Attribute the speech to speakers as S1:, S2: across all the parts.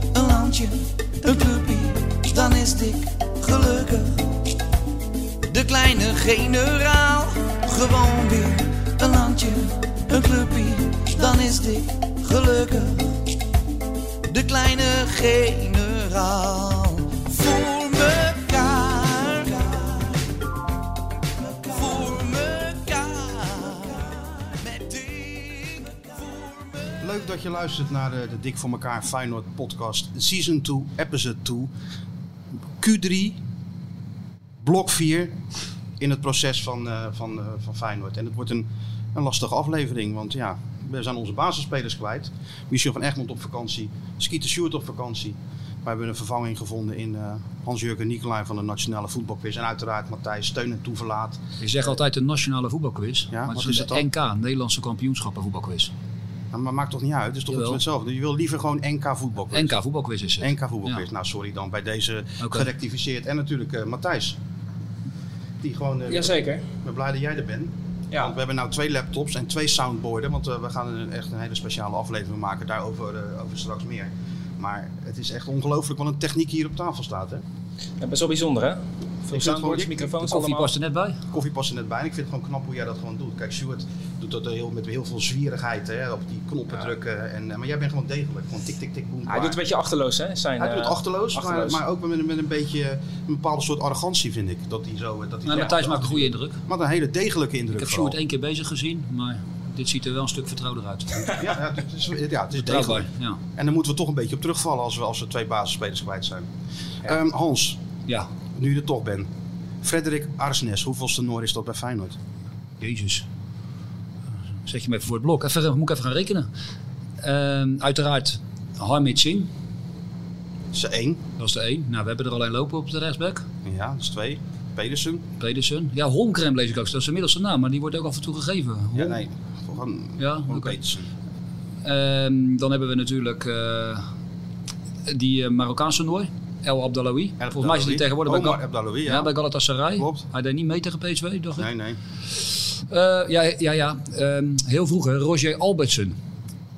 S1: je een puppy, dan is ik gelukkig. De kleine generaal, gewoon weer een landje, een clubpie, dan is ik gelukkig. De kleine generaal, voor mekaar, voor mekaar, met dik voor mekaar.
S2: Leuk dat je luistert naar eh, de, de Dik voor elkaar Feyenoord podcast. Season 2, episode 2. Q3, blok 4 in het proces van, eh, van, eh, van Feyenoord. En het wordt een, een lastige aflevering, want ja, we zijn onze basisspelers kwijt. Michiel van Egmond op vakantie, Skeeter Stewart op vakantie. We hebben een vervanging gevonden in eh, Hans-Jurgen Nicolai van de Nationale Voetbalquiz. En uiteraard Matthijs Steun en Toeverlaat.
S3: Je zegt altijd de nationale voetbalquiz. maar
S2: wat
S3: het
S2: is
S3: is
S2: het
S3: de
S2: dan?
S3: NK, Nederlandse kampioenschappen voetbalquiz.
S2: Nou, maar maakt toch niet uit, het is toch
S3: Jawel.
S2: hetzelfde. Je wil liever gewoon NK voetbal.
S3: NK voetbalquiz is het.
S2: NK voetbalquiz. Nou, sorry dan bij deze
S3: Dus- Oké.
S2: gerectificeerd. En natuurlijk eh, Matthijs. Die gewoon. eh,
S4: Jazeker.
S2: Ik ben blij dat jij er bent. Want
S4: Ja.
S2: we hebben nou twee laptops en twee soundboarden. Want eh, we gaan een, echt een hele speciale aflevering maken. Daarover eh, over straks meer. Maar het is echt ongelooflijk wat een techniek hier op tafel staat. Hè?
S4: ja, best wel bijzonder hè? Veel
S2: het gewoon
S4: soundboards,
S2: dik.
S3: De
S4: microfoons
S3: koffie
S4: allemaal.
S3: past er net bij.
S2: Koffie past er net bij. En ik vind het gewoon knap hoe jij dat gewoon doet. Kijk, Stuart doet dat heel, met heel veel zwierigheid. Hè? Op die knoppen drukken. En, eh, maar jij bent gewoon degelijk. Gewoon tik, tik, tik, boem.
S4: Hij
S2: klaar.
S4: doet het een beetje achterloos hè? Zijn,
S2: Hij doet het
S4: eh,
S2: achterloos,
S4: achterloos.
S2: Maar, maar ook met, een- met een beetje een bepaalde soort arrogantie, vind ik. Dat hij zo. eh, Dat hij
S3: Nou,
S2: ja,
S3: Matthijs maakt een goede indruk.
S2: Maar een hele degelijke indruk.
S3: Ik heb
S2: vooral.
S3: Sjoerd één keer bezig gezien, maar dit ziet er wel een stuk vertrouwder uit.
S2: Ja, ja, het is, ja, het is degelijk.
S3: Vertrouwbaar, ja.
S2: En daar moeten we toch een beetje op terugvallen als we, als we twee basisspelers kwijt zijn. Ehm, Hans,
S3: Ja,
S2: nu je er toch bent. Frederik Arsnes, hoeveelste Noor is dat bij Feyenoord?
S3: jezus. Zet je me even voor het blok. Even, eh, moet ik even gaan rekenen. Ehm, uiteraard Harmit Singh,
S2: Dat is er één.
S3: dat is de één. Nou, we hebben er alleen lopen op de rechtsback.
S2: Ja, dat is twee. Pedersen.
S3: Pedersen. Ja, Holmgren lees ik ook. Dat is inmiddels zijn naam, maar die wordt ook af en toe gegeven.
S2: Ja,
S3: Holm-
S2: nee. Gewoon,
S3: Ja,
S2: gewoon
S3: oké.
S2: Petersen.
S3: Ehm, dan hebben we natuurlijk eh, die eh, Marokkaanse Noor, El Abdallawi. Volgens mij is die tegenwoordig bij,
S2: Omar
S3: Gal-
S2: Abdallawi,
S3: ja.
S2: ja.
S3: bij Galatasaray.
S2: Klopt.
S3: Hij deed niet mee tegen PSV, dacht ik.
S2: Nee, nee.
S3: Eh, ja, ja, ja. Ehm, heel vroeger, Roger Albertsen.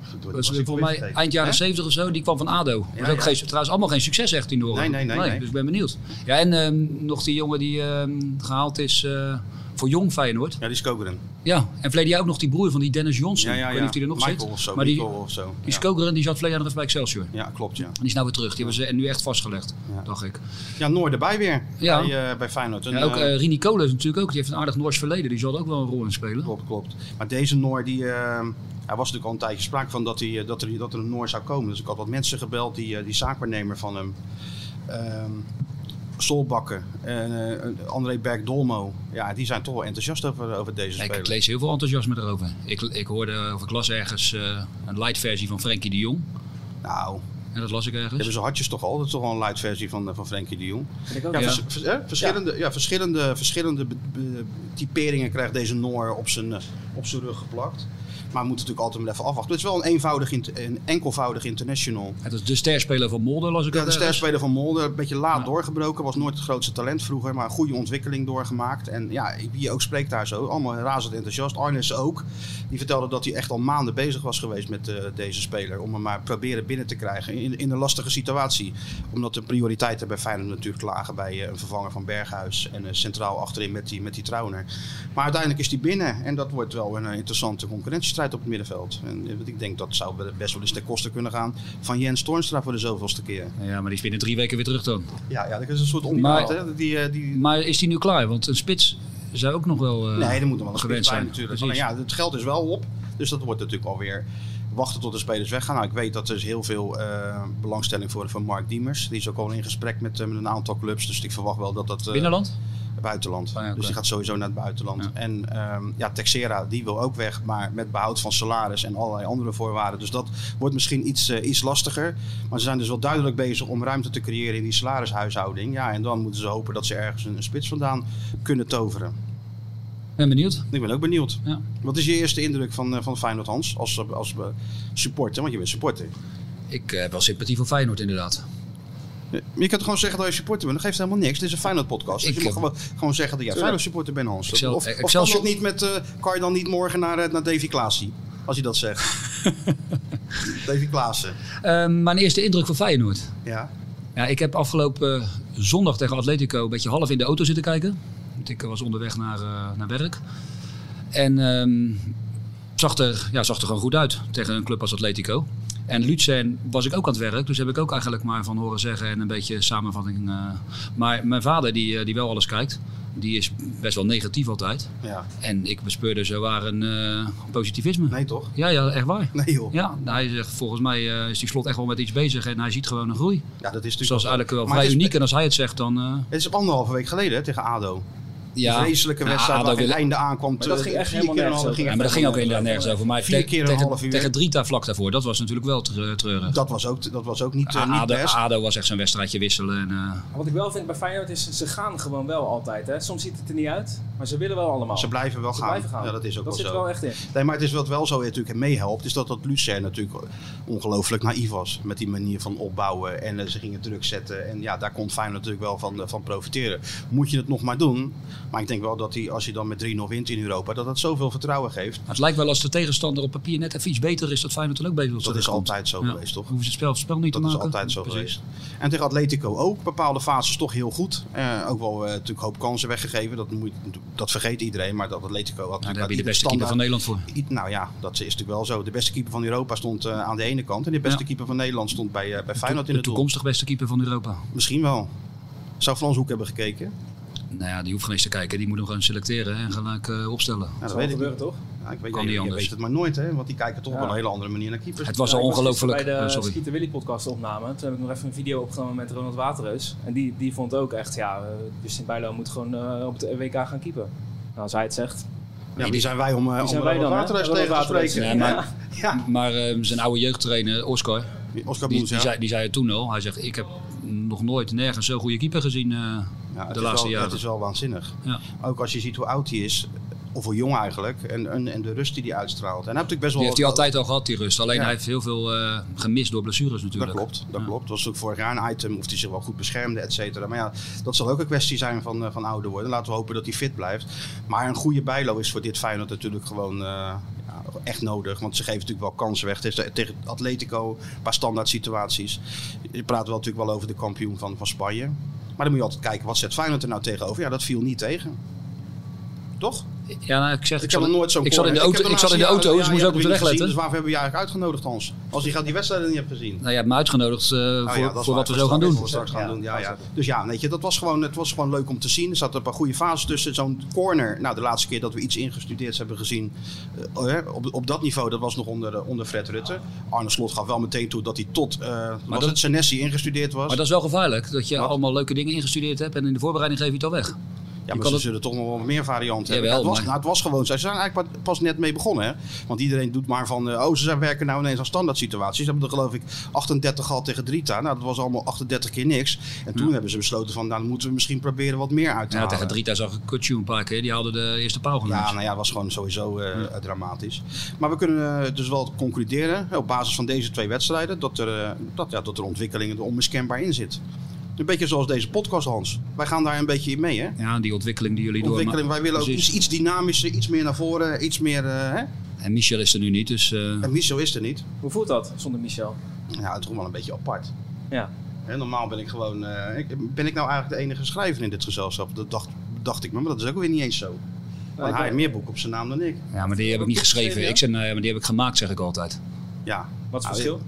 S2: Verdorie,
S3: Dat is
S2: was ik
S3: volgens mij
S2: weer vergeten.
S3: eind jaren
S2: Hè?
S3: 70 of zo. Die kwam van ADO. Dat is
S2: Ja,
S3: ook
S2: ja.
S3: geen, trouwens allemaal geen succes echt in Noor.
S2: Nee, nee, nee, nee.
S3: Dus ik ben benieuwd. Ja, en ehm, nog die jongen die ehm, gehaald is eh, voor Jong Feyenoord.
S2: Ja, die is Kokeren.
S3: Ja, en verleden jaar ook nog die broer van die Dennis Johnson.
S2: Ja, ja, ja.
S3: Ik weet niet of die er nog
S2: Michael
S3: zit.
S2: of zo.
S3: maar die,
S2: Michael of zo.
S3: die
S2: Ja.
S3: Skogeren die zat verleden jaar nog even bij Excelsior.
S2: ja, klopt, ja.
S3: En Die is nou weer terug. Die hebben ze en nu echt vastgelegd,
S2: Ja.
S3: dacht ik.
S2: Ja, Noor erbij weer.
S3: Ja.
S2: Bij, eh, bij Feyenoord. Een,
S3: Ja, ook
S2: eh,
S3: eh, Rini Kolen natuurlijk ook. Die heeft een aardig Noors verleden. Die zal ook wel een rol in spelen.
S2: Klopt, klopt. Maar deze Noor, die, eh, hij was natuurlijk al een tijdje sprake van dat, hij, eh, dat, er, dat er een Noor zou komen. Dus ik had wat mensen gebeld, die, eh, die zaakwaarnemer van hem. Ehm Solbakken, en, eh, André Berg-Dolmo. Ja, die zijn toch wel enthousiast over, over deze
S3: Ik,
S2: speler.
S3: ik lees heel veel enthousiasme erover. Ik, ik hoorde of ik las ergens eh, een light versie van Frenkie de Jong.
S2: Nou,
S3: En dat las ik ergens.
S2: hebben ze hartjes toch al? Dat is toch wel een light versie van, eh, van Frenkie de Jong.
S4: Vind ik ook,
S2: Ja,
S4: ja.
S2: vers- vers- hè? verschillende, ja. verschillende, verschillende be- be- typeringen krijgt deze Noor op zijn, eh, op zijn rug geplakt. Maar we moeten natuurlijk altijd maar even afwachten. Het is wel een, eenvoudig, int- een enkelvoudig international.
S3: Het is de sterspeler van Molde, las ik
S2: Ja,
S3: ook
S2: de
S3: ergens.
S2: sterspeler van Molde, een beetje laat
S3: Ja.
S2: doorgebroken. Was nooit het grootste talent vroeger, maar een goede ontwikkeling doorgemaakt. En ja, wie je ook spreekt daar zo, allemaal razend enthousiast. Arnes ook, die vertelde dat hij echt al maanden bezig was geweest met eh, deze speler. Om hem maar proberen binnen te krijgen in, in een lastige situatie. Omdat de prioriteiten bij Feyenoord natuurlijk lagen bij eh, een vervanger van Berghuis. En eh, centraal achterin met die, met die Trouwner. Maar uiteindelijk is die binnen en dat wordt wel een eh, interessante concurrentiestrijd op het middenveld. En eh, ik denk dat zou wel- best wel eens ten koste kunnen gaan van Jens Toornstra voor de zoveelste keer.
S3: Ja, maar die is binnen drie weken weer terug dan.
S2: Ja, ja dat is een soort onbehaald,
S3: Maar-
S2: hè? Die, eh, die...
S3: Maar is die nu klaar? Want een spits zou ook nog wel eh,
S2: Nee, er moet nog wel een
S3: gewenst
S2: spits bij
S3: zijn.
S2: natuurlijk. Maar
S3: Precies.
S2: ja, het geld is wel op. Dus dat wordt natuurlijk alweer wachten tot de spelers weggaan. Nou, ik weet dat er is heel veel eh, belangstelling voor van Mark Diemers. Die is ook al in gesprek met, eh, met een aantal clubs. Dus ik verwacht wel dat dat... eh,
S3: Binnenland?
S2: Buitenland.
S3: Ah, ja, oké.
S2: Dus die gaat sowieso naar het buitenland.
S3: Ja.
S2: En ehm, ja, Texera, die wil ook weg, maar met behoud van salaris en allerlei andere voorwaarden. Dus dat wordt misschien iets, eh, iets lastiger. Maar ze zijn dus wel duidelijk bezig om ruimte te creëren in die salarishuishouding. Ja, en dan moeten ze hopen dat ze ergens een, een spits vandaan kunnen toveren.
S3: Ben benieuwd.
S2: Ik ben ook benieuwd.
S3: Ja.
S2: Wat is je eerste indruk van, eh, van Feyenoord, Hans? Als, eh, als eh, supporter, want je bent supporter.
S3: Ik eh, heb wel sympathie voor Feyenoord inderdaad.
S2: Eh, Je kunt gewoon zeggen dat je supporter bent. Dat geeft helemaal niks. Dit is een Feyenoord-podcast. Dus
S3: Ik,
S2: je mag
S3: eh,
S2: gewoon, gewoon zeggen dat jij Feyenoord-supporter bent, Hans.
S3: Excel-
S2: of of
S3: Excelsior-
S2: kan, dat niet met, eh, kan je dan niet morgen naar, eh, naar Davy Klaasie? Als je dat zegt. Davy Klaassen.
S3: Ehm, mijn eerste indruk van Feyenoord.
S2: Ja.
S3: Ja, ik heb afgelopen zondag tegen Atletico een beetje half in de auto zitten kijken. Want ik was onderweg naar, eh, naar werk. En ehm, zag, er, ja, zag er gewoon goed uit tegen een club als Atletico. En Lutsen was ik ook aan het werk, dus heb ik ook eigenlijk maar van horen zeggen en een beetje samenvatting. eh. Maar mijn vader, die, eh, die wel alles kijkt, die is best wel negatief altijd.
S2: ja.
S3: En ik bespeurde zowaar een eh, positivisme.
S2: Nee, toch?
S3: Ja, ja, echt waar.
S2: Nee, joh. Ja,
S3: Ja, nou, hij zegt, volgens mij eh, is die slot echt wel met iets bezig en hij ziet gewoon een groei.
S2: dat is
S3: Dus
S2: natuurlijk...
S3: dat is eigenlijk wel
S2: Maar
S3: vrij
S2: het is-
S3: uniek. En als hij het zegt, dan... eh,
S2: Het is anderhalve week geleden hè, tegen ADO.
S3: ja,
S2: Een vreselijke
S3: Nou,
S2: wedstrijd
S3: ADO
S2: waar geen
S3: wil-
S2: einde aankwam.
S4: Maar dat ging echt
S2: Vier
S4: helemaal
S2: keer een
S4: nergens
S2: halve-
S4: over.
S2: ging
S3: Ja, maar dat
S2: echt
S3: ging ook
S2: helemaal
S3: inderdaad nergens over. Maar
S2: Vier
S3: te-
S2: keer een
S3: tegen,
S2: half uur.
S3: tegen Drita vlak daarvoor, dat was natuurlijk wel tre- treurig.
S2: Dat was ook, dat was ook niet, eh, niet
S3: ADO,
S2: best.
S3: ADO was echt zo'n wedstrijdje wisselen. En, eh,
S4: Wat ik wel vind bij Feyenoord is, ze gaan gewoon wel altijd. Hè. Soms ziet het er niet uit, maar ze willen wel allemaal.
S2: Ze blijven wel
S4: Ze
S2: gaan.
S4: blijven gaan.
S2: Ja, dat is ook wel
S4: dat zit
S2: zo.
S4: er wel echt in.
S2: Nee, maar het is wat wel zo natuurlijk meehelpt, is dat dat Lucerne natuurlijk ongelooflijk naïef was met die manier van opbouwen en eh, ze gingen druk zetten. En ja, daar kon Feyenoord natuurlijk wel van, eh, van profiteren. Moet je het nog maar doen, maar ik denk wel dat die, als je dan met 3-0 wint in Europa, dat dat zoveel vertrouwen geeft.
S3: het lijkt wel als de tegenstander op papier net even iets beter is, dat Feyenoord dan ook beter wil
S2: Dat is altijd zo
S3: Ja.
S2: geweest, toch?
S3: Hoeven ze het spel, het spel niet
S2: Dat
S3: te
S2: is
S3: maken.
S2: altijd zo
S3: Precies.
S2: geweest. En tegen Atletico ook. Bepaalde fases toch heel goed. Eh, ook wel eh, natuurlijk een hoop kansen weggegeven. Dat, moet, dat vergeet iedereen. Maar dat Atletico had
S3: Nou,
S2: natuurlijk
S3: daar heb je de
S2: uit
S3: beste
S2: ieder
S3: keeper van
S2: standaard-
S3: Nederland
S2: I-
S3: voor.
S2: Nou ja, dat is natuurlijk wel zo. De beste keeper van Europa stond eh, aan de ene kant. En de beste
S3: Ja.
S2: keeper van Nederland stond bij, eh, bij Feyenoord in
S3: De
S2: de toekomst.
S3: toekomstig beste keeper van Europa.
S2: Misschien wel. Zou Frans Hoek hebben gekeken? Nou,
S3: Nou ja, die hoeft geen eens te kijken. Die moet hem gewoon selecteren en gelijk eh, opstellen.
S2: dat weet
S4: zal
S2: ik niet.
S4: gebeuren, toch?
S2: Ja, ik weet,
S3: Kan
S2: je-
S3: niet
S2: je
S3: anders.
S2: weet het maar nooit, hè? Want die kijken toch
S4: Ja.
S2: op een hele andere manier naar keepers.
S3: Het was
S4: Ja,
S3: al
S4: ik gisteren
S3: ongelooflijk.
S4: Bij
S3: eh,
S4: de
S3: sorry.
S4: Schieten Willy podcast opname. Toen heb ik nog even een video opgenomen met Ronald Waterreus. En die, die vond ook echt, ja, eh, Justin Bijlo moet gewoon eh, op de WK gaan keepen. Nou, als hij het zegt.
S2: Ja, maar die zijn wij om, eh om
S4: zijn wij
S2: Ronald
S4: dan, hè?
S2: Waterhuis
S4: Ronald
S2: tegen te
S4: Waterhuis.
S2: spreken.
S3: Ja,
S2: Ja, ja.
S3: Maar eh, zijn oude jeugdtrainer, Oscar,
S2: Oscar
S3: die,
S2: Boens,
S3: die,
S2: ja.
S3: zei, die zei het toen al. Hij zegt, ik heb nog nooit nergens zo'n goede keeper gezien eh,
S2: Ja, het
S3: de
S2: is
S3: laatste
S2: wel,
S3: jaren.
S2: Het is wel waanzinnig.
S3: Ja.
S2: Ook als je ziet hoe oud hij is, of hoe jong eigenlijk, en, en, en de rust die hij uitstraalt. En hij heeft natuurlijk best wel
S3: Die heeft hij altijd al gehad, die rust. Alleen
S2: Ja.
S3: hij heeft heel veel eh, gemist door blessures
S2: Dat
S3: natuurlijk.
S2: klopt, dat
S3: Ja.
S2: klopt. Dat was ook vorig jaar een item, of hij zich wel goed beschermde, et cetera. Maar ja, dat zal ook een kwestie zijn van, eh, van ouder worden. Laten we hopen dat hij fit blijft. Maar een goede bijlo is voor dit Feyenoord natuurlijk gewoon eh, ja, echt nodig. Want ze geven natuurlijk wel kansen weg. Tegen, tegen Atletico, een paar standaard situaties. Je praat wel natuurlijk wel over de kampioen van, van Spanje. Maar dan moet je altijd kijken, wat zet Feyenoord er nou tegenover? Ja, dat viel niet tegen. Toch?
S3: Ja, nou, ik zeg,
S2: Ik, zal er nooit zo'n
S3: ik zat in de
S2: corner-
S3: auto,
S2: heb
S3: ik zat in de
S2: laatste
S3: auto
S2: jaren-
S3: dus ik moest
S2: ja,
S3: ook op de
S2: ja,
S3: weg
S2: heb je niet gezien,
S3: letten.
S2: Dus waarvoor hebben we je eigenlijk uitgenodigd, Hans? Als je gaat die wedstrijden niet hebt gezien.
S3: Nou, jij hebt me uitgenodigd eh,
S2: Oh
S3: voor,
S2: ja, dat is
S3: voor
S2: waar.
S3: wat we zo gaan doen.
S2: Wat we straks gaan
S4: Ja,
S2: doen. Ja,
S4: dat
S2: ja.
S4: is
S2: Dus ja, weet je, dat was gewoon, het was gewoon leuk om te zien. Er zat een paar goede fases tussen. Zo'n corner, nou de laatste keer dat we iets ingestudeerd hebben gezien eh, eh, op, op dat niveau, dat was nog onder, eh, onder Fred Rutte. Arne Slot gaf wel meteen toe dat hij tot, eh was
S3: dat-
S2: het Senesi ingestudeerd was.
S3: Maar dat is wel gevaarlijk, dat je
S2: Wat?
S3: allemaal leuke dingen ingestudeerd hebt en in de voorbereiding geef je het al weg.
S2: ja,
S3: je
S2: maar
S3: kan
S2: ze
S3: het-
S2: zullen toch nog wel meer varianten hebben.
S3: Jawel,
S2: Ja, het, was,
S3: maar-
S2: nou, het was gewoon, zo. ze zijn eigenlijk pas- pas net mee begonnen. Hè? Want iedereen doet maar van, eh, oh ze zijn werken nou ineens aan standaard situaties. Ze hebben er geloof ik 38 gehad tegen Drita. Nou dat was allemaal 38 keer niks. En toen hebben ze besloten van, nou dan moeten we misschien proberen wat meer uit te
S3: Hm. Ja,
S2: halen.
S3: tegen Drita zag ik Kutsu een paar keer, die hadden de eerste paal
S2: Ja,
S3: gemaakt.
S2: nou ja, het was gewoon sowieso eh,
S3: Hm.
S2: dramatisch. Maar we kunnen eh, dus wel concluderen, eh, op basis van deze twee wedstrijden, dat er, eh, dat, ja, dat er ontwikkelingen er onmiskenbaar in zit. Een beetje zoals deze podcast, Hans. Wij gaan daar een beetje in mee, hè?
S3: Ja, die ontwikkeling die jullie
S2: Ontwikkeling, wij
S3: doormaken.
S2: willen ook iets,
S3: Precies.
S2: iets dynamischer, iets meer naar voren, iets meer... eh, hè?
S3: En Michel is er nu niet, dus... eh,
S2: En Michel is er niet.
S4: Hoe voelt dat zonder Michel?
S2: Ja, het is toch wel een beetje apart.
S4: Ja.
S2: Hè, normaal ben ik gewoon... eh, ik- ben ik nou eigenlijk de enige schrijver in dit gezelschap? Dat dacht, dacht ik me, maar dat is ook weer niet eens zo. Want
S4: ik
S2: hij
S4: ben-
S2: heeft meer boeken op zijn naam dan ik.
S3: ja, maar die heb ik niet geschreven.
S4: geschreven,
S3: Ik zeg, nee, maar die heb ik gemaakt, zeg ik altijd.
S2: Ja,
S4: Wat
S2: Nou,
S4: is het verschil?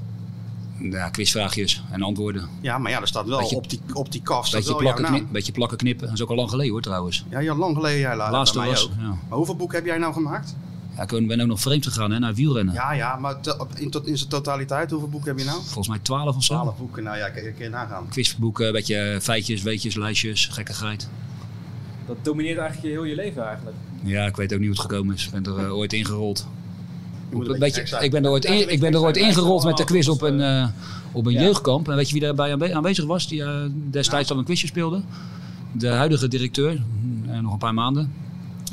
S3: Ja, quizvraagjes en antwoorden.
S2: ja maar ja, er staat wel
S3: Beetje-
S2: op die, op die kast. staat
S3: Beetje
S2: wel jouw
S3: plakken,
S2: naam.
S3: knip- beetje plakken knippen, dat is ook al lang geleden hoor trouwens.
S2: Ja, ja, lang geleden jij laat.
S3: Laatste
S2: bij mij
S3: was,
S2: ook.
S3: ja.
S2: Maar hoeveel boeken heb jij nou gemaakt?
S3: Ja, ik ben ook nog vreemd gegaan hè, naar wielrennen.
S2: Ja, ja, maar te- op- in, tot, in zijn totaliteit, hoeveel boeken heb je nou?
S3: Volgens mij 12 of zo.
S2: Twaalf boeken, nou ja, ik kun je nagaan.
S3: Quizboeken, een beetje eh, feitjes, weetjes, lijstjes, gekkigheid.
S4: Dat domineert eigenlijk je- heel je leven eigenlijk.
S3: Ja, ik weet ook niet hoe het gekomen is. Ik ben er eh, ooit ingerold.
S2: Je moet een
S3: Weet
S2: beetje
S3: je,
S2: gek zijn.
S3: ik ben er ooit, in- ik ben er ooit ingerold met de quiz op een, eh, op een
S4: Ja.
S3: jeugdkamp. En weet je wie daarbij aanwe- aanwezig was? Die eh, destijds al een quizje speelde. De huidige directeur, eh, nog een paar maanden,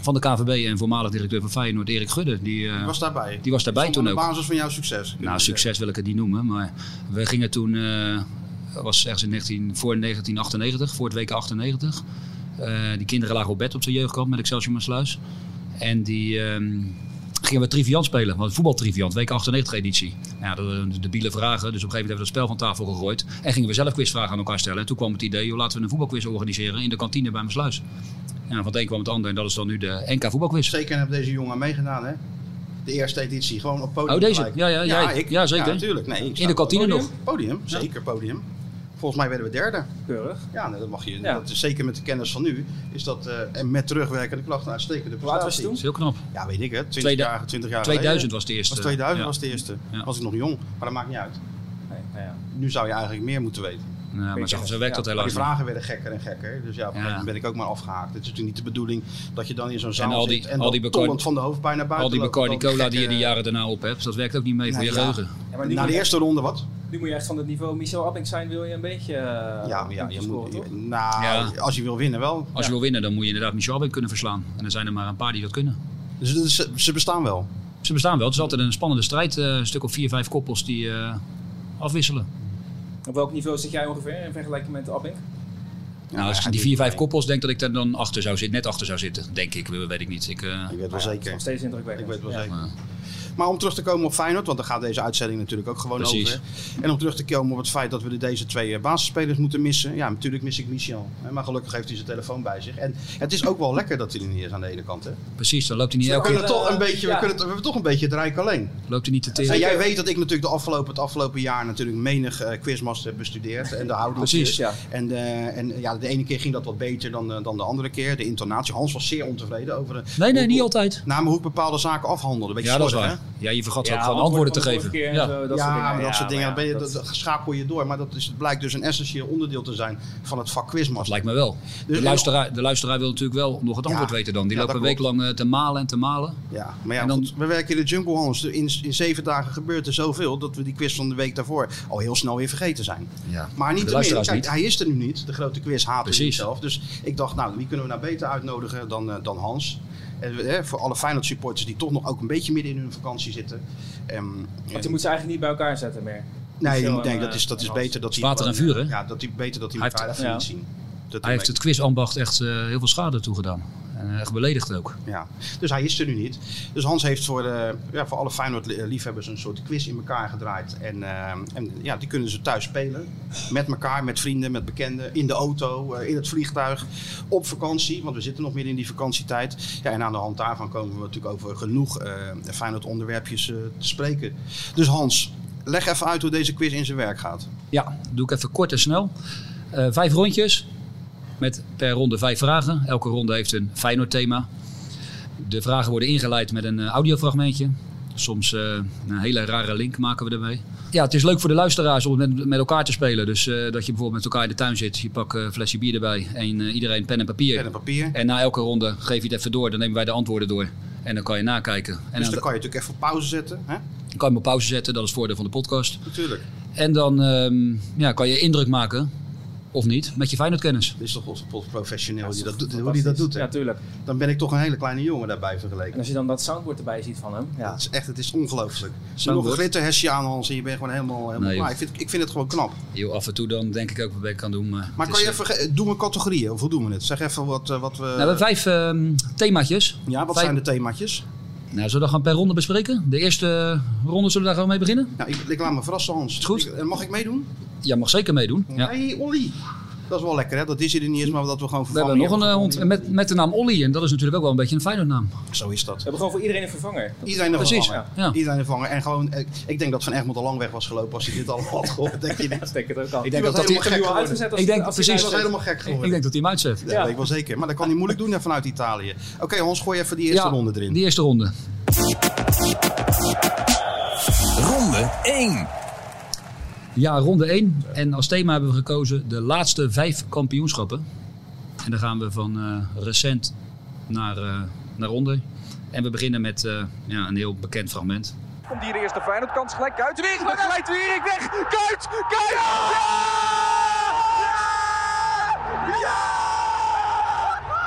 S3: van de KVB en voormalig directeur van Feyenoord, Erik Gudde. Die, eh,
S2: Die was daarbij.
S3: die was daarbij
S2: Stond aan
S3: toen ook.
S2: de basis van jouw succes. kun je
S3: Nou,
S2: zeggen.
S3: succes wil ik het niet noemen, maar we gingen toen, eh, dat was ergens in 19, voor 1998, voor het WK 98. Eh, die kinderen lagen op bed op zijn jeugdkamp met Excelsior Maasluis. En die ehm, gingen we triviant spelen. Want voetbaltriviant, week 98 editie. Nou, ja, de, de biele vragen. Dus op een gegeven moment hebben we dat spel van tafel gegooid. En gingen we zelf quizvragen aan elkaar stellen. En toen kwam het idee, joh, laten we een voetbalquiz organiseren in de kantine bij Mersluis. Ja, van het een kwam het ander en dat is dan nu de NK voetbalquiz.
S2: Zeker hebben deze jongen meegedaan, hè? De eerste editie, gewoon op podium.
S3: Oh, deze?
S2: gelijk.
S3: Ja, ja, ja,
S2: ik,
S3: ja zeker.
S2: Ja, natuurlijk. Nee, ik sta
S3: in de
S2: op het
S3: kantine
S4: podium.
S3: nog.
S2: Podium, zeker podium. Volgens mij werden we derde.
S4: Keurig.
S2: Ja, nee, dat mag je.
S4: Ja.
S2: Dat is, zeker met de kennis van nu is dat eh, en met terugwerkende kracht een uitstekende
S4: Hoe oud was
S2: prestatie.
S4: je toen?
S3: Dat is heel knap.
S2: Ja, weet ik het. 20
S3: Tweede-
S2: jaar, 20 jaar
S3: 2000
S2: geleden.
S3: was de eerste.
S2: was 2000
S3: Ja.
S2: was de eerste.
S3: Ja.
S2: Was ik nog jong, maar dat maakt niet uit.
S4: Nee, nou ja.
S2: Nu zou je eigenlijk meer moeten weten.
S3: Ja, maar zo, zo werkt dat
S4: Ja,
S2: Maar die
S3: helaas. niet.
S2: vragen werden gekker en gekker. Dus ja, op een gegeven moment ben ik ook maar afgehaakt. Het is natuurlijk niet de bedoeling dat je dan in zo'n zaal
S3: al die-
S2: zit en
S3: al
S2: dan
S3: die Bacardi-
S2: tollend van de hoofdpijn naar
S3: Al
S2: buiten
S3: die
S2: loopt.
S3: Bacardi
S2: Dan
S3: Cola die je
S2: gekke-
S3: de jaren daarna op hebt, dat werkt ook niet mee voor
S2: Nou
S3: je
S2: ja.
S3: geheugen.
S4: Ja, maar nu,
S2: Na
S4: moet
S2: de
S4: je,
S2: eerste ronde wat?
S4: nu moet je echt van het niveau Michel Apping zijn, wil je een beetje eh,
S2: Ja, ja,
S4: punten
S2: je
S4: scoren,
S2: moet,
S4: toch?
S2: nou,
S3: Ja.
S2: als je wil winnen wel.
S3: Als je wil winnen, dan moet je inderdaad Michel weer kunnen verslaan. En er zijn er maar een paar die dat kunnen.
S2: Dus, dus ze, ze bestaan wel.
S3: Ze bestaan wel. Het is altijd een spannende strijd. eh, een stuk of vier, vijf koppels die eh, afwisselen.
S4: Op welk niveau zit jij ongeveer in vergelijking met Apping?
S3: nou, als
S2: ja,
S3: ik die
S2: die-
S3: vier, vijf koppels denk dat ik daar dan achter zou zitten. Net achter zou zitten, denk ik. We- Weet ik niet. Ik, eh,
S2: Ik weet wel
S4: Ja, dat is
S2: zeker.
S4: nog steeds indrukwekkend.
S2: Ik weet wel
S4: Ja.
S2: zeker.
S3: eh,
S2: Maar om terug te komen op Feyenoord, want daar gaat deze uitzending natuurlijk ook gewoon
S3: Precies.
S2: over. En om terug te komen op het feit dat we de- deze twee eh, basisspelers moeten missen. Ja, natuurlijk mis ik Michel. hè, Maar gelukkig heeft hij zijn telefoon bij zich. En het is ook wel lekker dat hij er niet is aan de ene kant. Hè. We,
S3: precies, dan loopt hij niet,
S4: Zo
S3: elke,
S2: kunnen
S4: eh,
S2: toch een beetje,
S4: ja.
S2: we, kunnen, het- we hebben toch een beetje het rijk alleen.
S3: loopt hij niet te
S2: En
S3: teren.
S2: jij weet dat ik natuurlijk de afgelopen, het afgelopen jaar natuurlijk menig eh, quizmaster heb bestudeerd. En de houding.
S3: Precies.
S4: Ja.
S2: En, eh, en ja, de ene keer ging dat wat beter dan, eh, dan de andere keer. De intonatie. Hans was zeer ontevreden over de,
S3: Nee, nee,
S2: hoe-
S3: niet altijd.
S2: nou, maar hoe ik bepaalde zaken afhandelde. Beetje
S3: Ja, dat is
S2: slordig, hè?
S3: waar. Ja, je vergat
S4: Ja,
S3: ook gewoon antwoorden te
S4: van de vorige
S3: geven.
S4: keer en
S3: Ja.
S4: zo, dat
S2: ja,
S4: soort dingen.
S2: maar dat
S4: Ja,
S2: soort dingen,
S4: maar
S2: dat, ben je,
S4: ja,
S2: dat, schapel je door. Maar dat is, het blijkt dus een essentieel onderdeel te zijn van het vak
S3: Dat
S2: quizmaster.
S3: lijkt me wel.
S2: Dus-
S3: De luisteraar, de luisteraar wil natuurlijk wel nog het antwoord weten dan. Die
S2: Ja,
S3: loopt een
S2: dat
S3: week lang eh, te malen en te malen.
S2: Ja, maar ja,
S3: En dan-
S2: goed, we werken in de jungle, Hans. In, in zeven dagen gebeurt er zoveel dat we die quiz van de week daarvoor al heel snel weer vergeten zijn.
S3: Ja.
S2: Maar niet te
S3: luisteraars
S2: Kijk,
S3: niet.
S2: hij is er nu niet. De grote quiz haat
S3: Precies.
S2: zichzelf. Dus ik dacht, nou, wie kunnen we nou beter uitnodigen dan, eh, dan Hans? En, we- hè, voor alle Feyenoord supporters die toch nog ook een beetje midden in hun vakantie zitten. Ehm, en-
S4: Want je moet ze eigenlijk niet bij elkaar zetten meer.
S2: Nee,
S4: Michel
S2: ik
S4: en,
S2: denk dat
S4: eh,
S2: is, dat is
S4: Hans.
S2: beter dat hij...
S3: Water en
S2: gewoon,
S3: vuur, hè?
S2: Ja, dat hij beter dat hij
S3: Hij
S2: elkaar
S3: heeft-
S2: even
S4: ja.
S2: niet zien. Dat
S3: Hij heeft het quizambacht echt eh, heel veel schade toegedaan. En eh, echt beledigd ook.
S2: Ja, dus hij is er nu niet. Dus Hans heeft voor, eh, ja, voor alle Feyenoord-liefhebbers een soort quiz in elkaar gedraaid. En, eh, en ja, die kunnen ze thuis spelen. Met elkaar, met vrienden, met bekenden. In de auto, eh, in het vliegtuig. Op vakantie, want we zitten nog midden in die vakantietijd. Ja, en aan de hand daarvan komen we natuurlijk over genoeg eh Feyenoord-onderwerpjes eh, te spreken. Dus Hans, leg even uit hoe deze quiz in zijn werk gaat.
S3: Ja, doe ik even kort en snel. Eh, vijf rondjes. Met per ronde vijf vragen. Elke ronde heeft een Feyenoord thema. De vragen worden ingeleid met een eh, audiofragmentje. Soms eh, een hele rare link maken we ermee. Ja, het is leuk voor de luisteraars om met, met elkaar te spelen. Dus eh, dat je bijvoorbeeld met elkaar in de tuin zit. Je pakt eh, een flesje bier erbij en eh, iedereen pen en papier.
S2: Pen en papier.
S3: En na elke ronde geef je het even door. Dan nemen wij de antwoorden door. En dan kan je nakijken. En
S2: Dus
S4: eh,
S3: dan
S2: dan kan je natuurlijk even op pauze zetten. Hè?
S3: dan kan je hem op pauze zetten. Dat is het voordeel van de podcast.
S2: Natuurlijk.
S3: En dan ehm, ja, kan je indruk maken. Of niet. Met je Feyenoord-kennis.
S2: Dit is toch onze professioneel
S4: Ja,
S2: hoe die
S4: is
S2: dat,
S4: toch
S2: doet- hoe die dat doet.
S4: fantastisch.
S2: hè?
S4: Ja, tuurlijk.
S2: Dan ben ik toch een hele kleine jongen daarbij vergeleken.
S4: En als je dan dat soundboard erbij ziet van hem.
S2: Ja, het is echt, het is ongelooflijk.
S3: Zo
S2: Nog een
S3: wordt-
S2: glitterhesje aan Hans en je bent gewoon helemaal, helemaal
S3: Nee, joh.
S2: klaar. Ik vind, ik vind het gewoon knap.
S3: Yo, af en toe dan denk ik ook wat ik kan doen. Maar,
S2: Maar
S3: het
S2: kan
S3: is,
S2: je
S3: eh,
S2: even, ge- doen we categorieën of hoe doen we het? Zeg even wat, eh, wat we...
S3: Nou, we hebben vijf ehm, themaatjes.
S2: ja, wat
S3: vijf-
S2: zijn de themaatjes?
S3: Nou, zullen we dat gaan per ronde bespreken? De eerste eh, ronde zullen we daar gewoon mee beginnen?
S2: Nou, ik, ik laat me verrassen Hans.
S3: goed.
S2: Ik- eh, mag ik meedoen?
S3: Ja, mag zeker meedoen. Ja.
S2: Hey Olly. Dat is wel lekker hè, dat is er niet eens, maar dat we gewoon
S3: We hebben nog een eh, hond
S2: hond.
S3: met, met de naam Olly. En dat is natuurlijk ook wel een beetje een Feyenoord naam.
S2: Zo is dat.
S4: We hebben gewoon voor iedereen een vervanger. Dat-
S2: Iedereen ervan
S3: Precies,
S2: vangen.
S3: ja.
S2: Iedereen ervan vangen. En gewoon, eh, ik denk dat Van Egmond al lang weg was gelopen als hij dit allemaal had gehoord. Denk je niet?
S4: Dat denk ik het ook al.
S2: Die
S3: Ik denk
S2: was
S3: dat dat die-
S2: helemaal gek
S4: al
S2: geworden.
S4: uitgezet als
S3: Ik denk
S4: als hij
S2: Die was
S3: precies.
S4: daar zit.
S2: helemaal gek
S3: Ik
S2: geworden.
S3: denk dat hij hem uitzet.
S2: Ja, dat weet ik wel zeker. Maar dat kan hij moeilijk doen hè, vanuit Italië. Oké, Hans, gooi even die eerste
S3: Ja,
S2: ronde erin.
S3: Die eerste ronde.
S1: Ronde 1.
S3: Ja, ronde 1. En als thema hebben we gekozen de laatste vijf kampioenschappen. En dan gaan we van eh, recent naar, eh, naar onder. En we beginnen met eh, ja, een heel bekend fragment.
S5: Komt hier de eerste Feyenoord kans gelijk Kuit weer. Dan glijdt Wierik weg. Kuit! Kuit! Ja! Ja! Ja!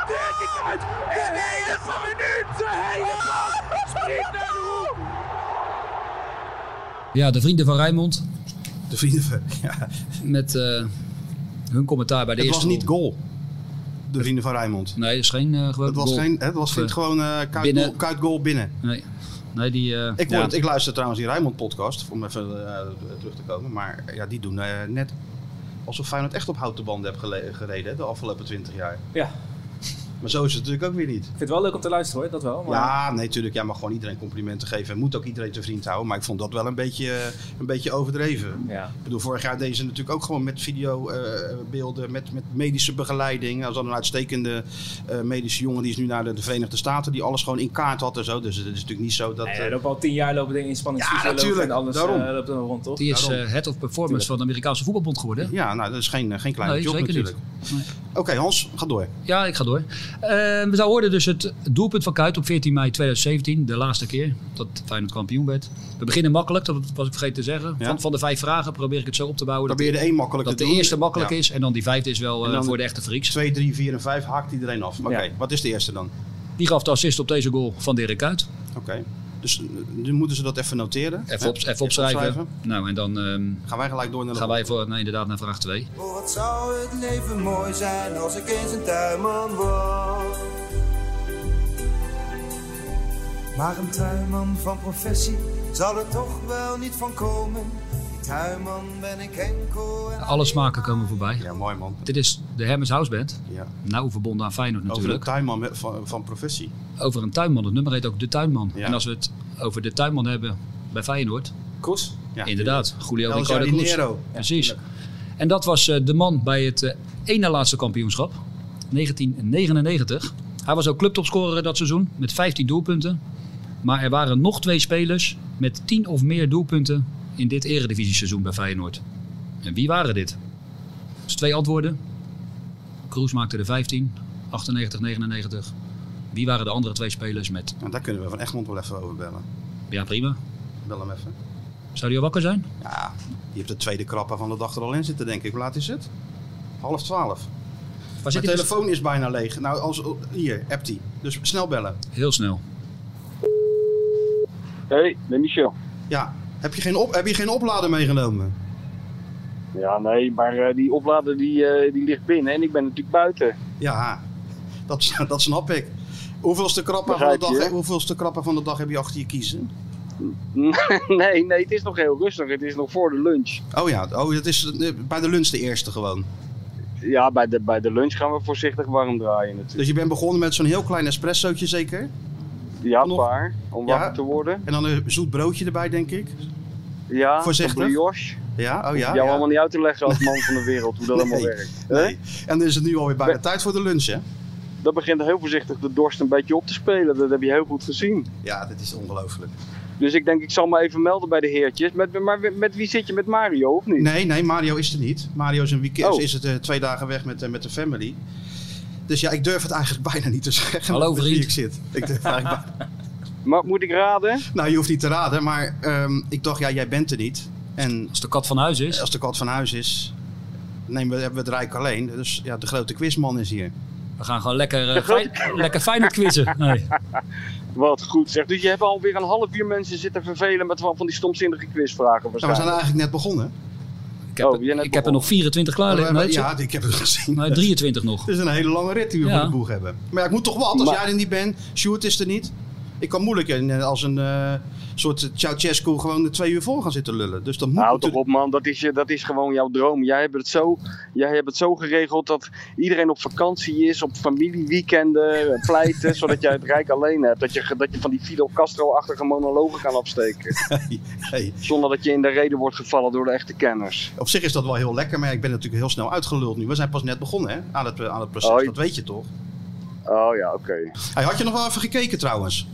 S5: Dirk Kuyt! De enige minuut! De hele kans! Schiet naar de hoek!
S3: Ja, de vrienden van Rijnmond
S2: De vrienden van... Ja.
S3: met eh, hun commentaar bij de
S2: Het
S3: eerste
S2: was niet
S3: ronde.
S2: goal. De vrienden van Rijnmond.
S3: Nee, dat is geen eh gewoon
S2: Het was,
S3: goal.
S2: geen, het was vindt
S3: Eh,
S2: gewoon eh kuit,
S3: binnen.
S2: goal, kuit goal binnen.
S3: Nee. Nee, die, eh,
S2: Ik, hoor
S4: Ja.
S2: het, ik luister trouwens die Rijnmond podcast, om even eh, terug te komen. Maar ja, die doen eh, net alsof Feyenoord echt op houten banden heeft gele- gereden hè, de afgelopen 20 jaar.
S4: Ja, ik
S2: Maar zo is het natuurlijk ook weer niet.
S4: vind het wel leuk om te luisteren hoor, dat wel. Maar
S2: Ja, nee, natuurlijk. Jij mag gewoon iedereen complimenten geven. En moet ook iedereen te vriend houden. Maar ik vond dat wel een beetje, eh, een beetje overdreven.
S4: ja.
S2: Ik bedoel, vorig jaar deden ze natuurlijk ook gewoon met videobeelden, met, met medische begeleiding. Als dan een uitstekende eh, medische jongen die is nu naar de, de Verenigde Staten, die alles gewoon in kaart had en zo. Dus het is natuurlijk niet zo dat.
S4: Nee,
S2: eh,
S4: er lopen al tien jaar lopen de inspanningsfysiologen
S2: natuurlijk,
S4: en alles
S2: daarom.
S4: eh, loopt er rond, toch?
S3: die is
S2: daarom.
S3: het head of performance van de Amerikaanse voetbalbond geworden. hè?
S2: ja, nou, dat is geen, eh, geen kleine
S3: Nee,
S2: job
S3: zeker
S2: natuurlijk.
S3: Nee.
S2: Oké, Hans, ga door.
S3: Ja, ik ga door. Eh, we zouden hoorden dus het doelpunt van Kuit op 14 mei 2017. De laatste keer dat Feyenoord kampioen werd. We beginnen makkelijk, dat was ik vergeten te zeggen.
S2: Ja.
S3: Van, van de vijf vragen probeer ik het zo op te bouwen. dat-
S2: Probeer de één makkelijk
S3: Dat
S2: te
S3: de
S2: doen.
S3: eerste makkelijk
S2: Ja.
S3: is en dan die vijfde is wel
S2: En
S3: eh,
S2: dan-
S3: voor de echte freaks.
S2: Twee, drie, vier en vijf haakt iedereen af. Oké,
S4: Ja.
S2: wat is de eerste dan?
S3: Die gaf de assist op deze goal van Dirk Kuyt.
S2: Oké, dus eh, nu moeten ze dat even noteren.
S3: Even,
S2: Hè?
S3: op, even opschrijven. Nou, en dan ehm,
S2: Gaan wij gelijk door naar de
S3: gaan wij voor, nee, inderdaad naar vraag 2.
S6: Oh, wat zou het leven mooi zijn als ik eens een tuinman was. Maar een tuinman van professie zal er toch wel niet van komen. Die tuinman ben ik enkel en...
S3: Alle smaken komen voorbij.
S2: Ja, mooi man.
S3: Dit is de Hermes House Band.
S2: Ja.
S3: Nou verbonden aan Feyenoord
S2: Over de
S3: natuurlijk.
S2: tuinman met- van, van professie.
S3: Over, een tuinman. Het nummer heet ook De Tuinman.
S2: Ja.
S3: En als we het over De Tuinman hebben bij Feyenoord.
S4: Kroes?
S2: Ja,
S3: inderdaad. Julio
S2: El
S3: Ricardo Cruz.
S2: Jardinero.
S3: Precies. En dat was eh, de man bij het eh, ene laatste kampioenschap. 1999. Hij was ook clubtopscorer dat seizoen met 15 doelpunten. Maar er waren nog twee spelers met 10 of meer doelpunten in dit eredivisie-seizoen bij Feyenoord. En wie waren dit? Dus twee antwoorden. Kroes maakte er 15, 98, 99. Wie waren de andere twee spelers met?
S2: Nou, daar kunnen we van Egmond wel even over bellen.
S3: Ja, prima.
S2: Bel hem even.
S3: Zou die al wakker zijn?
S2: Ja, je hebt de tweede krappe van de dag er al in zitten, denk ik. Hoe laat is het? Half twaalf.
S3: Waar
S2: Mijn
S3: zit hij?
S2: telefoon is bijna leeg. Nou, als, hier, appt die. Dus snel bellen.
S3: Heel snel.
S7: Hey, ben Michel.
S2: Ja, heb je geen, op, heb je geen oplader meegenomen?
S7: Ja, nee, maar eh, die oplader die, eh, die ligt binnen en ik ben natuurlijk buiten.
S2: Ja, dat, dat snap ik. Hoeveelste krappa, van de
S7: Begrijp je,
S2: dag,
S7: hè?
S2: hoeveelste krappa van de dag heb je achter je kiezen?
S7: nee, nee, het is nog heel rustig. Het is nog voor de lunch.
S2: Oh ja, oh, dat is eh, bij de lunch de eerste gewoon.
S7: Ja, bij de, bij de lunch gaan we voorzichtig warm draaien natuurlijk.
S2: Dus je bent begonnen met zo'n heel klein espressootje zeker?
S7: Ja,
S2: nog-
S7: paar, om
S2: Ja.
S7: wakker te worden.
S2: En dan een zoet broodje erbij, denk ik?
S7: Ja,
S2: Voorzichtig.
S7: een brioche.
S2: Ja, oh
S7: Ja,
S2: ja.
S7: jou
S2: ja.
S7: allemaal niet uit te leggen als man van de wereld hoe dat
S2: Nee.
S7: allemaal werkt. Hè?
S2: Nee. En dan is het nu alweer bijna
S7: Ben-
S2: tijd voor de lunch, hè?
S7: Dat begint heel voorzichtig de dorst een beetje op te spelen. Dat heb je heel goed gezien.
S2: Ja, dit is ongelooflijk.
S7: Dus ik denk, ik zal me even melden bij de heertjes. Met, maar met wie zit je? Met Mario of niet?
S2: Nee, nee, Mario is er niet. Mario is een weekend,
S7: Oh.
S2: is het eh, twee dagen weg met, eh, met de family. Dus ja, ik durf het eigenlijk bijna niet te zeggen.
S3: Hallo,
S2: met wie
S3: vriend.
S2: ik zit. Ik durf eigenlijk bij-
S7: Maar moet ik raden?
S2: Nou, je hoeft niet te raden, maar ehm, ik dacht, ja, jij bent er niet. En
S3: Als de kat van huis is.
S2: als de kat van huis is, nemen we, hebben we het Rijk alleen. Dus ja, de grote quizman is hier. Nou,
S3: We gaan gewoon lekker, eh fijn, lekker Feyenoord quizzen. Nee.
S7: Wat goed zeg. Dus je hebt alweer een half uur mensen zitten vervelen met van die stomzinnige quizvragen
S2: Nou, we zijn
S7: waarschijnlijk.
S2: eigenlijk net begonnen.
S3: Ah, Ik, heb,
S7: Oh,
S3: er-
S7: jij net Oh,
S3: ik heb er
S7: begonnen.
S3: nog 24 klaar
S2: We
S3: liggen.
S2: hebben-
S3: Nee,
S2: ja, ik heb het gezien.
S3: nee, 23 nog.
S2: Het is een hele lange rit die we
S3: Ja.
S2: voor de boeg hebben. Maar ja, ik moet toch wat, als
S7: Maar-
S2: jij er niet bent. Sjoerd is er niet. Ik kan moeilijk in, eh, als een eh, soort Ceausescu gewoon de twee uur voor gaan zitten lullen. Dus dat moet
S7: Houd Nou, toch
S2: natuurlijk-
S7: op man, dat is, je- dat is gewoon jouw droom. Jij hebt, het zo, jij hebt het zo geregeld dat iedereen op vakantie is, op familieweekenden, eh, pleiten, zodat jij het rijk alleen hebt. Dat je, ge- dat je van die Fidel Castro-achtige monologen kan afsteken.
S2: Hey,
S7: Zonder dat je in de reden wordt gevallen door de echte kenners.
S2: op zich is dat wel heel lekker, maar ja, ik ben natuurlijk heel snel uitgeluld nu. We zijn pas net begonnen hè, aan, het, eh, aan het proces,
S7: Hoi.
S2: dat weet je toch.
S7: Oh ja, oké.
S2: Hey, had je nog wel even gekeken trouwens?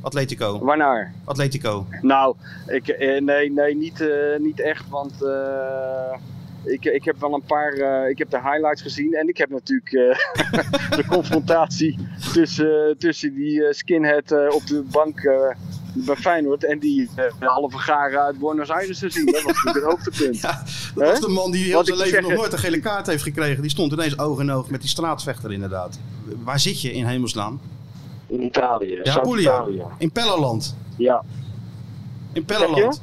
S2: Atletico,
S7: Waarnaar?
S2: Atletico.
S7: Nou, ik, eh, nee, nee niet, eh, niet echt, want eh, ik, ik heb wel een paar, eh, ik heb de highlights gezien en ik heb natuurlijk eh, de confrontatie tussen, tussen die eh, skinhead eh, op de bank eh, bij Feyenoord en die eh, halve garen uit Buenos Aires gezien. Dat was natuurlijk het hoogtepunt.
S2: Ja, dat
S7: Hè?
S2: was de man die heel
S7: Wat
S2: zijn
S7: ik
S2: leven
S7: zeg-
S2: nog nooit een gele kaart heeft gekregen. Die stond ineens oog in oog met die straatvechter inderdaad. Waar zit je in hemelsnaam?
S7: In Italië,
S2: Ja, Puglia. In Pellerland.
S7: Ja,
S2: In Pellerland.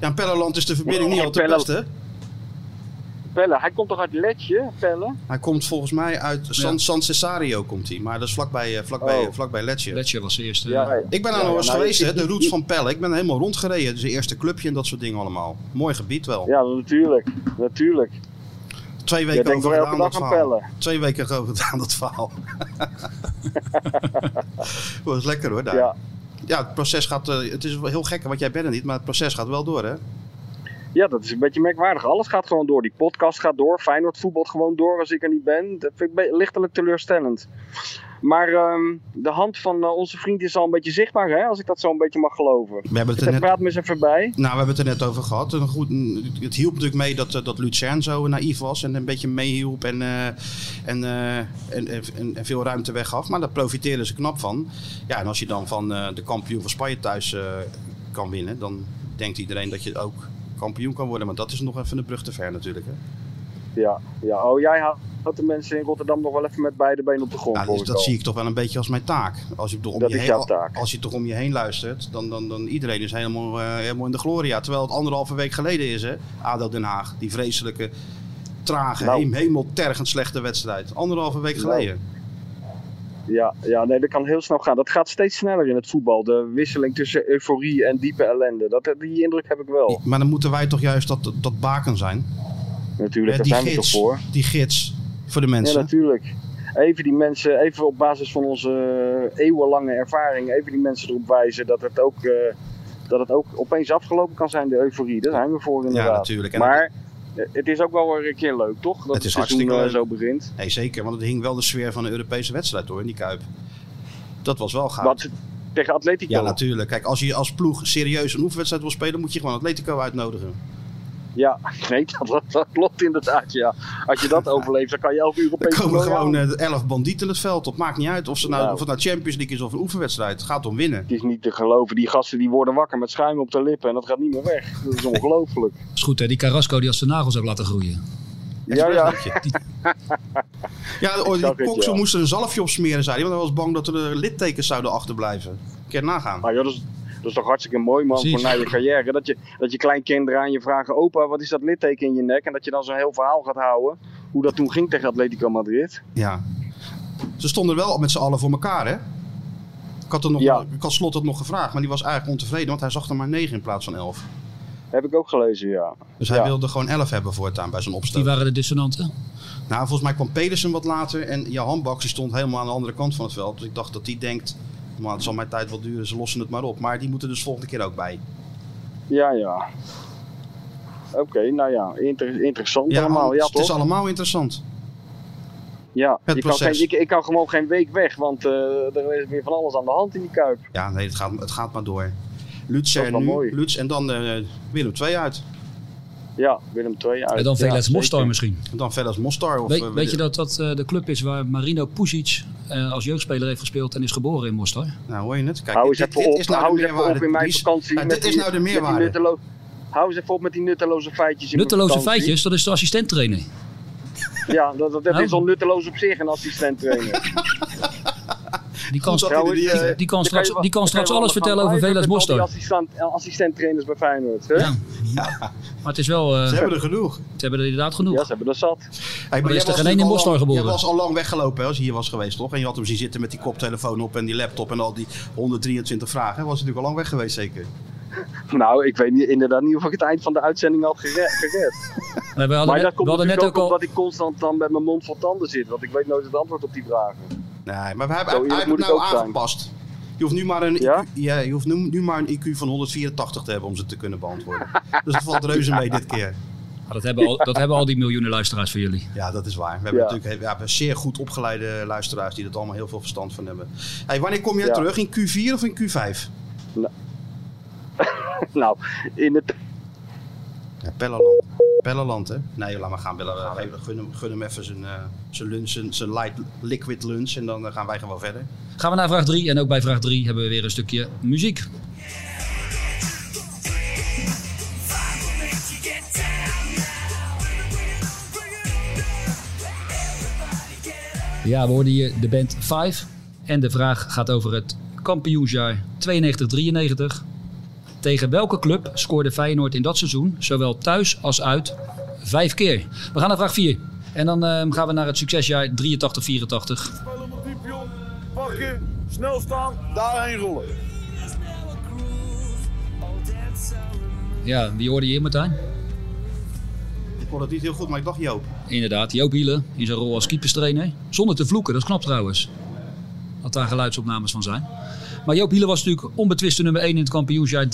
S2: Ja, in Pellerland is de verbinding
S7: Ja,
S2: niet
S7: in
S2: al te
S7: Pelle-
S2: best, hè?
S7: Pelle, hij komt toch uit Letje, Pelle?
S2: Hij komt volgens mij uit San, San Cesario, komt hij. Maar dat is vlakbij, eh, vlakbij,
S7: Oh.
S2: vlakbij Letje.
S3: Letje was eh, de eerste.
S2: Ik ben daar
S7: Ja,
S2: nog eens
S7: nou,
S2: geweest,
S7: ik-
S2: hè, de
S7: ik-
S2: route
S7: ik-
S2: van Pelle. Ik ben helemaal rondgereden. Dus de eerste clubje en dat soort dingen allemaal. Mooi gebied wel.
S7: Ja, natuurlijk. Natuurlijk.
S2: Twee
S7: Jij
S2: weken
S7: denkt
S2: over
S7: toch elke
S2: gedaan dat
S7: dag aan
S2: verhaal.
S7: Pelle?
S2: Twee weken over gedaan dat verhaal. was lekker hoor daar. Ja,
S7: Ja.
S2: het proces gaat... eh, het is wel heel gek, want jij bent er niet. Maar het proces gaat wel door, hè?
S7: ja, dat is een beetje merkwaardig. Alles gaat gewoon door. Die podcast gaat door. Feyenoord voetbalt gewoon door als ik er niet ben. Dat vind ik be- lichtelijk teleurstellend. Maar ehm, de hand van eh, onze vriend is al een beetje zichtbaar, hè? Als ik dat zo een beetje mag geloven.
S2: We hebben het er
S7: Hij
S2: net
S7: praat me eens even bij.
S2: Nou, we hebben het er net over gehad. Een goed, een- het hielp natuurlijk mee dat, eh, dat Lucien zo naïef was en een beetje meehielp en, eh, en, eh, en, en, en veel ruimte weggaf. Maar daar profiteren ze knap van. Ja, en als je dan van eh, de kampioen van Spanje thuis eh, kan winnen, dan denkt iedereen dat je ook kampioen kan worden. Maar dat is nog even een brug te ver natuurlijk. Hè?
S7: Ja, ja. Oh, jij houdt de mensen in Rotterdam nog wel even met beide benen op de grond.
S2: Nou,
S7: hoor
S2: dus
S7: ik
S2: dat
S7: al.
S2: zie ik toch wel een beetje als mijn taak. Als je toch om,
S7: Dat
S2: je,
S7: is
S2: heen,
S7: jouw taak.
S2: Als je toch om je heen luistert, dan, dan, dan iedereen is helemaal, eh, helemaal in de gloria. Terwijl het anderhalve week geleden is, hè? ADO Den Haag. Die vreselijke, trage,
S7: Nou.
S2: heem- hemeltergend slechte wedstrijd. Anderhalve week
S7: Nou.
S2: geleden.
S7: Ja, ja, nee, dat kan heel snel gaan. Dat gaat steeds sneller in het voetbal. De wisseling tussen euforie en diepe ellende. Dat, die indruk heb ik wel.
S2: Maar dan moeten wij toch juist dat, dat baken zijn.
S7: Natuurlijk,
S2: Hè,
S7: daar
S2: die,
S7: zijn we toch
S2: gids,
S7: voor.
S2: die gids voor de mensen.
S7: Ja, natuurlijk. Even die mensen, even op basis van onze eh, eeuwenlange ervaring, even die mensen erop wijzen dat het ook, eh, dat het ook opeens afgelopen kan zijn, de euforie. Daar zijn we voor inderdaad.
S2: natuurlijk. En
S7: maar eh, het is ook wel weer een keer leuk, toch? Dat
S2: Het
S7: het,
S2: is
S7: seizoen
S2: hartstikke
S7: eh,
S2: leuk.
S7: zo begint.
S2: Nee, zeker, want het hing wel de sfeer van een Europese wedstrijd hoor, in die Kuip. Dat was wel gaaf.
S7: Wat tegen Atletico.
S2: Ah. Ja, natuurlijk. Kijk, als je als ploeg serieus een oefenwedstrijd wil spelen, moet je gewoon Atletico uitnodigen.
S7: Ja, nee, dat, dat, dat klopt inderdaad. Ja. Als je dat overleeft, dan kan je elke
S2: Er
S7: Europese
S2: Ah. komen
S7: toernooi
S2: gewoon
S7: aan.
S2: eh, elf bandieten het veld op. Maakt niet uit of, ze nou,
S7: Nou.
S2: of het nou Champions League is of een oefenwedstrijd. Het gaat om winnen.
S7: Het is niet te geloven. Die gasten die worden wakker met schuim op de lippen en dat gaat niet meer weg. Dat is ongelooflijk.
S3: Is goed hè, die Carrasco die had zijn nagels ook laten groeien.
S7: ja,
S2: Expres,
S7: ja.
S2: dank je. Die- ja, oh,
S7: snap
S2: die
S7: het,
S2: Kokso
S7: ja.
S2: moest er een zalfje op smeren, zei hij. Want hij was bang dat er eh, littekens zouden achterblijven. Een keer nagaan.
S7: Maar joh, dat, is, dat is toch hartstikke mooi, man,
S3: Precies.
S7: voor na je carrière. Dat je, dat je kleinkinderen aan je vragen: opa, wat is dat litteken in je nek? En dat je dan zo'n heel verhaal gaat houden. Hoe dat toen ging tegen Atletico Madrid.
S2: Ja. Ze stonden wel met z'n allen voor elkaar, hè? Ik had, er nog,
S7: Ja.
S2: ik had Slot het nog gevraagd, maar die was eigenlijk ontevreden. Want hij zag er maar 9 in plaats van 11.
S7: Heb ik ook gelezen, ja.
S2: Dus hij
S7: Ja.
S2: wilde gewoon 11 hebben voortaan bij zijn
S3: Die
S2: opstelling.
S3: waren de dissonanten.
S2: Nou, volgens mij kwam Pedersen wat later en Johan Baks die stond helemaal aan de andere kant van het veld. Dus ik dacht dat die denkt, man, het zal mijn tijd wel duren, ze lossen het maar op. Maar die moeten dus volgende keer ook bij.
S7: Ja, ja. Oké, nou ja, inter- interessant allemaal.
S2: het,
S7: Ja,
S2: het is
S7: toch?
S2: allemaal interessant.
S7: Ja,
S2: het
S7: je kan
S2: proces.
S7: geen, ik, ik kan gewoon geen week weg, want eh, er is weer van alles aan de hand in die kuip.
S2: Ja, nee, het gaat, het gaat maar door. Lutz
S7: Dat is
S2: er
S7: wel
S2: nu,
S7: mooi.
S2: Lutz en dan eh Willem 2 uit.
S7: Ja, Willem 2 uit.
S3: En dan
S7: ja,
S3: Velez Mostar
S7: zeker.
S3: misschien.
S2: En dan verder als Mostar. Of,
S3: Weet,
S2: eh,
S3: weet je dat dat eh, de club is waar Marino Puzic eh, als jeugdspeler heeft gespeeld en is geboren in Mostar?
S2: Nou, hoor je het? Kijk,
S7: Hou eens
S2: dit,
S7: even
S2: dit
S7: op,
S2: is nou
S7: hou
S2: de
S7: eens even op
S2: meerwaarde.
S7: in mijn
S2: Dries.
S7: vakantie.
S2: Ja,
S7: met
S2: dit is
S7: die-
S2: nou de
S7: met die
S2: meerwaarde.
S7: nuttelo- Hou eens even op met die nutteloze feitjes. in mijn
S3: Nutteloze
S7: vakantie.
S3: feitjes, dat is de assistenttrainer.
S7: Ja, dat, dat, dat
S3: Nou.
S7: is al nutteloos op zich, een assistent trainer.
S3: Die kan,
S2: Goed zo.
S7: Trouwens,
S2: die, eh,
S7: eh,
S3: die kan
S7: daar
S3: straks-
S7: je wel-
S3: die kan
S7: daar
S3: straks
S7: je wel
S3: alles
S7: van
S3: vertellen over
S7: blijven
S3: Velez
S7: met al die
S3: Mostar.
S7: Assistent, eh, assistent trainers bij Feyenoord. Hè?
S3: Ja.
S7: Ja.
S3: maar het is wel, eh,
S2: Ze
S3: ze
S2: hebben er genoeg.
S3: hebben er inderdaad genoeg.
S7: ze hebben er zat.
S2: Hey,
S3: Maar
S2: jij
S3: is er
S2: was
S3: geen één in
S2: natuurlijk
S3: Mostar
S2: al lang-
S3: geboren?
S2: Jij was al lang weggelopen hè, als je hier was geweest, toch? En je had hem zien zitten met die koptelefoon op en die laptop en al die 123 vragen. Hij was natuurlijk al lang weg geweest, zeker.
S7: Nou, ik weet niet, inderdaad niet of ik het eind van de uitzending had gere- gered.
S3: Maar we hadden, net,
S7: maar dat
S3: we
S7: komt
S3: hadden net
S7: natuurlijk
S3: ook
S7: ook omdat
S3: al...
S7: ik constant dan met mijn mond vol tanden zit. Want ik weet nooit het antwoord op die vragen.
S2: Nee, maar we hebben,
S7: Zo
S2: hij
S7: eerlijk
S2: heeft het
S7: moet ik
S2: nou
S7: ook zijn.
S2: aangepast. Je hoeft, nu maar een IQ, ja?
S7: Ja?
S2: je hoeft nu, nu maar een IQ van 184 te hebben om ze te kunnen beantwoorden. dus dat valt reuze mee dit keer.
S3: Ah, dat, hebben al dat hebben al die miljoenen luisteraars voor jullie.
S2: Ja, dat is waar. We hebben
S7: Ja.
S2: natuurlijk we hebben zeer goed opgeleide luisteraars die er allemaal heel veel verstand van hebben. Hey, wanneer kom jij
S7: Ja.
S2: terug? In Q4 of in Q5?
S7: Nou, in het
S2: Ja, Pelleland. Pelleland, hè? Nee, laat maar gaan. Bellen. Geef- Gun, hem, gun hem even zijn, eh, zijn lunch, zijn, zijn light liquid lunch. En dan eh, gaan wij gewoon verder.
S3: Gaan we naar vraag 3. En ook bij vraag 3 hebben we weer een stukje muziek. Ja, we hoorden hier de band 5. En de vraag gaat over het kampioensjaar 92-93. Tegen welke club scoorde Feyenoord in dat seizoen, zowel thuis als uit, Vijf keer. We gaan naar vraag 4. En dan ehm, gaan we naar het succesjaar 83-84.
S8: Spel op het diep, joh. Pakken, snel staan, daarheen rollen.
S3: Ja, wie hoorde je hier, Martijn?
S2: Ik kon het niet heel goed, maar ik dacht Joop.
S3: Inderdaad, Joop Hielen in zijn rol als keeperstrainer. Zonder te vloeken, dat is knap trouwens. Dat daar geluidsopnames van zijn. Maar Joop Hielen was natuurlijk onbetwiste nummer 1 in het kampioensjaar 83-84.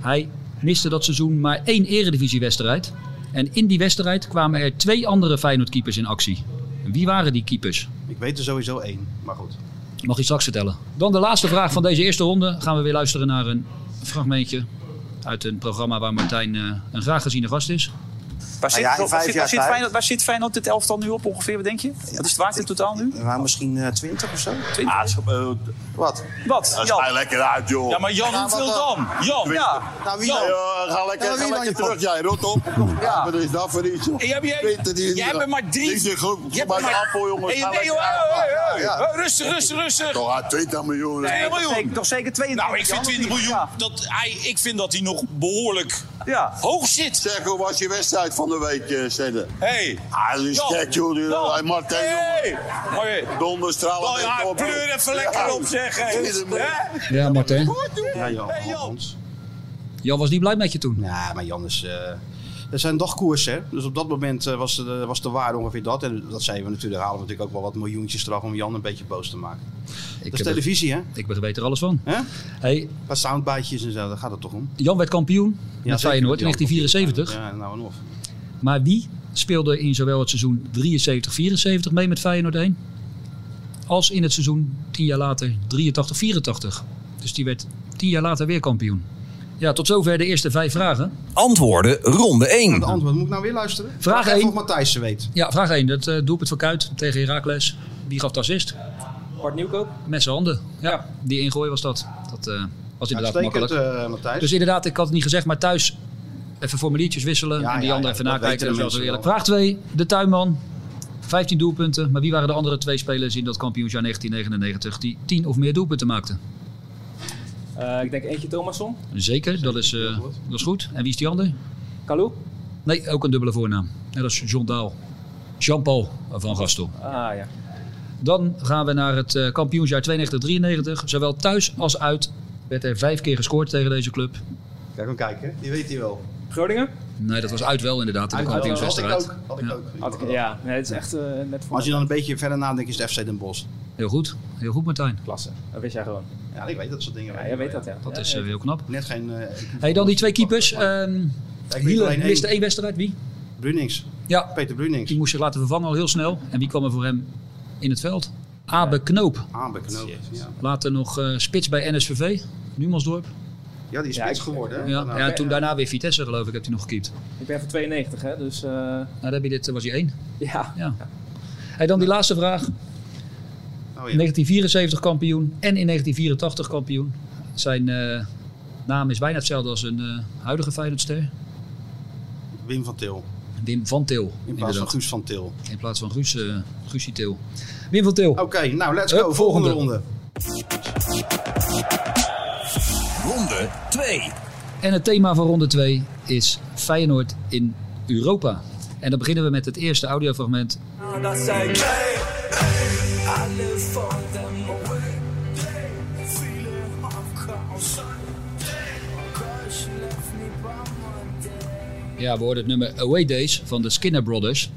S3: Hij miste dat seizoen maar één eredivisiewedstrijd. En in die wedstrijd kwamen er twee andere Feyenoord-keepers in actie. En wie waren die keepers?
S2: Ik weet er sowieso één, maar goed.
S3: Mag je straks vertellen. Dan de laatste vraag van deze eerste ronde. Gaan we weer luisteren naar een fragmentje uit een programma waar Martijn eh, een graag geziene gast is.
S9: Waar zit,
S6: Nou ja,
S9: waar
S6: in vijf
S9: zit-
S6: jaar
S9: waar zit
S6: tijd.
S9: Feyenoord, waar zit Feyenoord dit elftal nu op ongeveer, wat denk je? Wat is het waard in totaal nu?
S6: Nou, misschien eh, 20 of zo.
S9: Twintig?
S6: Wat?
S9: Wat?
S8: Dat
S9: Jan?
S8: schijnt lekker uit, joh.
S9: Ja, maar Jan,
S6: Ja,
S9: hoeveel
S6: wat
S9: dan? Jan, ja.
S6: Nou, wie
S9: Jan.
S6: dan?
S8: Ja, ga lekker,
S6: Ja, wie
S8: ga
S6: dan,
S8: lekker
S6: joh?
S8: terug, jij rot op. Ja. Wat is dat voor iets, joh?
S9: En jij- jij-
S8: Twintig die-
S9: jij hebt maar drie.
S8: Die zijn goed.
S9: Je hebt
S8: Bij de
S9: maar-
S8: appel, jongens.
S9: Hey,
S8: ga
S9: nee,
S8: lekker
S9: joh, hey, hey, hey.
S6: Ja.
S9: Oh, Rustig, rustig, rustig.
S8: Toch, ah, 20 miljoen.
S9: Nee,
S8: dat-
S9: miljoen.
S6: Toch zeker 22?
S9: Nou, ik vind 20 miljoen,
S6: Ja.
S9: dat hij, ik vind dat hij nog behoorlijk
S6: Ja.
S9: hoog zit.
S8: Zeg, hoe was je wedstrijd van de week, eh, Zedde?
S9: Hey.
S8: Hij is
S9: Jan,
S8: sterk, joh. die-
S9: Jan.
S8: Hey, Martijn,
S9: Hey. Mooi.
S8: joh. Donderstralen.
S9: Oh ja, pleur even lekker op, zeg. hey. Hè?
S3: Ja, Martijn.
S2: Ja, Jan.
S9: Hey, Jan.
S2: Nou, Hans.
S3: Jan was niet blij met je toen.
S2: Ja, maar Jan is... eh, dat zijn dagkoersen, hè? Dus op dat moment eh, was, de, was de waarde ongeveer dat. En dat zijn we natuurlijk, halen we natuurlijk ook wel wat miljoentjes eraf om Jan een beetje boos te maken.
S3: Ik,
S2: dat is
S3: heb er-
S2: televisie, hè?
S3: ik weet er alles van.
S2: hè?
S3: Hey,
S2: Wat soundbitejes en zo, daar gaat het toch om?
S3: Jan werd kampioen met
S2: zeker,
S3: Feyenoord in
S2: Jan.
S3: 1974.
S2: Ja, nou en of.
S3: Maar wie speelde in zowel het seizoen 73-74 mee met Feyenoord 1... als in het seizoen 10 jaar later 83-84. Dus die werd 10 jaar later weer kampioen. Ja, tot zover de eerste vijf vragen.
S1: Antwoorden ronde 1.
S2: De antwoord moet ik nou weer luisteren.
S3: Vraag
S2: Even
S3: één.
S2: Of Matthijs ze weet.
S3: Ja, vraag 1. Dat eh doelpunt van Kuit tegen Heracles. Wie gaf het assist?
S4: Bart Nieuwkoop.
S3: Met zijn handen. Ja, die ingooi was dat. Dat eh, was inderdaad
S2: Uitstekend,
S3: makkelijk.
S2: eh Matthijs.
S3: Dus inderdaad, ik had het niet gezegd, maar thuis even formuliertjes wisselen
S2: Ja,
S3: en die
S2: ja,
S3: andere
S2: ja,
S3: even
S2: dat weten
S3: nakijken. Dat
S2: de
S3: is wel zo eerlijk.
S2: mensen
S3: Vraag 2, de tuinman. 15 doelpunten, maar wie waren de andere twee spelers in dat kampioensjaar 1999 die 10 of meer doelpunten maakten?
S4: Eh, ik denk eentje Thomasson.
S3: Zeker, dat is, eh, dat is goed. En wie is die ander?
S4: Kalou.
S3: Nee, ook een dubbele voornaam. En dat is John Daal. Jean-Paul van Gastel.
S4: Ah ja.
S3: Dan gaan we naar het eh, kampioensjaar 92-93. Zowel thuis als uit werd er vijf keer gescoord tegen deze club.
S2: Kijk, hem kijken. Die weet hij wel.
S4: Groningen?
S3: Nee, dat was uit wel inderdaad in de
S2: Uit- had ik
S3: kampioenswedstrijd.
S2: ook. Had ik
S3: Ja.
S2: ook.
S4: Had ik, ja, nee, het is echt eh, net voor
S2: Maar als je
S4: mij.
S2: dan een beetje verder nadenkt, is het FC Den Bosch.
S3: Heel goed, heel goed Martijn.
S4: klasse. Dat wist jij gewoon.
S2: Ja, ik weet dat soort dingen.
S4: Ja,
S2: wel.
S4: jij weet dat ja.
S3: Dat
S4: Ja,
S3: is
S4: ja.
S3: eh, heel knap.
S2: Net geen... eh,
S3: Hey, dan die twee keepers. Ehm
S2: Ik weet
S3: Hielen
S2: alleen één.
S3: miste één wedstrijd. Wie?
S2: Brunings.
S3: Ja,
S2: Peter Brunings.
S3: die moest zich laten vervangen al heel snel. En wie kwam er voor hem in het veld? Abe Knoop.
S2: Aanbeknoopt. Ja.
S3: Later nog eh, spits bij NSVV. Numansdorp.
S2: ja, die is
S4: Ja,
S2: spits
S4: ik-
S2: geworden. hè?
S3: Ja,
S2: Nou,
S3: ja, en toen daarna weer Vitesse geloof ik, heb hij nog gekiept.
S4: Ik ben van 92 hè, dus eh,
S3: Nou, daar heb je dit, was hij één.
S4: ja.
S3: Ja. Hey, dan die laatste vraag.
S2: oh, ja.
S3: 1974 kampioen en in 1984 kampioen. Zijn eh, naam is bijna hetzelfde als een eh, huidige Feyenoordster.
S2: Wim van Til.
S3: Wim van Til.
S2: In plaats van
S3: inderdaad.
S2: Guus van Til.
S3: In plaats van Guus, eh Guusje Til. Wim van Til.
S2: Oké, nou, let's go.
S3: Hup,
S2: volgende.
S3: Eh, volgende.
S2: ronde.
S1: Ronde 2.
S3: En het thema van ronde 2 is Feyenoord in Europa. En dan beginnen we met het eerste audiofragment.
S5: Nou, Dat zei ik. Hey, hey, I live for them away. Feeling of cause. Cause you left me by my
S3: Ja, we hoorden het nummer Away Days van de Skinner Brothers.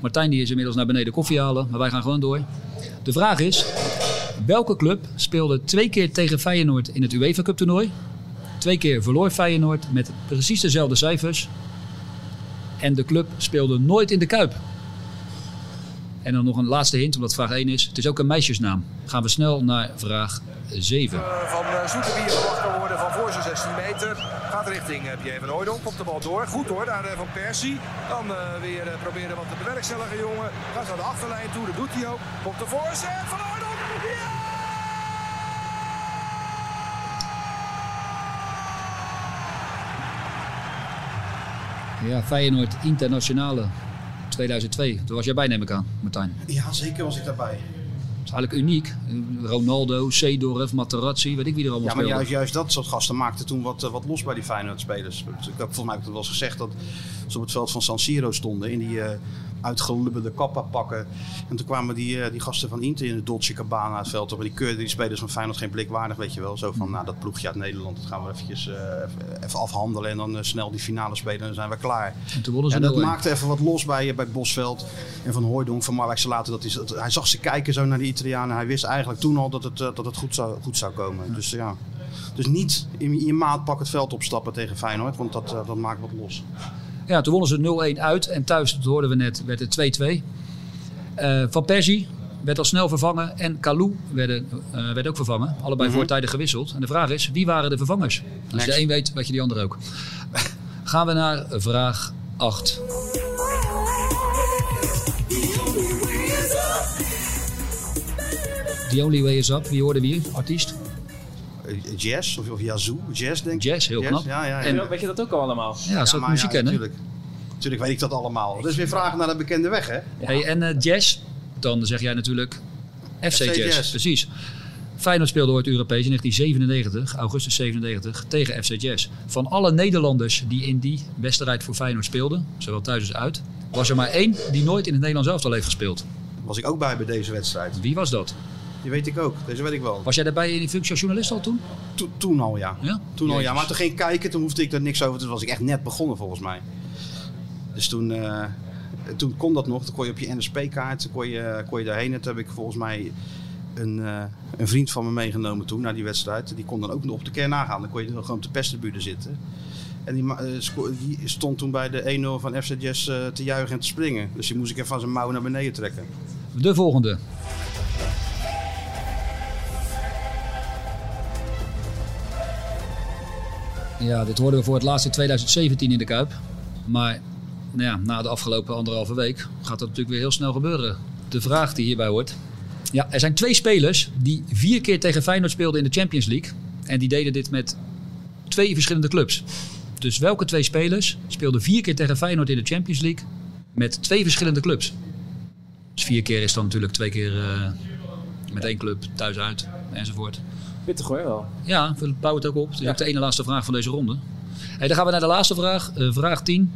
S3: Martijn die is inmiddels naar beneden koffie halen, maar wij gaan gewoon door. De vraag is, welke club speelde twee keer tegen Feyenoord in het UEFA Cup toernooi? Twee keer verloor Feyenoord met precies dezelfde cijfers. En de club speelde nooit in de Kuip. En dan nog een laatste hint, omdat vraag 1 is. Het is ook een meisjesnaam. Gaan we snel naar vraag 7.
S10: Van eh, Zoetermeer verwacht kan worden van voor zijn 16 meter. Gaat richting eh, Pierre van Hooydonk, komt de bal door. Goed hoor, daar eh, van Persie. Dan eh, weer eh, proberen wat te bewerkstelligen, jongen. Gaat naar de achterlijn toe, dat doet hij ook. Komt de voorzet van Hooydonk. Ja!
S3: Ja, Feyenoord Internationale 2002. Toen was jij bij, neem ik aan, Martijn.
S2: Ja, zeker was ik daarbij.
S3: is eigenlijk uniek. Ronaldo, Seedorf, Materazzi, weet ik wie er allemaal
S2: Ja, maar
S3: speelde.
S2: juist, juist dat soort gasten maakte toen wat, eh, wat los bij die Feyenoord-spelers. Ik heb volgens mij heb ik het wel eens gezegd dat ze op het veld van San Siro stonden in die eh uitgelubberde kappa-pakken. En toen kwamen die, eh, die gasten van Inter in de Dolce Cabana het veld op. En die keurden die spelers van Feyenoord geen blik waardig, weet je wel. Zo van, nou dat ploegje uit Nederland, dat gaan we eventjes eh, even- even afhandelen. En dan eh, snel die finale spelen en dan zijn we klaar.
S3: En toen wonnen ze
S2: En dat
S3: 0-1.
S2: maakte even wat los bij, eh, bij Bosveld en Van Hooijdonk, Van Marwijk. Ze later dat hij, dat- hij zag ze kijken zo naar die Italianen. Hij wist eigenlijk toen al dat het, eh, dat het goed, zou, goed zou komen. Dus ja. Dus niet in je maat pak het veld opstappen tegen Feyenoord, want dat, eh, dat maakt wat los.
S3: Ja, toen wonnen ze 0-1 uit. En thuis, dat hoorden we net, werd het 2-2. Eh, van Persie werd al snel vervangen. En Kalou werden, eh, werd ook vervangen. Allebei voortijdig gewisseld. En de vraag is, wie waren de vervangers? Als je de een weet, weet je die ander ook. Gaan we naar vraag 8. The Only Way Is Up. Wie hoorde wie? Artiest?
S2: Eh, Jazz of, of Yazoo, jazz denk ik.
S3: Jazz, heel knap.
S2: Ja, ja, ja.
S4: En weet je dat ook al allemaal?
S3: Ja, zou ik
S2: maar
S3: muziek kennen.
S2: Natuurlijk. natuurlijk weet ik dat allemaal. Dat is weer vragen naar de bekende weg, hè?
S3: Hey, en eh, jazz, dan zeg jij natuurlijk FC,
S2: FC
S3: jazz.
S2: Jazz.
S3: Precies. Feyenoord speelde ooit Europees in 1997, augustus 97, tegen FC Jazz. Van alle Nederlanders die in die wedstrijd voor Feyenoord speelden, zowel thuis als uit, was er maar één die nooit in het Nederlands elftal heeft gespeeld.
S2: Was ik ook bij bij deze wedstrijd.
S3: Wie was dat?
S2: Die weet ik ook, deze weet ik wel.
S3: Was jij daarbij in die functie als journalist al toen?
S2: To- toen al, ja.
S3: Ja?
S2: Toen al, ja. Maar
S3: Jezus.
S2: toen ging ik kijken, toen hoefde ik er niks over. Toen was ik echt net begonnen, volgens mij. Dus toen, eh, toen kon dat nog. Toen kon je op je NSP-kaart, kon je, kon je daarheen. En toen heb ik volgens mij een, eh, een vriend van me meegenomen toen, naar die wedstrijd. Die kon dan ook nog op de kern nagaan. Dan kon je dan gewoon op de pestribune zitten. En die, ma- eh, sco- die stond toen bij de 1-0 van FC Jazz eh, te juichen en te springen. Dus die moest ik even van zijn mouw naar beneden trekken.
S3: De volgende. Ja, dit hoorden we voor het laatst in 2017 in de Kuip. Maar nou ja, na de afgelopen anderhalve week gaat dat natuurlijk weer heel snel gebeuren. De vraag die hierbij hoort. Ja, er zijn twee spelers die vier keer tegen Feyenoord speelden in de Champions League. En die deden dit met twee verschillende clubs. Dus welke twee spelers speelden vier keer tegen Feyenoord in de Champions League met twee verschillende clubs? Dus vier keer is dan natuurlijk twee keer eh, met één club thuis uit enzovoort.
S4: Pittig hoor wel.
S3: Ja, we bouwen het ook op. Dat is ook de ene laatste vraag van deze ronde. Hey, dan gaan we naar de laatste vraag, eh, vraag 10.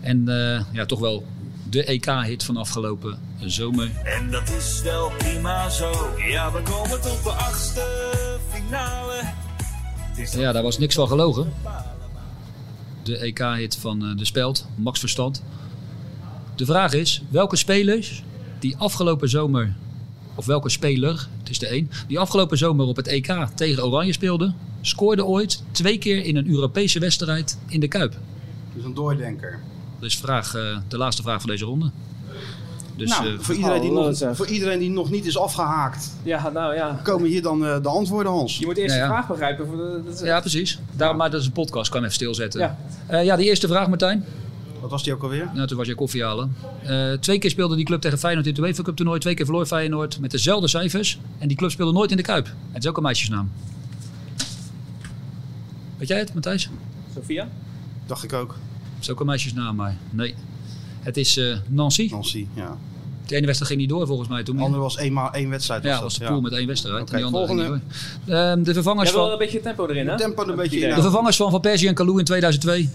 S3: En eh, ja, toch wel de EK-hit van afgelopen zomer.
S5: En dat is wel prima zo. Ja, we komen tot de achtste finale.
S3: Ja, daar was niks van gelogen. De EK-hit van eh, de Speld, Max Verstand. De vraag is, welke spelers die afgelopen zomer... Of welke speler, het is de één, die afgelopen zomer op het EK tegen Oranje speelde... scoorde ooit twee keer in een Europese wedstrijd in de Kuip.
S2: Dus een doordenker.
S3: Dat is vraag, eh, de laatste vraag van deze ronde. Dus
S2: nou,
S3: eh,
S2: voor, iedereen die
S4: oh,
S2: nog,
S4: dat zeg.
S2: voor iedereen die nog niet is afgehaakt,
S4: Ja, nou ja.
S2: komen hier dan eh, de antwoorden, Hans.
S4: Je moet eerst
S3: Ja, ja.
S4: de vraag begrijpen. voor de- dat is-
S3: ja, precies. Daarom, maar dat is een podcast, kan hem even stilzetten.
S4: Ja.
S3: Ja. ja, die eerste vraag, Martijn.
S2: Wat was die ook alweer?
S3: Nou, toen was je koffie halen. Eh, twee keer speelde die club tegen Feyenoord in het UEFA Cup toernooi. Twee keer verloor Feyenoord met dezelfde cijfers. En die club speelde nooit in de Kuip. Het is ook een meisjesnaam. Weet jij het, Matthijs?
S4: Sophia?
S2: Dacht ik ook.
S3: Het is ook een meisjesnaam, maar nee. Het is eh, Nancy.
S2: Nancy, ja.
S3: De ene wedstrijd ging niet door volgens mij toen.
S2: De andere was eenmaal één wedstrijd.
S3: ja,
S2: dat,
S3: was de
S2: ja.
S3: pool met één wedstrijd.
S2: Oké,
S3: en die andere
S2: volgende.
S3: ging niet door. Ehm, de, vervangers
S4: Jij wil wel
S3: van,
S4: een beetje tempo erin, hè?
S2: Tempo een
S4: Heb ik
S2: beetje
S4: idee.
S2: in.
S3: de vervangers van Van Persie en Kalou in 2002.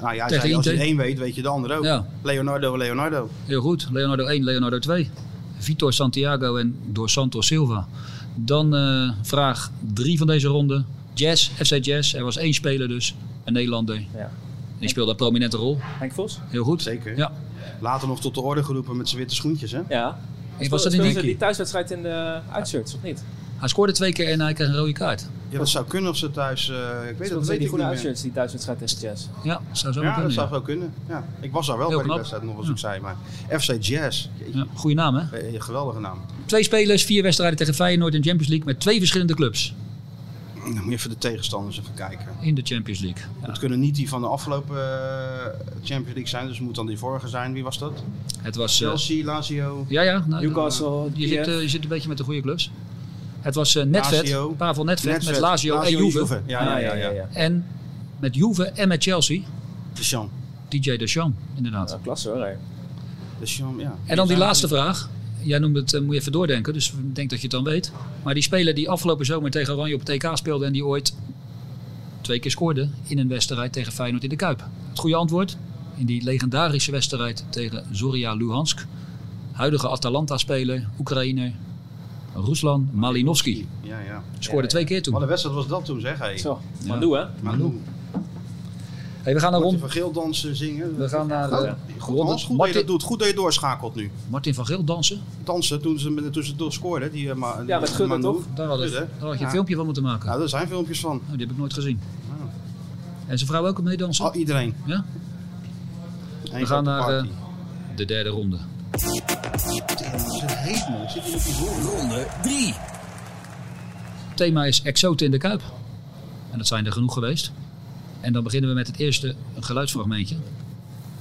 S2: Nou ja, hij
S3: Tegen
S2: zei, als je
S3: Inter.
S2: één weet, weet je de ander ook.
S3: Ja.
S2: Leonardo, Leonardo.
S3: Heel goed. Leonardo 1, Leonardo 2. Vitor Santiago en door Santos Silva. Dan eh, vraag 3 van deze ronde. Jazz, FC Jazz. Er was één speler dus, een Nederlander.
S4: Ja.
S3: En die speelde een prominente rol.
S4: Henk Vos?
S3: Heel goed.
S2: Zeker.
S3: Ja.
S2: Later nog tot de orde geroepen met zijn witte schoentjes, hè?
S4: Ja.
S3: was dat in
S4: Speelden
S3: die-
S4: ze die thuiswedstrijd in de uitshirts, of niet?
S3: Hij scoorde twee keer en hij kreeg een rode kaart.
S2: Ja, dat zou kunnen of ze thuis... eh, ik weet
S4: Speelden
S2: dat
S4: ze
S2: weet
S4: die
S2: ik niet
S4: groene
S2: meer.
S4: uitshirts die thuiswedstrijd tegen Jazz?
S3: Ja, zou zo
S2: Ja, dat
S3: kunnen. Ja.
S2: zou wel kunnen. Ja. Ik was daar wel
S3: Heel
S2: bij die
S3: knap.
S2: wedstrijd nog, als
S3: Ja.
S2: ik zei. Maar FC Jazz, jeetje,
S3: Ja, goeie naam, hè?
S2: eh, geweldige naam.
S3: Twee spelers, vier wedstrijden tegen Feyenoord in de Champions League met twee verschillende clubs
S2: Dan moet je even de tegenstanders even kijken.
S3: in de Champions League. Ja.
S2: Het kunnen niet die van de afgelopen eh, Champions League zijn, dus het moet dan die vorige zijn. Wie was dat?
S3: Het was... eh,
S2: Chelsea, Lazio.
S3: ja, ja. nou,
S4: Newcastle,
S3: je, zit, eh, je zit een beetje met de goede clubs. Het was eh,
S2: Lazio.
S3: Netvet, Pavel Netvet, met Lazio, en Juve. Ah,
S2: Ja,
S4: Ah,
S2: ja, ja. ja,
S3: En met Juve en met Chelsea,
S2: Deschamps.
S3: DJ Deschamps, inderdaad.
S4: Nou, klasse hoor. hè.
S2: Deschamps, ja.
S3: En dan die laatste vraag. jij noemde het, eh, moet je even doordenken, dus ik denk dat je het dan weet. Maar die speler die afgelopen zomer tegen Oranje op het TK speelde en die ooit twee keer scoorde in een wedstrijd tegen Feyenoord in de Kuip. Het goede antwoord, in die legendarische wedstrijd tegen Zoria Luhansk. Huidige Atalanta-speler, Oekraïner, Ruslan Malinovski.
S2: Ja, ja.
S3: Scoorde twee keer toen.
S2: Wat een wedstrijd was dat toen, zeg. Hey.
S4: Zo,
S3: Ja.
S4: Mandoe hè?
S2: Malou.
S3: Hey, we gaan naar
S2: Martin
S3: rond.
S2: van Geel dansen, zingen.
S3: We gaan naar,
S2: Oh,
S3: eh,
S2: goed, Hans,
S3: Ronde-
S2: goed dat je
S3: Martin-
S2: dat doet. Goed dat je doorschakelt nu.
S3: Martin van Geel dansen.
S2: Dansen toen ze met tussendoor scoorden. Die, eh, ma-
S4: Ja, met
S2: die
S4: Gudde,
S2: Malou.
S4: toch?
S3: Daar had, ik-
S2: Gudde.
S3: daar had je een
S2: Ja.
S3: filmpje van moeten maken.
S2: Ja, daar zijn filmpjes van.
S3: Nou, die heb ik nooit gezien.
S2: Nou.
S3: En zijn vrouw ook mee dansen?
S2: Al iedereen.
S3: Ja?
S2: Eén
S3: We
S2: grote
S3: gaan naar
S2: party.
S3: eh, de derde ronde.
S2: Het zit heet, man. Het zit in de zon.
S1: Ronde 3.
S3: thema is exoten in de Kuip. En dat zijn er genoeg geweest. En dan beginnen we met het eerste geluidsfragmentje.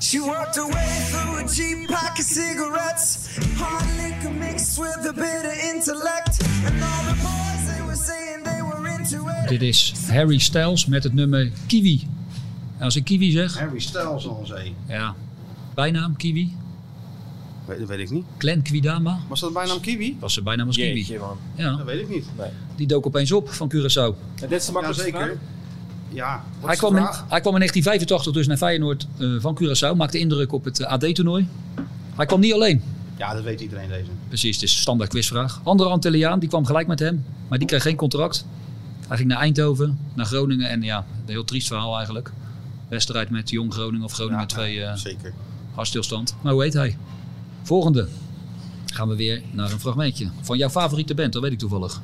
S5: She walked away through a cheap pack of cigarettes. Hard liquor mixed with a bit of intellect. And all the boys, they were saying they were into it.
S3: Dit is Harry Styles met het nummer Kiwi. En als ik Kiwi zeg,
S2: Harry Styles al zee.
S3: ja, bijnaam Kiwi.
S2: Weet, dat weet ik niet.
S3: Clan Kwidama
S2: Was dat bijnaam Kiwi?
S3: was zijn bijnaam als Kiwi.
S4: Jeetje man.
S3: Ja,
S2: Dat weet ik niet.
S3: die dook opeens op van Curaçao.
S4: En dit is de
S2: Ja,
S4: makkelijkste
S2: zeker. Ja, wat
S3: Hij
S2: is de
S3: kwam, in,
S2: vraag?
S3: hij kwam in 1985 dus naar Feyenoord eh, van Curaçao. Maakte indruk op het eh, AD-toernooi. Hij kwam niet alleen.
S2: Ja, dat weet iedereen deze.
S3: Precies, het is een standaard quizvraag. Andere Antilliaan, die kwam gelijk met hem, maar die kreeg geen contract. Hij ging naar Eindhoven, naar Groningen en ja, een heel triest verhaal eigenlijk. Wedstrijd met Jong Groningen of Groningen
S2: Ja,
S3: 2, eh
S2: Zeker.
S3: hartstilstand. Maar hoe heet hij? Volgende. Gaan we weer naar een fragmentje van jouw favoriete band, dat weet ik toevallig.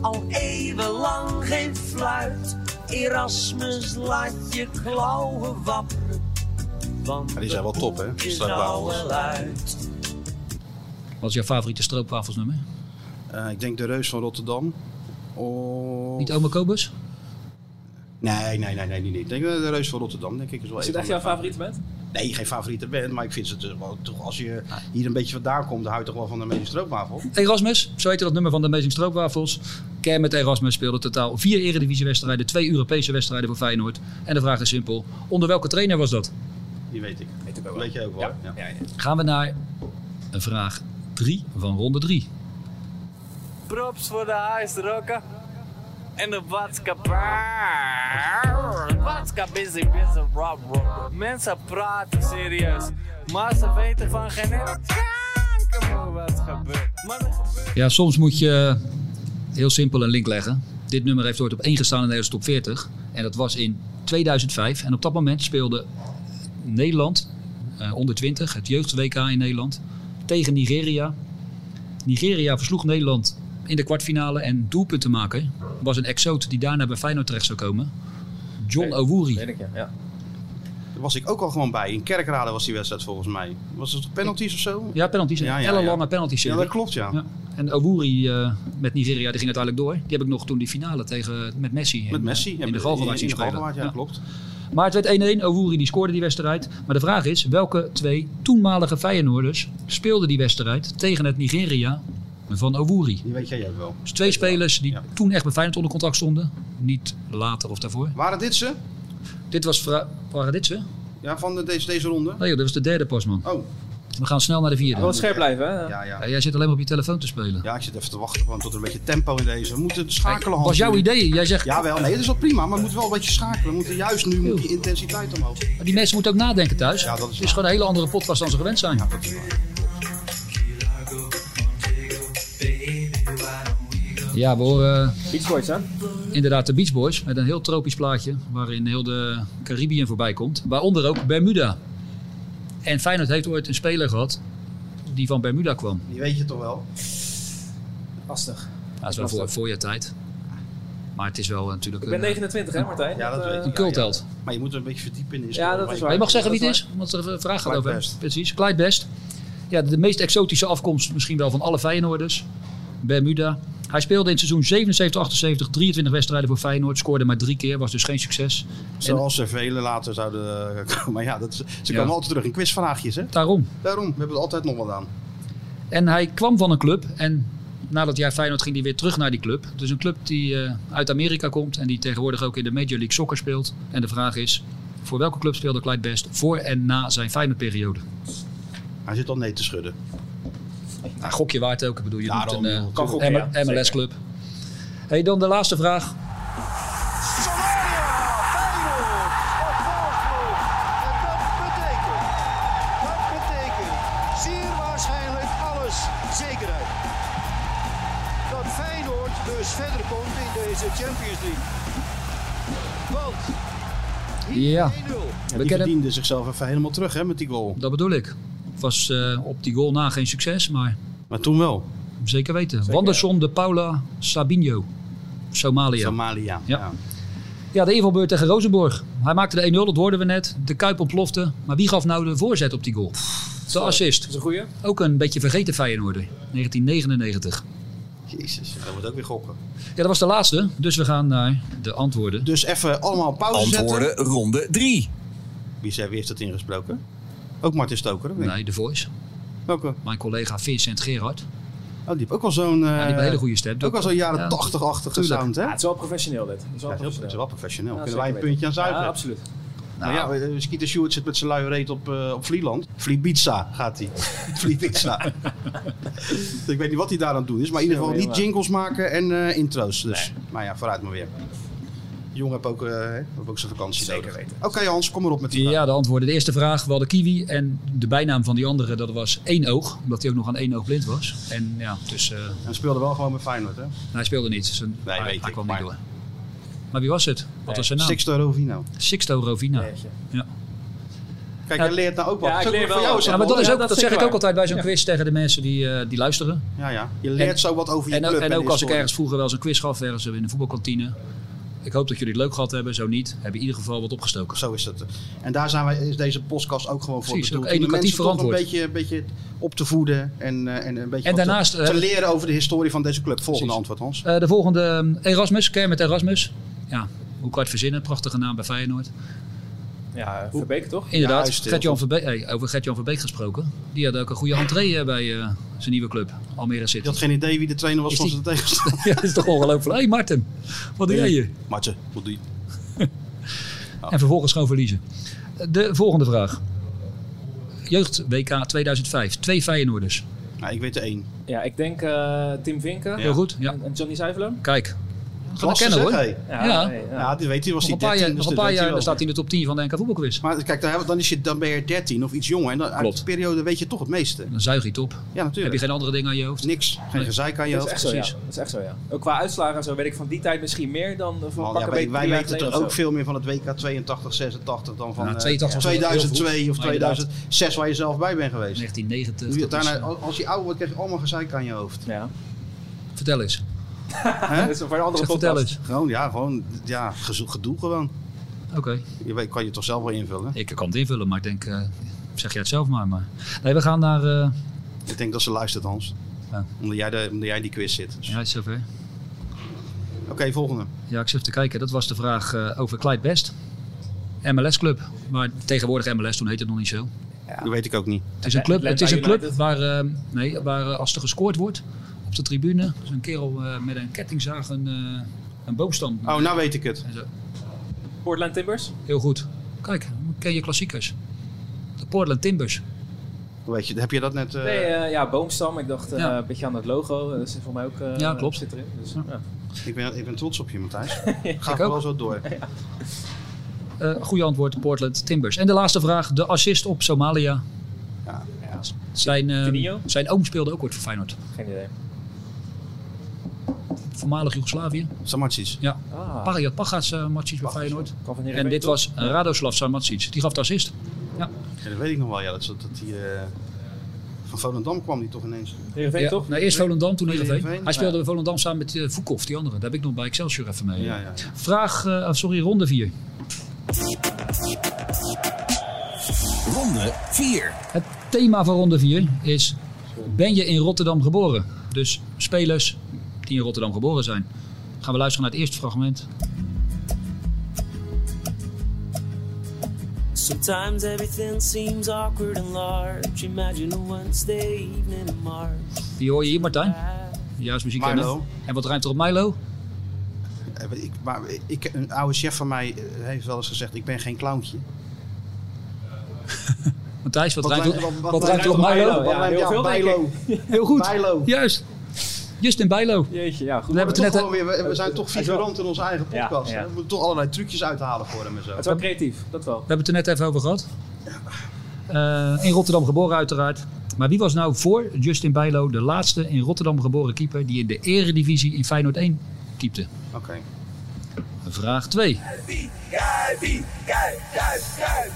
S5: Al eeuwenlang geen fluit. Erasmus laat je klauwen wapperen. Want
S2: Ja, die zijn eh, wel top, hè?
S5: het is nou
S2: Stroopwafels.
S5: wel uit.
S3: Wat is jouw favoriete stroopwafelsnummer?
S2: Eh, ik denk de Reus van Rotterdam. Of...
S3: Niet Ome Kobus?
S2: Nee, nee, nee, nee, die niet. Ik denk eh, de Reus van Rotterdam, denk ik. Is wel
S4: Is
S2: een
S4: dit echt
S2: van
S4: jouw
S2: mijn
S4: favoriete band?
S2: Nee, geen favoriete band, maar ik vind het eh, wel toch als je hier een beetje vandaan komt, dan hou je toch wel van de meeste stroopwafel.
S3: Erasmus, zo heette dat nummer van de Amazing Stroopwafels. Kermit Erasmus speelde totaal vier eredivisiewedstrijden, twee Europese wedstrijden voor Feyenoord. En de vraag is simpel, onder welke trainer was dat?
S2: Die weet ik. Weet je ook wel. Ja.
S4: ja.
S3: gaan we naar een vraag 3 van ronde 3.
S11: Props voor de huisdrokken. En de watska. Brrr. Watska busy busy rob rob. Mensen praten serieus. Maar ze weten van geen ene kanker wat gebeurt. Maar er gebeurt-
S3: Ja, soms moet je heel simpel een link leggen. Dit nummer heeft ooit op 1 gestaan in de Nederlandse top 40. En dat was in 2005. En op dat moment speelde Nederland eh, onder 20, het jeugd-WK in Nederland, tegen Nigeria. Nigeria versloeg Nederland in de kwartfinale. En doelpuntenmaker was een exoot die daarna bij Feyenoord terecht zou komen. John
S4: Nee,
S3: Owuri.
S4: Weet ik ja. ja.
S2: Daar was ik ook al gewoon bij. In Kerkrade was die wedstrijd volgens mij. Was het penalties of zo?
S3: Ja, penalties.
S2: Ja, ja,
S3: Ellenlange
S2: ja.
S3: penalties.
S2: Ja, dat klopt ja.
S3: Ja. En Awuri eh, met Nigeria, die ging uiteindelijk door. Die heb ik nog toen die finale tegen, met Messi. in,
S2: Met Messi.
S3: eh,
S2: Ja,
S3: In de
S2: met-
S3: Galgenwaard zien
S2: in de
S3: spelen.
S2: Galgenwaard, ja,
S3: Ja.
S2: klopt.
S3: Maar het werd 1-1. Awuri die scoorde die wedstrijd. Maar de vraag is, welke twee toenmalige Feyenoorders speelden die wedstrijd tegen het Nigeria van Awuri?
S2: Die weet jij ook wel.
S3: Dus twee spelers die
S2: Ja.
S3: toen echt bij Feyenoord onder contract stonden. Niet later of daarvoor.
S2: Waren dit ze?
S3: Dit was... Fra- waren dit ze?
S2: Ja, van de, deze, deze ronde?
S3: Nee, joh, dat was de derde pas, man.
S2: Oh,
S3: We gaan snel naar de vierde.
S4: Gewoon scherp blijven hè?
S2: ja, ja.
S3: Ja, jij zit alleen maar op je telefoon te spelen.
S2: Ja, ik zit even te wachten gewoon tot er een beetje tempo in deze. We moeten
S3: Kijk,
S2: schakelen.
S3: was jouw idee? Jij zegt,
S2: Ja, wel. Nee, dat is wel prima, maar we moeten wel een beetje schakelen. We moeten juist nu moet die intensiteit omhoog.
S3: Maar Die mensen moeten ook nadenken thuis.
S2: Ja, dat is
S3: het is
S2: waar.
S3: gewoon een hele andere podcast dan ze gewend zijn. Ja, we horen eh,
S4: Beach Boys hè?
S3: inderdaad de Beach Boys met een heel tropisch plaatje waarin heel de Caribbean voorbij komt. Waaronder ook Bermuda. En Feyenoord heeft ooit een speler gehad die van Bermuda kwam.
S2: Die weet je toch wel?
S4: Lastig.
S3: Dat is wel voor, voor je tijd. Maar het is wel eh, natuurlijk
S4: Ik ben
S3: een, eh,
S4: 29 hè Martijn?
S2: Ja, dat
S4: eh,
S2: weet
S3: een
S2: ik.
S3: cultheld.
S2: Maar je moet er een beetje verdiepen in de
S4: Ja, dat
S2: maar
S4: is
S2: je-
S3: Maar
S4: waar.
S3: je mag zeggen wie het
S4: Dat is
S3: is, want er een vraag gaat
S2: Clyde
S3: over. hem.
S2: Best.
S3: Precies, Clyde Best. Ja, de meest exotische afkomst misschien wel van alle Feyenoorders. Bermuda. Hij speelde in het seizoen 77-78 23 wedstrijden voor Feyenoord. Scoorde maar drie keer, was dus geen succes.
S2: Zoals er vele later zouden eh, komen. Maar ja, dat, ze
S3: Ja.
S2: komen altijd terug in quizvraagjes, hè?
S3: Daarom.
S2: Daarom, we hebben het altijd nog wat aan.
S3: En hij kwam van een club en na dat jaar Feyenoord ging hij weer terug naar die club. Dus een club die eh, uit Amerika komt en die tegenwoordig ook in de Major League Soccer speelt. En de vraag is, voor welke club speelde Clyde Best voor en na zijn Feyenoordperiode?
S2: Hij zit al nee te schudden.
S3: Nou, gokje waard ook. Ik bedoel, je doet
S4: Daarom,
S3: een eh,
S4: joh, kan gokken, ja, zeker.
S3: MLS-club. hey, dan de laatste vraag.
S12: betekent, dat betekent zeer waarschijnlijk alles zekerheid. Dat Feyenoord dus verder komt in deze Champions League. Want
S3: Ja.
S2: En die verdiende zichzelf even helemaal terug hè, met die goal.
S3: Dat bedoel ik. Was eh, op die goal na geen succes, maar...
S2: Maar toen wel.
S3: Zeker weten. Wanderson, De Paula, Sabinho. Somalia.
S2: Somalia,
S3: ja. ja. de invalbeurt tegen Rozenborg. Hij maakte de 1-0, dat hoorden we net. De Kuip ontplofte. Maar wie gaf nou de voorzet op die goal? De assist. Dat is
S4: een goeie.
S3: Ook een beetje vergeten Feyenoorder. 1999.
S2: Jezus, dat wordt ook weer gokken.
S3: Ja, dat was de laatste. Dus we gaan naar de antwoorden.
S2: Dus even allemaal pauze
S3: Antwoorden,
S2: zetten.
S1: ronde 3.
S2: Wie, zei, wie heeft dat ingesproken? Ook Martin Stoker?
S3: Nee, The Voice.
S2: Welke?
S3: Mijn collega Vincent Gerard.
S2: Oh, die heeft ook wel zo'n... eh,
S3: die heeft een hele goede stem.
S2: Ook wel zo'n jaren
S3: Ja.
S2: 80-achtige
S3: Tuurlijk.
S2: sound, hè?
S4: het is wel professioneel dit. Het is wel
S2: Ja,
S4: professioneel.
S2: dat is wel professioneel.
S4: Ja,
S2: Kunnen wij een
S4: zeker
S2: puntje aan
S4: weten.
S2: zuigen?
S4: Ja, absoluut.
S2: Nou ja, eh, Skeeter Stewart zit met zijn luie reet op, eh, op Vlieland. Vliebiza gaat hij. Vliebiza. ik weet niet wat hij daar aan het doen is, maar in ieder geval
S4: Jongen,
S2: niet
S4: jongen.
S2: jingles maken en eh, intro's. Dus, maar ja, vooruit maar weer. De jongen heeft ook, eh, hè, heeft ook zijn vakantie Zeker weten. Oké Hans, kom maar op met die
S3: Ja, de antwoorden. De eerste vraag, we hadden Kiwi. En de bijnaam van die andere, dat was één oog. Omdat hij ook nog aan één oog blind was. En ja, dus... eh,
S2: Hij speelde wel gewoon met Feyenoord, hè?
S3: hij speelde niet. Dus een, hij, hij kwam niet door. Maar wie was het? Wat was zijn naam?
S2: Sixto Rovino.
S3: Sixto Rovina. Ja.
S2: Kijk,
S3: Ja.
S2: je leert nou ook wat.
S3: Ja, ik
S2: Zo,
S3: leer
S2: voor
S3: wel
S2: jou
S3: wat.
S2: is
S3: Ja, maar
S2: wel-
S3: dat, is ook, dat, zeg ik
S2: zeker
S3: ook altijd bij zo'n
S2: waar.
S3: quiz tegen de mensen die, eh, die luisteren.
S2: Ja, ja. Je leert
S3: En-
S2: zo wat over je
S3: en, ook-
S2: club
S3: En,
S2: de
S3: ook als ik
S2: historie.
S3: ergens vroeger wel eens een quiz gaf, ergens in de voetbalkantine. Ik hoop dat jullie het leuk gehad hebben. Zo niet, hebben in ieder geval wat opgestoken.
S2: Zo is dat. En daar zijn wij, is deze podcast ook gewoon voor
S3: Precies,
S2: bedoeld.
S3: ook
S2: Om de
S3: educatief
S2: mensen toch een
S3: verantwoord.
S2: beetje, een beetje op te voeden en, eh, en een beetje
S3: En
S2: wat te-
S3: daarnaast,
S2: te,
S3: eh,
S2: leren over de historie van deze club. Volgende
S3: Precies.
S2: antwoord, Hans.
S3: Eh, de volgende, eh, Erasmus, Kermit Erasmus. Ja, hoe kan je het verzinnen? Prachtige naam bij Feyenoord.
S4: Ja, Verbeek toch?
S3: Inderdaad,
S4: Ja, stil.
S3: Gert-Jan Verbeek, hey, over Gert-Jan Verbeek gesproken. Die had ook een goede entree eh, bij eh, zijn nieuwe club, Almere City.
S2: Ik had geen idee wie de trainer was
S3: Is
S2: van
S3: die-
S2: zijn tegenstander.
S3: Ja, dat is toch ongelooflijk. Hé hey, Martin, wat doe jij
S2: Nee.
S3: hier?
S2: Matje, wat doe je?
S3: En vervolgens gewoon verliezen. De volgende vraag. Jeugd WK 2005. Twee Feyenoorders.
S2: Nou, ik weet er één.
S4: Ja, ik denk eh, Tim Vinken.
S3: Heel goed, ja.
S4: En Johnny Zuivelen.
S3: Kijk. Ga dat
S2: Klasse,
S3: kennen hoor.
S2: zeg,
S3: Ja,
S2: hé. Ja, dit weet hij. Was
S3: nog
S2: die
S3: een
S2: 13,
S3: paar
S2: dus
S3: jaar, nog een
S2: dat
S3: paar
S2: weet hij
S3: jaar
S2: wel.
S3: dan staat hij in de top 10 van de NK Voetbalquiz.
S2: Maar kijk, daar, hebben- dan, is je, dan ben je 13 of iets jonger. En dan, uit
S3: Klopt.
S2: die periode weet je toch het meeste.
S3: Dan zuig je het op.
S2: Ja, natuurlijk.
S3: Heb je geen andere dingen aan je hoofd?
S2: Niks. Geen gezeik aan je
S4: Dat is
S2: hoofd.
S4: echt zo, ja. Dat is echt zo, ja. Ook qua uitslagen en zo weet ik van die tijd misschien meer dan eh, van
S2: Want
S4: pakken
S2: Oh, ja, wij,
S4: beet
S2: wij
S4: drie jaar
S2: weten
S4: geleden
S2: toch
S4: of
S2: ook
S4: zo.
S2: veel meer van het WK 82, 86 dan van
S3: Ja,
S2: eh,
S3: 82 was heel
S2: 2002
S3: vroeg.
S2: of
S3: Maar inderdaad.
S2: 2006 waar je zelf bij bent geweest.
S3: 1990.
S2: Nu,
S3: dat is-
S2: daarna, als je ouder wordt, krijg je allemaal gezeik aan je hoofd.
S4: Ja.
S3: Vertel eens.
S2: Hè?
S4: Dat is voor een andere
S3: Zeg, vertel
S4: podcast.
S3: eens.
S2: Gewoon, ja, gewoon, ja, gezo- gedoe gewoon.
S3: Oké.
S2: Je weet, kan je toch zelf wel invullen?
S3: Ik kan het invullen, maar ik denk, eh, zeg jij het zelf maar. maar. Nee, we gaan naar... eh
S2: Ik denk dat ze luistert, Hans.
S3: Ja.
S2: Omdat, jij de, omdat jij die quiz zit. Dus-
S3: ja, het is zover.
S2: Oké, volgende.
S3: Ja, ik zit te kijken. Dat was de vraag eh, over Clyde Best. MLS Club. Maar tegenwoordig MLS, toen heette het nog niet zo.
S2: Dat weet ik ook niet.
S3: Het is een club, het is een
S4: Atlanta
S3: club waar, eh, nee, waar eh, als er gescoord wordt op de tribune, is een kerel eh, met een kettingzaag een, eh, een boomstam.
S2: Oh, nou weet ik het.
S4: Portland Timbers.
S2: Eh.
S3: Heel goed. Kijk, ken je klassiekers. De Portland Timbers.
S2: Weet je, heb je dat net... eh,
S4: Nee, eh, ja, boomstam. Ik dacht eh,
S3: Ja.
S4: een beetje aan het logo. Dat zit voor mij ook. eh,
S3: Ja, klopt.
S4: Zit erin. Dus, ja.
S2: ik, ben, ik ben trots op je, Matthijs. Ga wel zo door.
S3: Eh goede antwoord, Portland Timbers. En de laatste vraag, de assist op Somalia.
S2: Ja,
S3: Zijn, eh,
S4: Tinio?
S3: zijn oom speelde ook ooit voor Feyenoord.
S4: Geen idee.
S3: Voormalig Joegoslavië.
S2: Samatsic.
S3: Ja.
S4: Ah.
S3: Pariat Pagas eh Matsic bij Feyenoord.
S4: Kan van
S3: En
S4: Heerenveen
S3: dit
S4: toch?
S3: was Radoslav Samatsic. Die gaf de assist. Ja.
S2: Ja, dat weet ik nog wel, ja. Dat, dat, dat die, eh, van Volendam kwam die toch ineens.
S4: Heerenveen
S3: Ja,
S4: toch?
S3: Nou, eerst Volendam, toen Heerenveen.
S2: Heerenveen.
S3: Hij speelde bij Volendam samen met eh Voekhoff, die andere. Daar heb ik nog bij Excelsior even mee.
S2: Ja, ja.
S3: Vraag, eh, oh, sorry, ronde 4.
S1: Ronde 4.
S3: Het thema van ronde 4 is, ben je in Rotterdam geboren? Dus spelers die in Rotterdam geboren zijn. Gaan we luisteren naar het eerste fragment.
S13: Sometimes everything seems awkward and large. Imagine a Wednesday evening in March.
S3: Die hoor je hier, Martijn. Juist muziek kennen.
S2: Milo.
S3: En wat ruimt er op Milo?
S2: Eh, Ik, maar ik,
S3: Oh,
S2: een oude chef van mij eh, heeft wel eens gezegd, ik ben geen clowntje.
S3: Matthijs, wat,
S2: Wat
S3: rijmt,
S2: lijkt-
S3: op-
S2: wat-
S3: wat
S2: wat
S3: rijmt er op
S2: lijkt op
S3: Milo?
S2: Milo? Wat Ja, lijkt heel er op veel, denk Bijlo?
S3: Heel goed.
S2: Bijlo.
S3: Juist. Justin Bijlo.
S4: Jeetje, ja, goed.
S3: We hebben het net...
S2: Gewoon weer, we, we zijn toch figurant in onze eigen
S3: Ja,
S2: podcast.
S3: ja.
S2: hè? We moeten toch allerlei trucjes uithalen voor hem en zo.
S3: is wel
S4: creatief, dat wel.
S3: We hebben het er net even over gehad. Eh, in Rotterdam geboren uiteraard. Maar wie was nou voor Justin Bijlo de laatste in Rotterdam geboren keeper die in de eredivisie in Feyenoord 1 keepte?
S2: Oké.
S3: Vraag 2.
S5: Kuipie, kuip, kuip, kuip.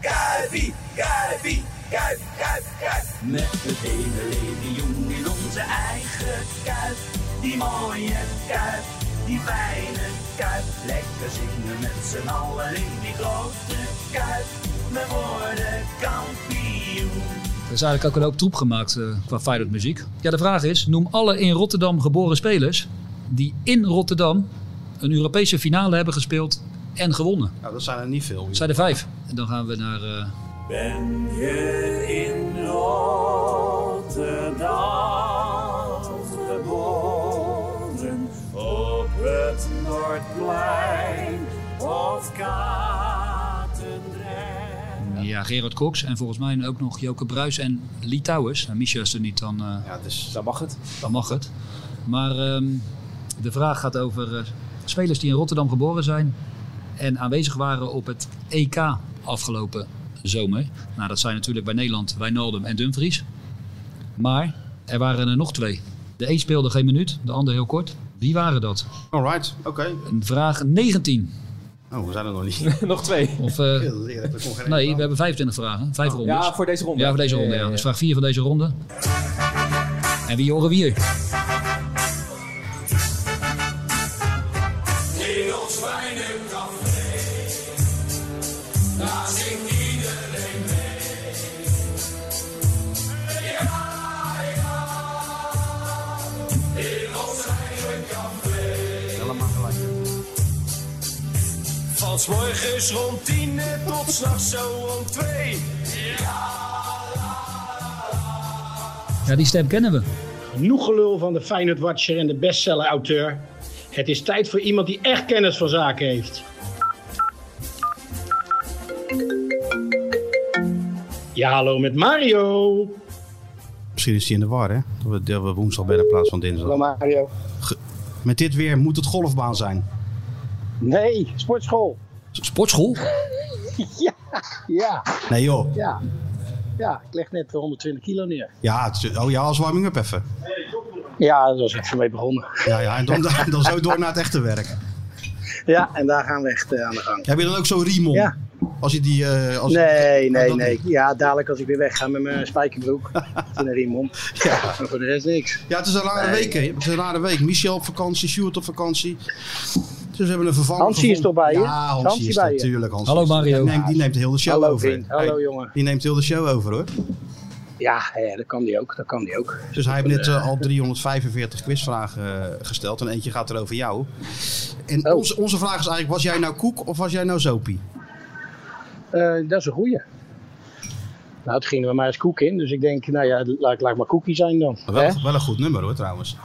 S5: Kuipie, kuipie, kuip, kuip, kuip. Met het ene legioen in onze eigen kuip. Die mooie kuip, die fijne kuip. Lekker zingen met z'n allen in die grote kuip. We worden kampioen.
S3: Er is eigenlijk ook een hoop troep gemaakt eh, qua Feyenoord muziek. Ja, de vraag is, noem alle in Rotterdam geboren spelers die in Rotterdam een Europese finale hebben gespeeld en gewonnen.
S2: Nou, dat zijn er niet veel.
S3: Het zijn er vijf. En dan gaan we naar... eh,
S5: Ben je in Rotterdam geboren? Op het Noordplein of Katendrecht?
S3: Ja, Gerard Cox en volgens mij ook nog Joke Bruis en Litouwers. Nou, Micha is er niet, dan, eh,
S4: dan mag het.
S3: Dan mag het. Maar ehm, de vraag gaat over eh, spelers die in Rotterdam geboren zijn en aanwezig waren op het EK afgelopen zomer. Nou, dat zijn natuurlijk bij Nederland Wijnaldum en Dumfries. Maar er waren er nog twee. De een speelde geen minuut, de ander heel kort. Wie waren dat?
S2: Alright, oké.
S3: Vraag 19.
S2: Oh, we zijn er nog niet.
S4: nog twee.
S3: Of, eh, nee, we hebben 25 vragen. Vijf
S4: Oh,
S3: rondes.
S4: ja, voor deze ronde.
S3: Ja, voor deze
S4: Ja,
S3: ronde.
S4: ja,
S3: Ja,
S4: ja.
S3: Dus vraag 4 van deze ronde. En wie horen wie?
S5: In ons fijne café, daar zingt iedereen mee. Ja, ja, in ons eigen café.
S2: Helemaal gelijk.
S5: Van 's morgens rond tien en tot s'nachts zo om twee.
S3: Ja, die stem kennen we.
S7: Genoeg gelul van de Feyenoord Watcher en de bestseller-auteur. Het is tijd voor iemand die echt kennis van zaken heeft. Ja, hallo met Mario.
S2: Misschien is hij in de war, hè? Dat we, dat we woensdag bij in plaats van dinsdag.
S7: Mario.
S2: Ge- Met dit weer moet het golfbaan zijn.
S7: Nee, sportschool.
S3: Sportschool?
S7: ja, ja.
S2: Nee, joh.
S7: Ja. ja, ik leg net de 120 kilo neer.
S2: Ja, het is- oh ja, als warming-up even.
S7: Ja, daar was ik voor mee begonnen.
S2: Ja, ja en dan, dan, dan zo door naar het echte werk.
S7: Ja, en daar gaan we echt eh, aan de gang.
S2: Heb je dan ook zo'n riem om?
S7: Ja.
S2: Als je die... eh, als
S7: nee, nee,
S2: dat
S7: nee. Ja, dadelijk als ik weer wegga met mijn spijkerbroek. en een riem om. Ja. Maar voor de rest niks.
S2: Ja, het is een rare
S7: Nee.
S2: week, hè? Het is een rare week. Michel op vakantie, Sjoerd op vakantie. Dus we hebben een vervanger
S7: Hansie is
S2: gevonden.
S7: toch bij je?
S2: Ja, Hansie,
S7: Hansie
S2: is
S7: bij
S2: er
S7: je?
S2: natuurlijk. Hansie
S7: Hallo,
S2: is er.
S7: Mario.
S2: Die neemt, die neemt heel de show
S7: Hallo,
S2: over.
S7: vriend. Hallo,
S2: Hey,
S7: jongen.
S2: Die neemt heel de show over, hoor.
S7: Ja, ja, dat kan die ook. Dat kan die ook.
S2: Dus hij heeft net
S7: Eh,
S2: eh, al 345 quizvragen eh, gesteld. En eentje gaat er over jou. En
S7: Oh.
S2: onze, onze vraag is eigenlijk, was jij nou koek of was jij nou zopie?
S7: Eh, dat is een goeie. Nou, het ging er bij mij als koek in, dus ik denk, nou ja, laat, laat maar koekie zijn dan. Hè?
S2: Wel, wel een goed nummer, hoor, trouwens.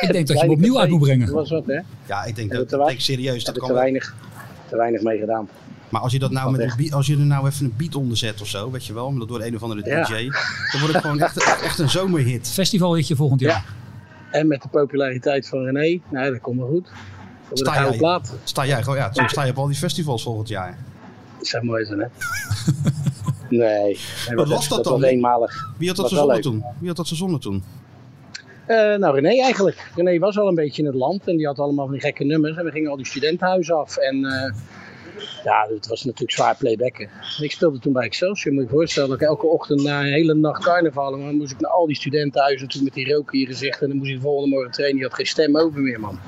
S3: Ik denk dat je hem
S7: Kleine
S3: opnieuw uit moet
S7: Dat
S3: brengen.
S7: was wat, hè?
S2: Ja, ik denk
S7: Hebben
S2: dat,
S7: te
S2: ik
S7: wei-
S2: denk serieus, dat
S7: hebben
S2: kan
S7: te
S2: wel.
S7: weinig, te weinig mee gedaan.
S2: Maar als je, dat nou
S7: Wat
S2: met een
S7: echt.
S2: beat- als je er nou even een beat onder zet of zo, weet je wel, omdat door een of andere
S7: Ja.
S2: DJ, dan wordt het gewoon echt, echt een zomerhit.
S3: Festivalhitje volgend jaar.
S7: En met de populariteit van René, nou, dat komt wel goed. Dat wordt een
S2: Sta
S7: gouden
S2: jij,
S7: plaat.
S2: sta jij gewoon, ja, soms sta je op al die festivals volgend jaar.
S7: Dat zou mooi zijn, hè? nee. nee,
S2: Wat was dat dan?
S7: was eenmalig.
S2: Wie had dat
S7: Was wel
S2: verzonnen
S7: leuk.
S2: toen? Wie had dat verzonnen toen?
S7: Eh, nou, René eigenlijk. René was al een beetje in het land en die had allemaal van die gekke nummers. En we gingen al die studentenhuizen af. En eh, ja, het was natuurlijk zwaar playbacken. En ik speelde toen bij Excelsior. Moet je je voorstellen dat ik elke ochtend na een hele nacht carnaval... maar moest ik naar al die studentenhuizen toen met die rook in je gezicht. En dan moest ik de volgende morgen trainen. Je had geen stem over meer, man.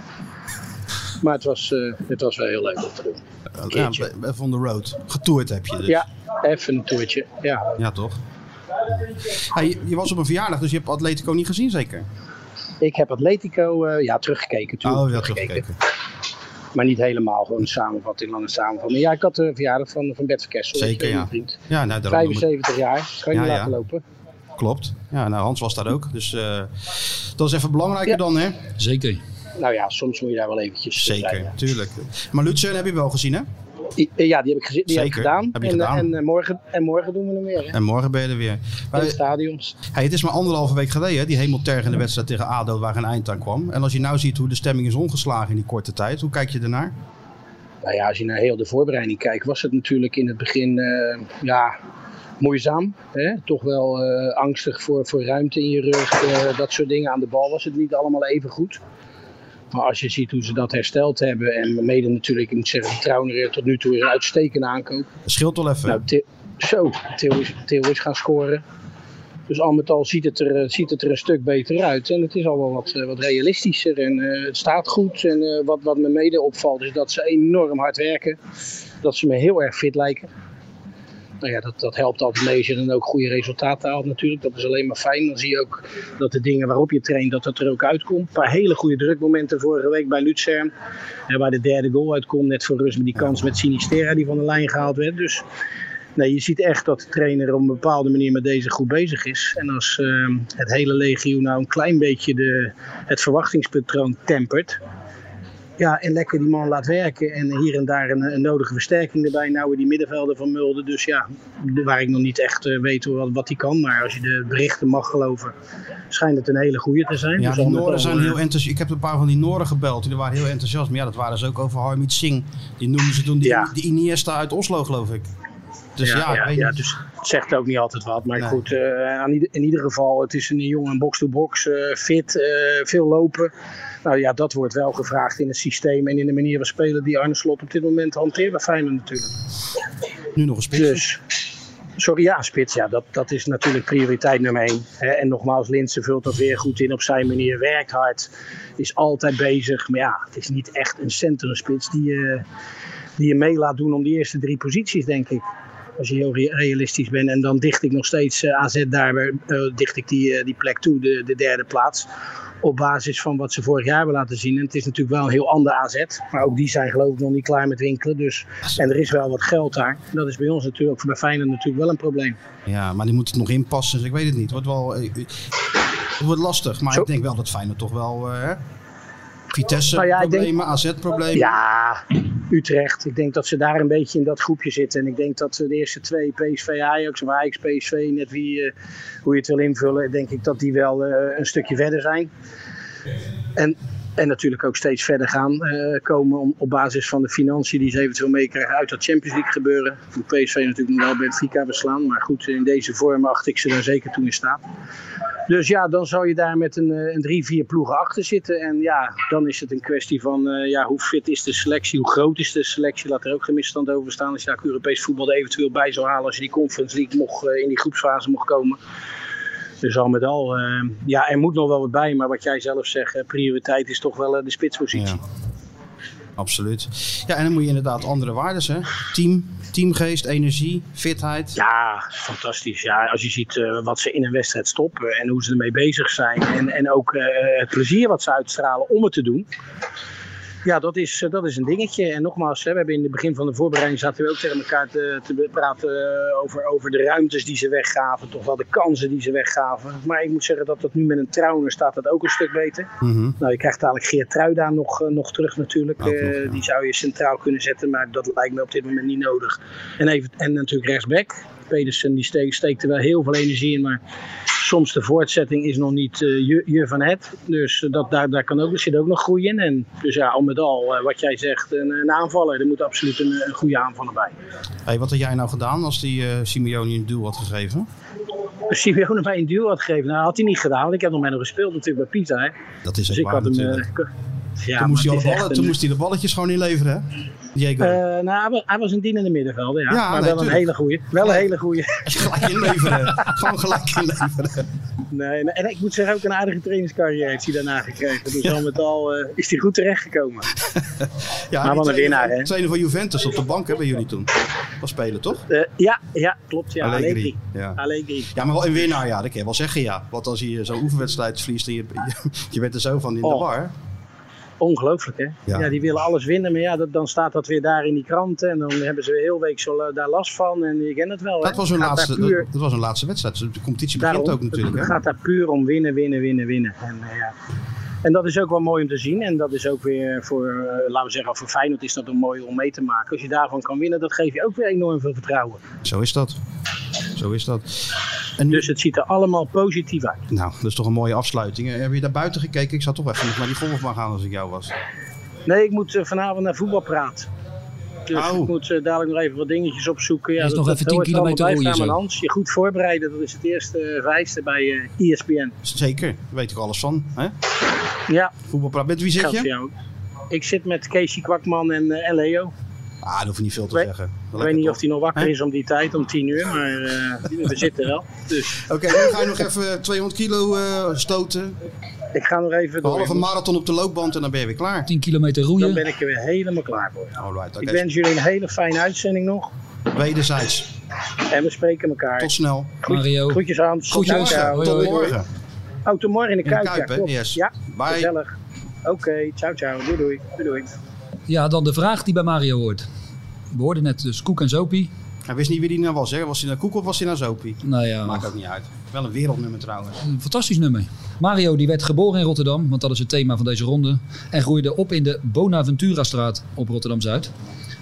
S7: Maar het was, eh, het was wel heel leuk om te doen.
S2: Eh, Ja,
S7: keertje.
S2: bij- van de road. Getoerd heb je dus.
S7: Ja, even een toertje. Ja.
S2: Ja, toch? Hey, je- je was op een verjaardag, dus je hebt Atletico niet gezien, zeker?
S7: Ik heb Atletico eh, ja, teruggekeken toen.
S2: Oh, ja, teruggekeken.
S7: Maar niet helemaal, gewoon een samenvatting, lange samenvatting. Maar ja, ik had de verjaardag van, van Bert Verkessel.
S2: Zeker,
S7: weet je,
S2: ja.
S7: mijn vriend.
S2: Ja, nou, daarom-
S7: 75 jaar, kan je
S2: Ja,
S7: niet
S2: ja.
S7: laten lopen.
S2: Klopt. Ja, nou, Hans was daar ook. Dus eh, dat is even belangrijker
S7: Ja.
S2: dan, hè?
S3: Zeker.
S7: Nou ja, soms moet je daar wel eventjes
S2: Zeker,
S7: zijn, ja.
S2: tuurlijk. Maar Lutsen heb je wel gezien, hè?
S7: I- eh, Ja, die heb ik, gezi- die heb ik
S2: Zeker,
S7: gedaan.
S2: heb je
S7: en,
S2: gedaan.
S7: eh, En, eh, morgen, en morgen doen we hem weer. Hè?
S2: En morgen ben je er weer. Maar,
S7: in stadions.
S2: hey, het is maar anderhalve week geleden, hè, die hemeltergende wedstrijd tegen ADO waar een eind aan kwam. En als je nou ziet hoe de stemming is ongeslagen in die korte tijd, hoe kijk je ernaar?
S7: Nou ja, als je naar heel de voorbereiding kijkt, was het natuurlijk in het begin eh, ja, moeizaam. Hè? Toch wel eh, angstig voor, voor ruimte in je rug, eh, dat soort dingen. Aan de bal was het niet allemaal even goed. Maar als je ziet hoe ze dat hersteld hebben en mede natuurlijk, ik moet zeggen, Trouwner tot nu toe is een uitstekende aankoop.
S2: Scheelt wel even.
S7: Nou, Til- zo, Til is, Til is gaan scoren. Dus al met al ziet het, er, eh, ziet het er een stuk beter uit. En het is al wel wat, eh, wat realistischer. En eh, het staat goed. En eh, wat, wat me mede opvalt is dat ze enorm hard werken. Dat ze me heel erg fit lijken. Nou ja, dat, dat helpt altijd mee als je dan ook goede resultaten haalt natuurlijk. Dat is alleen maar fijn. Dan zie je ook dat de dingen waarop je traint, dat dat er ook uitkomt. Een paar hele goede drukmomenten vorige week bij Luzern. En waar de derde goal uitkomt, net voor rust met die kans met Sinistera die van de lijn gehaald werd. Dus nee, je ziet echt dat de trainer op een bepaalde manier met deze groep bezig is. En als ehm, het hele legio nou een klein beetje de, het verwachtingspatroon tempert... Ja, en lekker die man laat werken. En hier en daar een, een nodige versterking erbij. Nou, in die middenvelden van Mulder. Dus ja, waar ik nog niet echt eh, weet wat, wat hij kan. Maar als je de berichten mag geloven, schijnt het een hele goede te zijn.
S2: Ja,
S7: Dus
S2: die
S7: al met al,
S2: Noren zijn
S7: eh,
S2: heel enthousiast. Ik heb een paar van die Noren gebeld. Die waren heel enthousiast. Maar ja, dat waren ze ook over Harmit Singh. Die noemden ze toen die, die Iniesta uit Oslo, geloof ik. Dus ja, ik weet
S7: ja,
S2: niet.
S7: dus het zegt ook niet altijd wat. Maar
S2: Nee.
S7: goed, eh, aan ieder- in ieder geval, het is een jongen box-to-box, eh, fit, eh, veel lopen. Nou ja, dat wordt wel gevraagd in het systeem en in de manier waarop spelen die Arne Slot op dit moment hanteert bij Feyenoord natuurlijk.
S2: Nu nog een spits.
S7: Dus, sorry, ja, spits. Ja, dat, dat is natuurlijk prioriteit nummer één. Hè, En nogmaals, Linsen vult dat weer goed in op zijn manier. Werkt hard, is altijd bezig. Maar ja, het is niet echt een centrumspits die, je- die je mee laat doen om die eerste drie posities, denk ik. Als je heel re- realistisch bent. En dan dicht ik nog steeds eh, AZ daar, weer, eh, dicht ik die, eh, die plek toe, de, de derde plaats. Op basis van wat ze vorig jaar hebben laten zien. En het is natuurlijk wel een heel ander AZ. Maar ook die zijn geloof ik nog niet klaar met winkelen. Dus, en er is wel wat geld daar. En dat is bij ons natuurlijk, voor bij Feyenoord natuurlijk wel een probleem.
S2: Ja, maar die moet het nog inpassen. Dus ik weet het niet. Het wordt wel eh, eh, het wordt lastig. Maar ik denk wel dat Feyenoord toch wel... eh,
S7: Nou
S2: Vitesse-problemen, AZ-problemen.
S7: Ja, Utrecht. Ik denk dat ze daar een beetje in dat groepje zitten. En ik denk dat eh, de eerste twee, PSV, Ajax, maar Ajax, PSV, net wie, eh, hoe je het wil invullen, denk ik dat die wel eh, een stukje verder zijn. En, en natuurlijk ook steeds verder gaan eh, komen om, op basis van de financiën die ze eventueel meekrijgen uit dat Champions League gebeuren. Voor PSV natuurlijk nog wel Benfica verslaan, maar goed, in deze vorm acht ik ze daar zeker toe in staat. Dus ja, dan zou je daar met een, eh, een drie, vier ploegen achter zitten. En ja, dan is het een kwestie van eh, ja, hoe fit is de selectie, hoe groot is de selectie. Laat er ook geen misstand over staan. Als je daar ook Europees voetbal er eventueel bij zou halen als je die Conference League mocht, eh, in die groepsfase mocht komen. Dus al met al, eh, ja, er moet nog wel wat bij. Maar wat jij zelf zegt, eh, prioriteit is toch wel eh, de spitspositie.
S2: Absoluut. Ja, en dan moet je inderdaad andere waarden, hè. Team, teamgeest, energie, fitheid.
S7: Ja, fantastisch. Ja, als je ziet eh, wat ze in een wedstrijd stoppen en hoe ze ermee bezig zijn. En, en ook eh, het plezier wat ze uitstralen om het te doen. Ja, dat is, eh, dat is een dingetje. En nogmaals, hè, we hebben in het begin van de voorbereiding zaten we ook tegen elkaar te, te praten eh, over, over de ruimtes die ze weggaven. Toch wel de kansen die ze weggaven. Maar ik moet zeggen dat dat nu met een trouwner staat dat ook een stuk beter. Nou, je krijgt dadelijk Geert Truida nog, eh, nog terug natuurlijk. Eh, Die zou je centraal kunnen zetten, maar dat lijkt me op dit moment niet nodig. En, even, en natuurlijk rechtsback. Pedersen die steekt, steekt er wel heel veel energie in, maar soms de voortzetting is nog niet eh, je, je van het. Dus eh, dat, daar, daar kan ook, er zit ook nog groei in. En, dus ja, al met al, eh, wat jij zegt, een, een aanvaller. Er moet absoluut een, een goede aanvaller bij.
S2: Hey, wat had jij nou gedaan als die eh Simeone een duel had gegeven?
S7: Als Dus Simeone mij een duel had gegeven, nou had hij niet gedaan. Want ik heb nog met hem gespeeld natuurlijk bij Pisa. Hè.
S2: Dat is ook
S7: dus ik
S2: waar
S7: had hem,
S2: natuurlijk.
S7: eh, k- ja,
S2: toen, moest
S7: maar
S2: hij alle
S7: het is echt
S2: ballen,
S7: een-
S2: toen moest hij de balletjes gewoon inleveren, hè? Diego.
S7: Eh, nou, hij wa- hij was een dienende middenvelder, ja.
S2: Ja, nee,
S7: maar wel een
S2: tuurlijk.
S7: hele goeie. Wel een hele goeie.
S2: gelijk inleveren. gewoon gelijk inleveren.
S7: Nee, nee, en ik moet zeggen, ook een aardige trainingscarrière heeft hij daarna gekregen. Dus al met al eh, is hij goed terechtgekomen.
S2: Ja,
S7: maar
S2: die
S7: wat een
S2: trainer-
S7: winnaar, hè?
S2: Trainer van Juventus op de bank, hè, bij jullie toen. Was spelen, toch?
S7: Eh, ja, ja, klopt. Ja,
S2: Allegri,
S7: Allegri.
S2: ja.
S7: Allegri.
S2: Ja, maar wel een winnaar, ja. Dat kan je wel zeggen, ja. Want als je zo'n oefenwedstrijd verliest en je, je bent er zo van in de
S7: Oh.
S2: war.
S7: Ongelooflijk, hè?
S2: Ja.
S7: Ja. die willen alles winnen, maar ja, dat, dan staat dat weer daar in die kranten. En dan hebben ze weer heel week zo, la- daar last van. En je kent het wel,
S2: Dat
S7: hè?
S2: was hun
S7: Gaat daar
S2: laatste,
S7: puur-
S2: dat, dat was hun laatste wedstrijd. De competitie begint
S7: Daarom,
S2: ook natuurlijk,
S7: het
S2: hè?
S7: gaat daar puur om winnen, winnen, winnen, winnen. En, eh, ja. En dat is ook wel mooi om te zien. En dat is ook weer voor, eh, laten we zeggen, voor Feyenoord is dat een mooi om mee te maken. Als je daarvan kan winnen, dat geeft je ook weer enorm veel vertrouwen.
S2: Zo is dat. Zo is dat.
S7: Dus het ziet er allemaal positief uit.
S2: Nou, dat is toch een mooie afsluiting. Eh, Heb je daar buiten gekeken? Ik zou toch even nog naar die golfbaan gaan als ik jou was.
S7: Nee, ik moet eh, vanavond naar voetbalpraat. Dus
S2: Oh.
S7: ik moet eh, dadelijk nog even wat dingetjes opzoeken. Ja,
S3: Is nog even 10
S7: hoort er allemaal
S3: kilometer
S7: bij.
S3: roeien
S7: Staan
S3: zo.
S7: aan Hans, je goed voorbereiden, dat is het eerste eh, vereiste bij eh, ESPN.
S2: Zeker, daar weet ik alles van. Hè?
S7: Ja.
S2: Voetbalpraat. Met wie zit
S7: Geldt voor
S2: je?
S7: jou. Ik zit met Casey Kwakman en, eh, en Leo.
S2: Ah, dat hoef je niet veel te zeggen.
S7: ik weet niet of hij nog wakker
S2: Hè?
S7: is om die tijd, om 10 uur, maar eh, we zitten wel. Dus.
S2: Oké, dan ga je nog even 200 kilo eh, stoten.
S7: Ik ga nog even
S2: door.
S7: door,
S2: Half een
S7: jongens.
S2: marathon op de loopband en dan ben je weer klaar.
S3: 10 kilometer
S7: Dan
S3: roeien.
S7: ben ik er weer helemaal klaar voor.
S2: Alright,
S7: Ik
S2: oké.
S7: wens jullie een hele fijne uitzending nog.
S2: Wederzijds.
S7: En we spreken elkaar.
S2: Tot snel.
S7: Goed,
S3: Mario.
S7: Groetjes Hans.
S2: Goed,
S7: Ciao,
S2: jongens.
S7: ciao.
S2: Tot morgen.
S7: Oh, tot morgen in de
S2: In de
S7: Kuip.
S2: Kuip,
S7: ja,
S2: hè?
S7: klopt.
S2: Yes.
S7: Ja,
S2: Bye.
S7: gezellig. Oké, ciao, ciao. Doei, doei. Doei, doei.
S3: Ja, dan de vraag die bij Mario hoort. We hoorden net dus Koek en Zopie.
S2: Hij wist niet wie die nou was, hè? Was hij naar Koek of was hij naar Zopie?
S3: Nou ja,
S2: Maakt ook niet uit. Wel een wereldnummer trouwens.
S3: Een fantastisch nummer. Mario die werd geboren in Rotterdam, want dat is het thema van deze ronde. En groeide op in de Bonaventura-straat op Rotterdam-Zuid.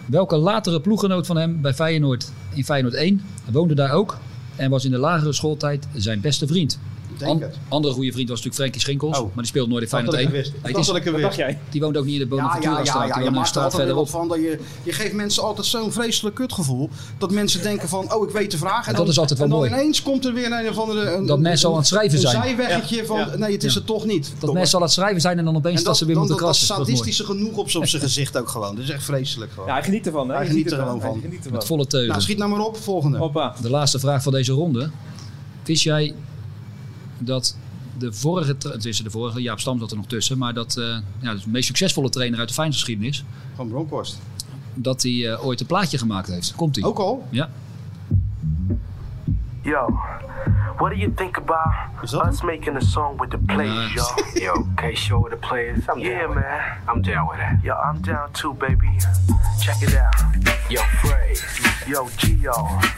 S3: Welke latere ploeggenoot van hem bij Feyenoord in Feyenoord 1 woonde daar ook. En was in de lagere schooltijd zijn beste vriend.
S2: denk
S3: Oh,
S2: het.
S3: Andere goede vriend was natuurlijk Frankie Schinkels. Maar die speelde nooit in
S2: Dat Oh. had
S3: Feyenoord
S2: ik
S3: 1.
S2: gewist.
S3: Nee,
S2: Dat
S3: die-
S2: had ik gewist. Wat dacht jij?
S3: Die woonde ook niet in de
S2: Ja, ja, ja,
S3: Bonaventura-straat.
S2: ja, je
S3: die woonde een
S2: maakt er
S3: straat
S2: altijd wel van.
S3: verderop.
S2: Dat je, je geeft mensen altijd zo'n vreselijk kutgevoel. Dat mensen denken van, oh, ik weet de vraag. En
S3: Dat
S2: dan,
S3: is altijd wel
S2: en dan
S3: mooi.
S2: ineens komt er weer een of andere... Een,
S3: Dat mensen al aan het schrijven zijn.
S2: Een zijweggetje
S3: Ja.
S2: van,
S3: Ja.
S2: nee, het is
S3: Ja.
S2: het toch niet.
S3: Dat mensen al aan het schrijven zijn en dan opeens
S2: En
S3: dat ze weer
S2: dan
S3: moeten
S2: dat,
S3: krassen.
S2: dat
S3: is mooi.
S2: sadistische genoeg op zijn gezicht ook gewoon. Dat is echt vreselijk gewoon.
S4: Ja, hij geniet ervan, hè?
S2: Hij
S4: Je
S2: geniet
S4: ziet
S2: er
S4: het wel.
S2: gewoon van.
S4: Hij geniet er wel.
S3: Met volle teugen.
S2: Nou, schiet nou maar op, volgende.
S3: De laatste vraag van deze ronde. Wist jij dat de vorige, tra- het is de vorige, Jaap Stam zat er nog tussen, maar dat eh, ja, dus de meest succesvolle trainer uit de Feyenoordgeschiedenis,
S2: Van Bronkhorst.
S3: dat hij eh, ooit een plaatje gemaakt heeft. Komt hij? Ook
S2: al?
S3: Ja.
S14: Yo, what do you think about us making a song with the players, yo? Yo, okay, sure with the players. I'm yeah, down man. I'm down with that. Yo, I'm down too, baby. Check it out. Yo, Frey. Yo, Gio.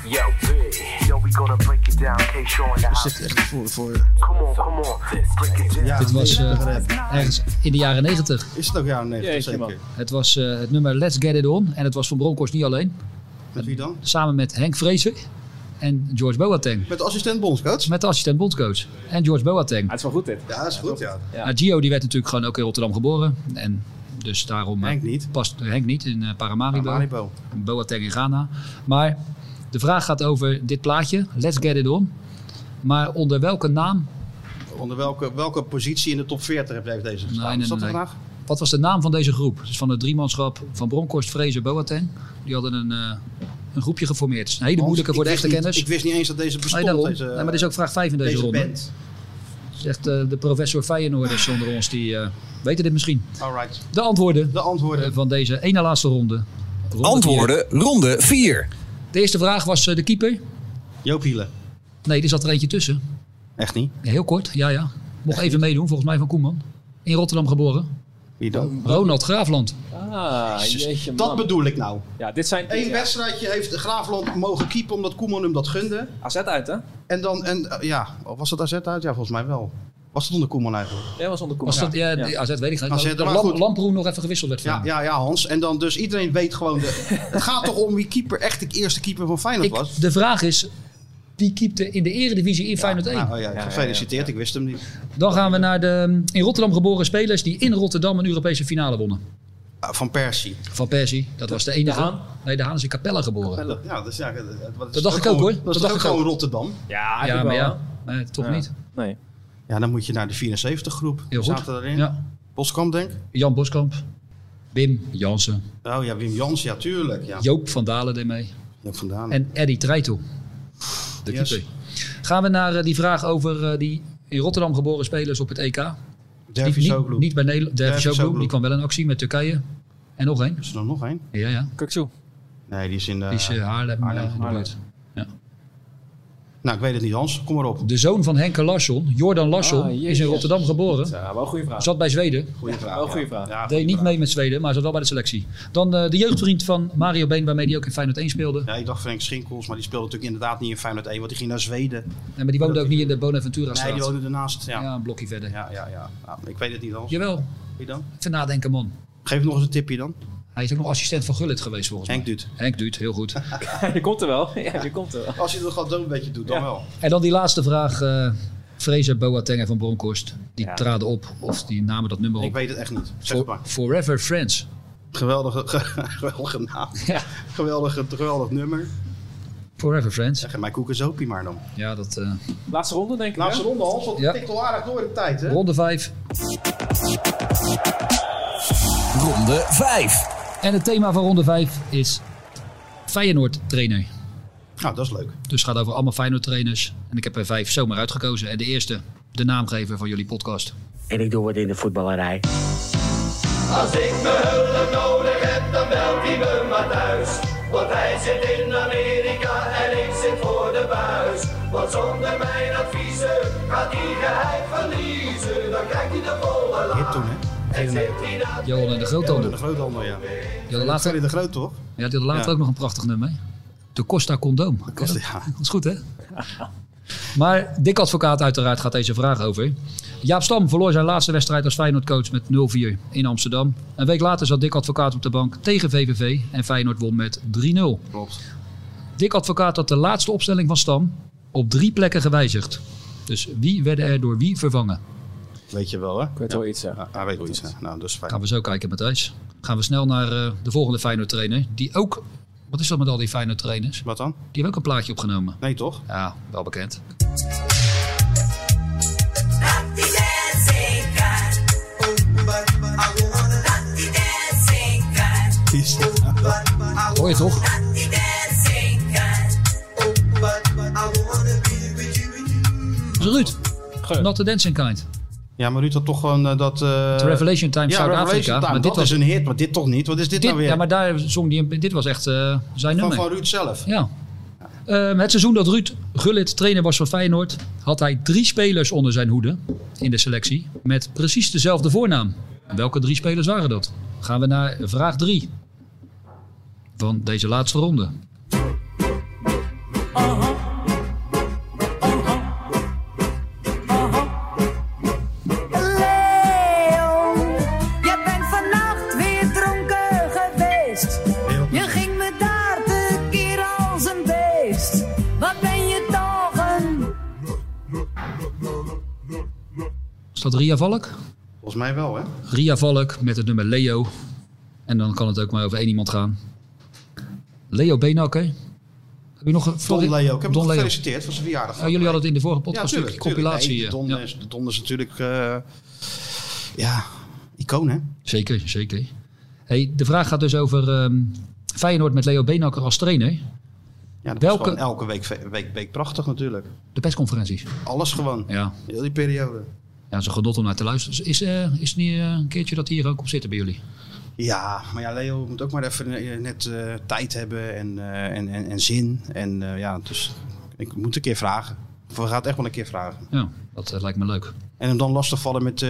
S14: Yo, B. Yo, we gonna break it down. K Shaw in the house.
S2: Voor, voor...
S14: Come on, come on. Break it down.
S3: Dit was eh, ergens in de jaren 90.
S2: Is het ook jaren 90,
S3: Jeetje,
S2: zeker.
S3: man. Het was eh, het nummer Let's Get It On en het was van Bronkhorst niet alleen.
S2: Met wie dan?
S3: Samen met Henk Vrezer en George Boateng.
S2: Met de assistent bondscoach?
S3: Met de assistent bondscoach en George Boateng.
S4: Ah, het is wel goed dit.
S2: Ja, dat is goed, ja.
S3: Nou, Gio die werd natuurlijk gewoon ook in Rotterdam geboren. En dus daarom eh,
S2: Henk niet.
S3: past Henk niet in eh, Paramaribo.
S2: Paramaribo.
S3: Boateng in Ghana. Maar de vraag gaat over dit plaatje. Let's get it on. Maar onder welke naam?
S2: Onder welke, welke positie in de top 40 heeft- heeft deze gestaan?
S3: Nee, nee,
S2: is dat
S3: nee,
S2: de
S3: nee.
S2: vraag?
S3: Wat was de naam van deze groep? Dus van het driemanschap van Bronkhorst, Vrezen, Boateng. Die hadden een, eh, een groepje geformeerd. Het is een hele
S2: Hans,
S3: moeilijke voor
S2: ik
S3: de
S2: wist
S3: echte
S2: niet-
S3: kenners.
S2: Ik wist niet eens dat deze bestond.
S3: Nee, daarom.
S2: deze,
S3: Nee, maar dit is ook vraag 5 in deze, ronde.
S2: band.
S3: Zegt eh, de professor Feyenoorders onder ons. Die eh, weten dit misschien.
S2: Alright.
S3: De antwoorden,
S2: de antwoorden.
S3: eh, van deze ene laatste ronde. Ronde
S1: Antwoorden,
S3: vier.
S1: Eh, ronde 4.
S3: De eerste vraag was eh, de keeper.
S2: Joop Hielen.
S3: Nee, er zat er eentje tussen.
S2: Echt niet?
S3: Ja, heel kort, ja, ja. Mocht even meedoen, volgens mij van Koeman. In Rotterdam geboren.
S2: Wie dan?
S3: Ronald Graafland.
S4: Ah, jeetje man.
S2: Dat bedoel ik nou.
S4: Ja, dit zijn...
S2: Eén
S4: ja.
S2: wedstrijdje heeft Graafland mogen keepen omdat Koeman hem dat gunde.
S4: AZ uit, hè?
S2: En dan, en, eh, ja, was dat AZ uit? Ja, volgens mij wel. Was dat onder Koeman eigenlijk?
S4: Jij was onder
S3: Was dat, ja,
S2: Ja.
S3: die AZ weet ik niet.
S2: AZ,
S3: Dat
S2: maar
S3: Lam-
S2: goed.
S3: Lamproen nog even gewisseld werd.
S2: Ja, ja, ja, Hans. En dan dus iedereen weet gewoon... De, het gaat toch om wie keeper, echt de eerste keeper van Feyenoord was?
S3: De vraag is, wie keepte in de eredivisie in Feyenoord 1?
S2: Nou ja, gefeliciteerd. Ik wist hem niet.
S3: Dan gaan we naar de mm, in Rotterdam geboren spelers die in Rotterdam een Europese finale wonnen.
S2: Ah, Van Persie.
S3: Van Persie, dat was de
S2: De
S3: enige.
S2: Haan?
S3: Nee, de Haan is in Capella geboren.
S2: Ja, dat is, ja, dat,
S3: Dat dacht ik ook hoor.
S2: Dat is toch ook gewoon Rotterdam?
S4: Ja,
S3: ja,
S2: eigenlijk
S3: maar
S2: wel,
S3: ja. Maar toch
S2: Ja.
S3: niet.
S4: Nee.
S2: Ja, dan moet je naar de 74 groep.
S3: Heel
S2: Die
S3: goed.
S2: zaten daarin.
S3: Ja.
S2: Boskamp denk ik.
S3: Jan Boskamp, Wim Jansen,
S2: Oh ja, Wim Jans, ja tuurlijk. Ja.
S3: Joop van Dalen deed mee.
S2: Joop van Dalen.
S3: En Eddie Treitel, de
S2: Yes.
S3: keeper. Gaan we naar eh, die vraag over eh, die in Rotterdam geboren spelers op het EK. Niet- niet,
S2: Dervisoglu.
S3: niet, bij Nederland. Dervisoglu,
S2: Dervisoglu.
S3: die kwam wel in actie met Turkije. En nog één.
S2: Is er dan nog één?
S3: Ja, ja.
S4: Kukzu.
S2: Nee, die is in eh,
S3: Die is eh, Haarlem. eh, in de
S2: Haarlem.
S3: buurt. Ja.
S2: Nou, ik weet het niet, Hans. Kom maar op.
S3: De zoon van Henke Larsson, Jordan Larsson,
S2: Ah,
S3: is
S2: jezus.
S3: in Rotterdam geboren.
S4: Ja, eh, wel een goede vraag.
S3: Zat bij Zweden.
S4: Goeie vraag. Wel een goede vraag.
S3: Deed niet mee met Zweden, maar zat wel bij de selectie. Dan eh, de jeugdvriend van Mario Been, waarmee hij ook in Feyenoord 1 speelde.
S2: Ja, ik dacht Frank Schinkels, maar die speelde natuurlijk inderdaad niet in Feyenoord 1, want die ging naar Zweden.
S3: Nee, maar die woonde ook niet in de Bonaventura
S2: Nee,
S3: straat.
S2: die woonde ernaast. Ja,
S3: een blokje verder.
S2: Ja, ja, ja. Nou, ik weet het niet, Hans.
S3: Jawel.
S2: Wie dan?
S3: Even nadenken, man.
S2: Geef nog eens een tipje dan.
S3: Hij is ook nog assistent van Gullit geweest, volgens
S2: Henk
S3: mij.
S2: Duut.
S3: Henk Duut, heel goed.
S4: je komt er wel. Ja, je komt er wel.
S2: Als je dat gewoon een beetje doet, dan wel.
S3: En dan die laatste vraag. eh Fraser Boateng en Van Bronckhorst. Die traden op, of die namen dat nummer op.
S2: Ik weet het echt niet. Zeg
S3: For-
S2: maar.
S3: Forever Friends.
S2: Geweldige, geweldige naam. Geweldige, geweldig nummer.
S3: Forever Friends.
S2: Zeg mij koekenzopie maar dan.
S3: Ja, dat... eh,
S4: Laatste ronde, denk ik.
S2: Laatste
S4: hè?
S2: ronde, Hans, want
S3: Ja.
S2: het tikt al aardig door in de tijd, hè?
S3: Ronde 5.
S1: Ronde 5.
S3: En het thema van ronde 5 is Feyenoord trainer.
S2: Nou, dat is leuk.
S3: Dus het gaat over allemaal Feyenoord trainers. En ik heb er vijf zomaar uitgekozen. En de eerste, de naamgever van jullie podcast.
S15: En ik doe wat in de voetballerij.
S5: Als ik mijn hulp nodig heb, dan belt hij me maar thuis. Want hij zit in Amerika en ik zit voor de buis. Want zonder mijn adviezen gaat hij geheim verliezen. Dan krijgt hij de volle laag.
S2: toen, hè?
S5: En zit hij na
S3: Johan en de Groothandel.
S2: De groothandel, ja.
S3: Ja, de laatste-
S2: in de groot, toch?
S3: Ja, die later
S2: Ja.
S3: ook nog een prachtig nummer. hè? De Costa Condoom.
S2: Costa,
S3: Dat is goed, hè? Maar Dick Advocaat uiteraard gaat deze vraag over. Jaap Stam verloor zijn laatste wedstrijd als Feyenoordcoach met 0-4 in Amsterdam. Een week later zat Dick Advocaat op de bank tegen VVV en Feyenoord won met 3-0.
S2: Klopt.
S3: Dick Advocaat had de laatste opstelling van Stam op drie plekken gewijzigd. Dus wie werden er door wie vervangen?
S2: Weet je wel, hè? Ik
S4: weet wel iets,
S2: ja. Ah, Hij weet wel iets, hè? Nou, dat is fijn.
S3: Gaan we zo kijken, Matthijs. Gaan we snel naar eh, de volgende Feyenoord trainer. Die ook... Wat is dat met al die Feyenoord trainers?
S2: Wat dan?
S3: Die hebben ook een plaatje opgenomen.
S2: Nee, toch?
S3: Ja, wel bekend. Hoor je toch? Dat is Ruud. Not the dancing kind.
S2: Ja, maar Ruud had toch gewoon eh, dat... eh,
S3: The Revelation Time
S2: ja,
S3: Zuid-Afrika,
S2: Revelation Time,
S3: maar dit
S2: dat
S3: was-
S2: is een hit, maar dit toch niet? Wat is dit,
S3: Dit,
S2: nou weer?
S3: ja, maar daar zong die. een- Dit was echt eh, zijn
S2: van,
S3: nummer.
S2: van Ruud zelf.
S3: Ja. Ehm, het seizoen dat Ruud Gullit trainer was van Feyenoord, had hij drie spelers onder zijn hoede in de selectie met precies dezelfde voornaam. Welke drie spelers waren dat? Gaan we naar vraag 3 van deze laatste ronde.
S5: Leo, je bent vannacht weer dronken geweest. Je ging me daar te keer als een beest. Wat ben je toch een...
S3: Is dat Ria Valk?
S2: Volgens mij wel, hè?
S3: Ria Valk met het nummer Leo. En dan kan het ook maar over één iemand gaan. Leo Benakke. Heb je nog een
S2: Don Leo. Ik heb hem
S3: Don
S2: nog
S3: Leo.
S2: gefeliciteerd voor zijn verjaardag.
S3: Oh, jullie hadden het in de vorige podcast
S2: tuurlijk,
S3: natuurlijk, die
S2: tuurlijk.
S3: compilatie.
S2: Nee,
S3: eh,
S2: de, don is, de Don is natuurlijk... eh, ja, icoon, hè?
S3: Zeker, zeker. Hey, de vraag gaat dus over ehm, Feyenoord met Leo Beenakker als trainer.
S2: Ja, dat
S3: Welke-
S2: Welke... elke week, ve- week, week prachtig natuurlijk.
S3: De persconferenties. Ja,
S2: Alles gewoon.
S3: Ja.
S2: Heel die periode.
S3: dat is een genot om naar te luisteren. Is, eh, is het niet eh, een keertje dat die hier ook op zitten bij jullie?
S2: Ja, maar ja, Leo moet ook maar even eh, net eh, tijd hebben en, eh, en, en, en zin. En eh, ja, dus ik moet een keer vragen. Of we gaan het echt wel een keer vragen.
S3: Ja, dat eh, lijkt me leuk.
S2: En hem dan lastigvallen met eh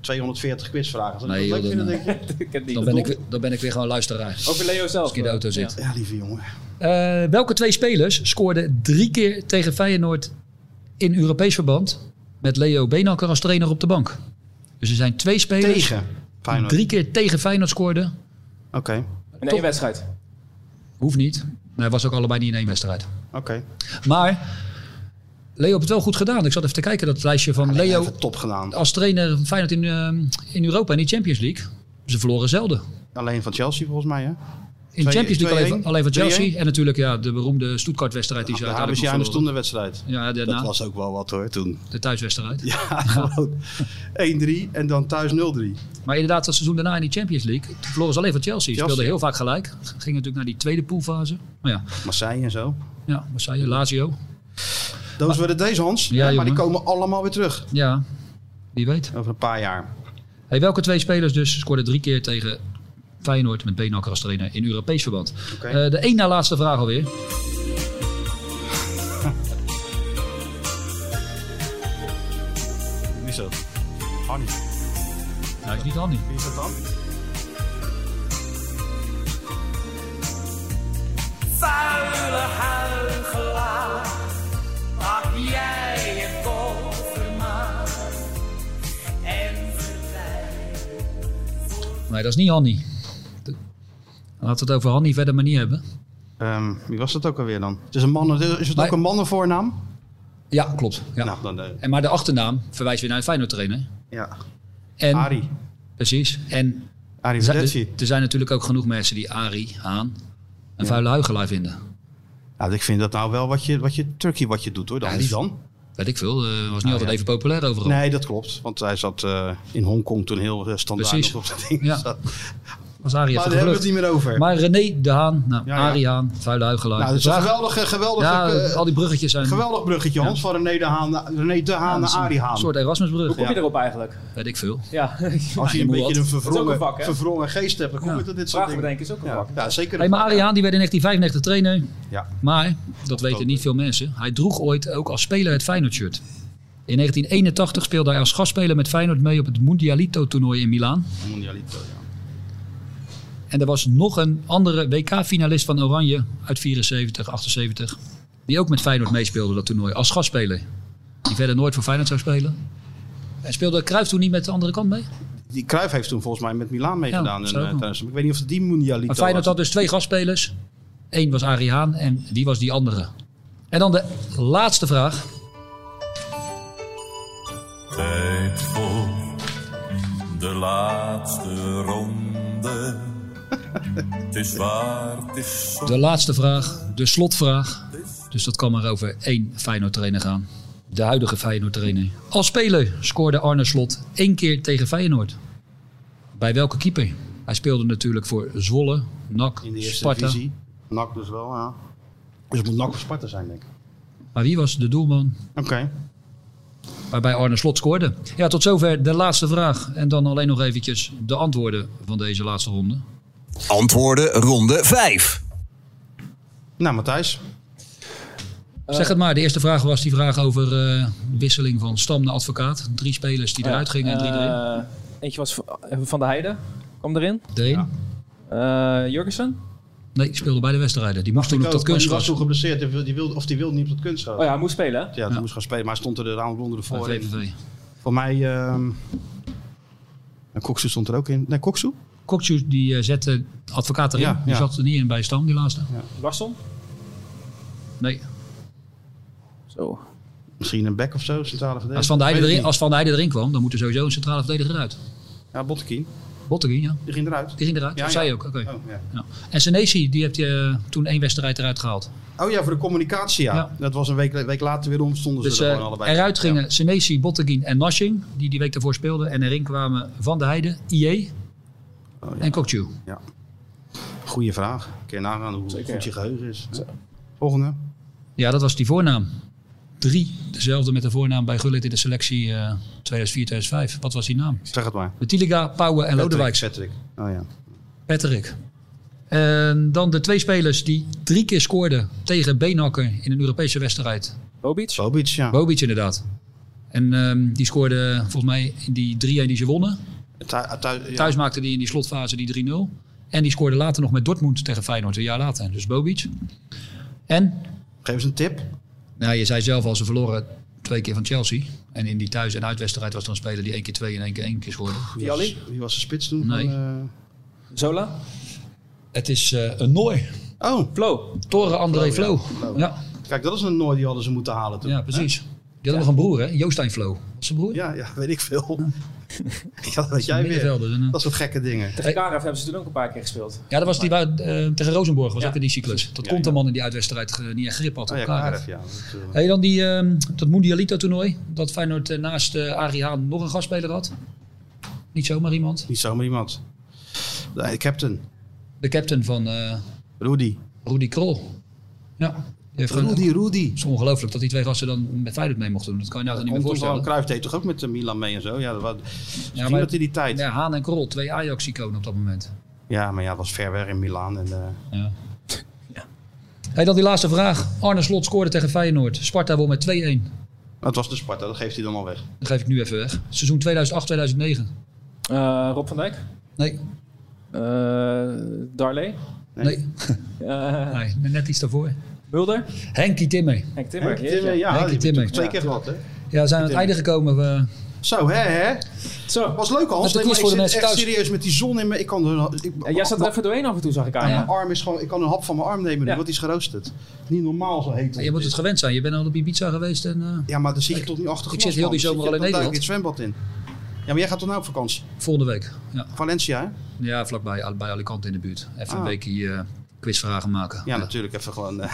S2: 240 quizvragen. Zou
S3: Nee,
S2: je dat leuk
S3: joh,
S2: vinden,
S3: dan,
S2: denk je?
S4: ik heb die
S3: Dan ben ik, dan ben ik weer gewoon luisteraar.
S4: Ook weer Leo zelf. eh,
S3: Als ik in de auto zit.
S2: Ja, lieve jongen.
S3: Eh, welke twee spelers scoorden drie keer tegen Feyenoord in Europees verband met Leo Beenakker als trainer op de bank? Dus er zijn twee spelers
S2: Tegen
S3: die
S2: Feyenoord.
S3: drie keer tegen Feyenoord scoorden.
S2: Oké,
S4: In één wedstrijd.
S3: Hoeft niet. Nee, was ook allebei niet in één wedstrijd.
S2: oké.
S3: Maar Leo heeft het wel goed gedaan. Ik zat even te kijken, dat lijstje van
S2: Leo
S3: Leo
S2: Ah, heeft het top gedaan.
S3: als trainer van Feyenoord in, eh, in Europa en in Champions League. Ze verloren zelden.
S2: Alleen van Chelsea volgens mij, hè?
S3: In
S2: Twee-
S3: Champions League alleen,
S2: 2-1,
S3: van- alleen van Chelsea.
S2: 3-1.
S3: En natuurlijk ja, de beroemde Stuttgart-wedstrijd die ze
S2: Daar
S3: uiteindelijk
S2: hebben ze
S3: nog
S2: aan de
S3: verloren.
S2: stondenwedstrijd.
S3: Ja, de,
S2: Dat
S3: na-
S2: was ook wel wat hoor, toen.
S3: de thuiswedstrijd.
S2: Ja, gewoon 1-3 en dan thuis 0-3.
S3: Maar inderdaad, dat seizoen daarna in die Champions League. toen verloren ze alleen van Chelsea. Ze
S2: Chelsea.
S3: speelden heel vaak gelijk. Gingen natuurlijk naar die tweede poolfase. Maar ja,
S2: Marseille en zo.
S3: ja Marseille, Lazio.
S2: Dat worden deze, Hans.
S3: Ja,
S2: maar die
S3: jongen.
S2: komen allemaal weer terug.
S3: Ja, wie weet.
S2: Over een paar jaar.
S3: Hey, welke twee spelers dus scoorden drie keer tegen Feyenoord met Beenhakker als trainer in Europees verband?
S2: Oké.
S3: Eh, de één na laatste vraag alweer.
S2: Annie.
S3: Hij Nou, is niet Annie.
S2: Wie is dat dan?
S5: Vuile huigelaar, pak jij je koffer maar en
S3: Nee, dat is niet Hanni. Laten we het over Hanni verder maar niet hebben.
S2: Ehm, wie was dat ook alweer dan? Het is, een mannen, is het ook een mannenvoornaam?
S3: Ja, klopt. Ja.
S2: Nou, dan, eh,
S3: En maar de achternaam verwijst weer naar de Feyenoord trainer.
S2: ja.
S3: En,
S2: Arie.
S3: Precies. En
S2: Arie
S3: er, zijn,
S2: Verdetti.
S3: er- er zijn natuurlijk ook genoeg mensen die Arie, Haan een
S2: Ja.
S3: vuile huigelaar vinden.
S2: Nou, ik vind dat nou wel wat je, wat je Turkey wat je doet hoor. Dan.
S3: Ja,
S2: Wie
S3: dat is-
S2: dan?
S3: Weet ik veel. eh, was niet
S2: Nou,
S3: altijd
S2: ja.
S3: even populair overal.
S2: Nee, dat klopt. Want hij zat eh, in Hongkong toen heel eh, standaard
S3: Precies.
S2: nog op dat ding.
S3: Ja.
S2: zat. Nou,
S3: Was Arie
S2: Maar
S3: even
S2: daar hebben we het
S3: gevlucht.
S2: niet meer over.
S3: Maar René de Haan, nou,
S2: Ja, ja.
S3: Arie Haan, vuile huigelaar.
S2: nou, dat is
S3: Dus
S2: een
S3: daar-
S2: geweldige, geweldige,
S3: Ja,
S2: eh,
S3: al die bruggetjes zijn...
S2: geweldig bruggetje Hans. Van René de Haan, naar- René de Haan
S3: dat
S2: naar
S3: is een
S2: Arie Haan.
S3: soort Erasmusbrug.
S2: Hoe kom je Ja.
S4: erop eigenlijk?
S3: Weet ik veel.
S4: Ja.
S2: Als je een
S3: moet
S2: beetje
S3: wat.
S2: een
S4: Dat is ook
S2: verwrongen,
S4: een vak, hè?
S2: verwrongen geest hebt, dan kom je tot dit soort
S4: Vragen
S2: dingen.
S4: bedenken is ook een
S2: Ja,
S4: vak.
S2: ja, zeker.
S3: Hey, maar Arie Haan die werd in 1995 trainer.
S2: Ja.
S3: Maar, dat weten niet veel mensen, hij droeg ooit ook als speler het Feyenoord-shirt. In 1981 speelde hij als gastspeler met Feyenoord mee op het Mundialito-toernooi in Milaan.
S2: Mondialito, ja.
S3: En er was nog een andere WK-finalist van Oranje uit 74, 78. Die ook met Feyenoord meespeelde dat toernooi als gastspeler. Die verder nooit voor Feyenoord zou spelen. En speelde Cruijff toen niet met de andere kant mee?
S2: Die Cruijff heeft toen volgens mij met Milaan meegedaan. en,
S3: dat zou
S2: eh,
S3: ook nog.
S2: tijdens- ik weet niet of het die Mondialito
S3: Maar Feyenoord
S2: was.
S3: had dus twee gastspelers. Eén was Arie Haan en die was die andere. En dan de laatste vraag.
S16: Tijd voor de laatste ronde. het is waar, het is zo.
S3: De laatste vraag, de slotvraag. Dus dat kan maar over één Feyenoord-trainer gaan. De huidige Feyenoord-trainer. Als speler scoorde Arne Slot één keer tegen Feyenoord. Bij welke keeper? Hij speelde natuurlijk voor Zwolle, NAC,
S2: In de eerste
S3: Sparta.
S2: divisie. NAC dus wel, ja. Dus het moet NAC of Sparta zijn, denk ik.
S3: Maar wie was de doelman?
S2: Oké.
S3: Waarbij Arne Slot scoorde. Ja, tot zover de laatste vraag. En dan alleen nog eventjes de antwoorden van deze laatste ronde.
S1: Antwoorden ronde 5.
S2: Nou, Matthijs.
S3: Zeg het maar, de eerste vraag was die vraag over eh, wisseling van stam naar advocaat. Drie spelers die eruit gingen en drie erin.
S4: Eh, Eentje was van- eh, Van de Heide, kwam erin.
S3: De een?
S4: Eh, Jurgensen?
S3: Nee, ik speelde bij de wedstrijden. Die moest toen op dat
S2: Die was
S3: kunstgras.
S2: toen geblesseerd die wil- die wilde, of die wilde niet op het kunstgras.
S4: Oh ja, hij moest spelen hè?
S2: Ja, die moest gaan spelen, maar hij stond er de round onder de voor.
S3: Bij VVV.
S2: Voor mij... ehm en Koksu stond er ook in. Nee, Koksu?
S3: Kokju die eh, zette advocaat erin.
S2: Ja,
S3: die
S2: ja.
S3: zat er niet in bij Stam, die laatste.
S4: Larsson?
S3: Nee.
S4: Zo.
S2: Misschien een back of zo, centrale verdediger.
S3: Als van, de
S2: Ik
S3: Heide
S2: weet het
S3: erin,
S2: niet.
S3: als van de Heide erin kwam, dan moet er sowieso een centrale verdediger uit.
S2: Ja, Bottekin.
S3: Botteguin, ja.
S2: Die ging eruit.
S3: Die ging eruit.
S2: Ja,
S3: of
S2: ja.
S3: zij ook. Oké.
S2: Oh, ja.
S3: Ja. En Senesi, die heb je eh, toen één wedstrijd eruit gehaald. Dus,
S2: Oh ja, voor de communicatie, ja.
S3: Ja.
S2: Dat was een week, week later weer om, stonden
S3: Dus
S2: ze er
S3: eh,
S2: gewoon allebei.
S3: eruit gingen Senesi, Botteguin en Nasching, die die week daarvoor speelden. En erin kwamen Van de Heide, IE en Kokju.
S2: Oh, Ja. Goeie vraag. Kun je nagaan hoe
S4: Zeker,
S2: goed
S4: ja.
S2: je geheugen is. Volgende.
S3: Ja, dat was die voornaam. Drie, dezelfde met de voornaam bij Gullit in de selectie eh, 2004-2005. Wat was die naam?
S2: Zeg het maar.
S3: Betiliga, Pauwen en Lodewijk.
S2: Patrick. Oh ja.
S3: Patrick. En dan de twee spelers die drie keer scoorden tegen Beenhakker in een Europese wedstrijd.
S4: Bobic?
S2: Bobic, ja.
S3: Bobic inderdaad. En ehm, die scoorde volgens mij in die 3-1 die ze wonnen.
S2: Thu- thu- ja.
S3: Thuis maakte die in die slotfase die 3-0. En die scoorde later nog met Dortmund tegen Feyenoord een jaar later. Dus Bobic. En?
S2: Geef eens een tip.
S3: Nou, je zei zelf al, ze verloren twee keer van Chelsea. En in die thuis- en uitwedstrijd was er een speler die één keer twee en één keer één keer scoorde.
S2: Wie was, wie was de spits toen?
S3: Nee.
S2: Van, eh,
S4: Zola?
S3: Het is eh, een Nooi.
S2: Oh.
S4: Flo.
S3: Toren André
S2: Flo,
S3: Flo.
S2: ja.
S3: Ja,
S2: Flo.
S3: ja.
S2: Kijk, dat is een Noor die hadden ze moeten halen toen.
S3: precies. Die hadden nog een broer, hè? Joostijn Flo. Was zijn broer?
S2: Ja, ja, weet ik veel. ja, dat weet jij
S3: middenvelder,
S2: weer.
S3: dan, eh.
S2: Dat soort gekke dingen.
S4: Tegen Karev hebben ze toen ook een paar keer gespeeld.
S3: Ja, dat was die waar, eh, tegen Rozenborg was
S4: Ja.
S3: ook weer die cyclus. Dat komt een man in die uitwedstrijd ge- niet echt grip had op
S2: Oh ja,
S3: elkaar.
S2: Karev, ja. Dat is, eh,
S3: Hey, dan die, ehm, dat Mundialito-toernooi. Dat Feyenoord eh, naast eh Arie Haan nog een gastspeler had. Niet zomaar iemand.
S2: Niet zomaar iemand. De captain.
S3: De captain van eh,
S2: Rudy.
S3: Rudy Krol. Ja. Die heeft gewoon-
S2: Rudy, Rudy.
S3: Het is ongelooflijk dat die twee gasten dan met Feyenoord mee mochten doen. Dat kan je nou toch niet meer
S2: Komt toch wel,
S3: voorstellen.
S2: Cruijff deed toch ook met eh, Milan mee en zo? Ja, dat was, misschien
S3: maar-
S2: dat hij die tijd...
S3: Ja, Haan en Krol, twee Ajax-iconen op dat moment.
S2: Ja, maar ja, dat was ver weg in Milaan. En, eh,
S3: Ja. Hey, dan die laatste vraag. Arne Slot scoorde tegen Feyenoord. Sparta won met 2-1.
S2: Dat was de Sparta, dat geeft hij dan al weg.
S3: Dat geef ik nu even weg. Seizoen 2008-2009.
S4: Eh, Rob van Dijk?
S3: Nee.
S4: Eh, Darley?
S3: Nee. nee. Net iets daarvoor.
S4: Mulder?
S3: Henkie Timme.
S4: Henk Timmer.
S2: Henk
S4: jeetje.
S2: Timmer, ja,
S3: Henkie
S2: die
S3: Timmer.
S2: doet twee keer wat, hè?
S3: Ja, we zijn aan het einde gekomen. We-
S2: Zo, hè, hè?
S4: Zo.
S2: Was leuk,
S3: Dat
S2: Hans.
S3: is de
S2: Nee, maar
S3: quiz voor
S2: ik
S3: de
S2: zit
S3: mensen
S2: echt
S3: thuis.
S2: serieus met die zon in me. Ik kan er, ik,
S4: En eh, jij zat er even doorheen af en toe, zag ik aan.
S2: Mijn
S4: je.
S2: arm is gewoon... Ik kan een hap van mijn arm nemen nu, want die is geroosterd. Niet normaal zo heet
S3: Je moet het gewend zijn. Je bent al op Ibiza geweest. En, eh,
S2: Ja, maar dan zit je tot nu achter
S3: Ik zit heel die zomer al in
S2: Ik het
S3: Nederland.
S2: zwembad in. Ja, maar jij gaat dan nou op vakantie?
S3: Volgende week. Ja,
S2: Valencia, hè?
S3: ja vlakbij bij Alicante in de buurt. Even
S2: Ah.
S3: een weekje eh, quizvragen maken.
S2: Ja, natuurlijk. Even gewoon... eh,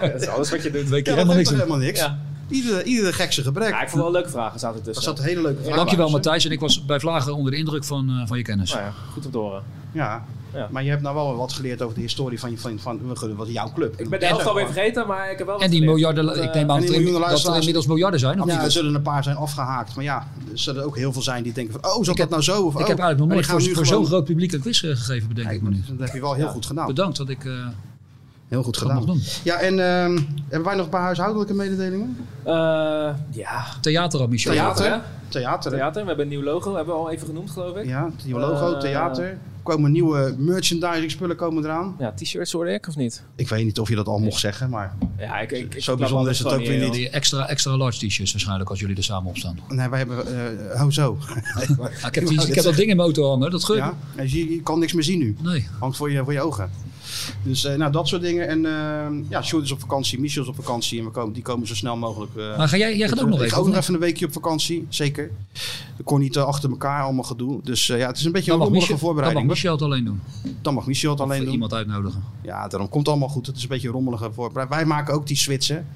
S4: Dat is alles wat je doet.
S3: Weet je
S2: Ja, dat heeft
S3: helemaal niks.
S2: toch
S3: aan.
S2: helemaal niks.
S4: Ja.
S2: Iedere, iedere gekse gebrek.
S4: Ja, ik vond wel leuke vragen zaten
S2: Daar
S4: tussen.
S2: zat hele leuke vragen.
S3: Dankjewel
S2: tussen.
S3: Matthijs. En ik was bij Vlagen onder de indruk van, eh, van je kennis.
S4: Nou ja, goed om te horen.
S2: Ja. maar je hebt nou wel wat geleerd over de historie van, je- van, van, van wat jouw club.
S4: Ik ben de helft alweer vergeten, maar ik heb wel wat
S3: En die
S4: geleerd.
S3: miljarden,
S4: Dat, eh,
S3: ik neem aan
S2: en die
S3: dat er,
S2: miljoenen
S3: dat er
S2: luisteraars-
S3: inmiddels miljarden zijn. of
S2: Ja,
S3: niet?
S2: er zullen een paar zijn afgehaakt. Maar ja, er zullen ook heel veel zijn die denken van... Oh, zat
S3: Ik heb-
S2: dat nou zo? Of,
S3: ik heb eigenlijk nog nooit voor, voor zo'n
S2: groot.
S3: groot publiek een quiz eh, gegeven, bedenk ik me nu.
S2: Dat heb je wel heel goed gedaan.
S3: Bedankt dat ik... eh,
S2: Nou. Heel goed
S3: dat
S2: gedaan.
S3: mag doen.
S2: Ja, en ehm, hebben wij nog een paar huishoudelijke mededelingen?
S4: eh, ja,
S3: Theater al, Michel.
S2: Theater.
S4: Theater,
S2: Theater. hè?
S4: theater. We hebben een nieuw logo, hebben we al even genoemd, geloof ik.
S2: Ja, het nieuwe logo,
S4: Eh,
S2: theater. Er komen nieuwe merchandising spullen komen eraan.
S4: Ja, t-shirts hoorde ik, of niet?
S2: Ik weet niet of je dat al mocht zeggen, maar...
S4: Ja, ik, ik, ik
S2: Zo
S4: klap
S2: bijzonder
S4: alles
S2: is het
S4: gewoon
S2: ook
S4: in,
S2: weer
S4: joh.
S2: niet.
S3: Die extra, extra large t-shirts waarschijnlijk als jullie er samen op staan.
S2: Nee, wij hebben... eh, oh zo.
S3: Ah, ik heb, die, ik heb dat ding in mijn auto hangen, dat geur.
S2: Ja, en je, je kan niks meer zien nu.
S3: Nee.
S2: Hangt voor je, voor je ogen. Dus eh, nou, dat soort dingen. En eh ja, Sjoerd is op vakantie, Michel is op vakantie. En we komen, die komen zo snel mogelijk. eh,
S3: Maar ga jij- jij gaat ook
S2: terug.
S3: nog
S2: Ik
S3: even,
S2: ga ook
S3: of
S2: nog
S3: niet?
S2: even een weekje op vakantie, zeker. Ik kon niet eh, achter elkaar allemaal gedoe. Dus eh, ja, het is een beetje
S3: Dan
S2: een
S3: mag,
S2: rommelige
S3: Michel, dan mag
S2: voorbereiding.
S3: Michel het alleen doen.
S2: Dan mag Michel het
S3: Of
S2: alleen doen.
S3: iemand uitnodigen.
S2: Ja, daarom komt het allemaal goed. Het is een beetje een rommelige voorbereiding. Wij maken ook die switchen,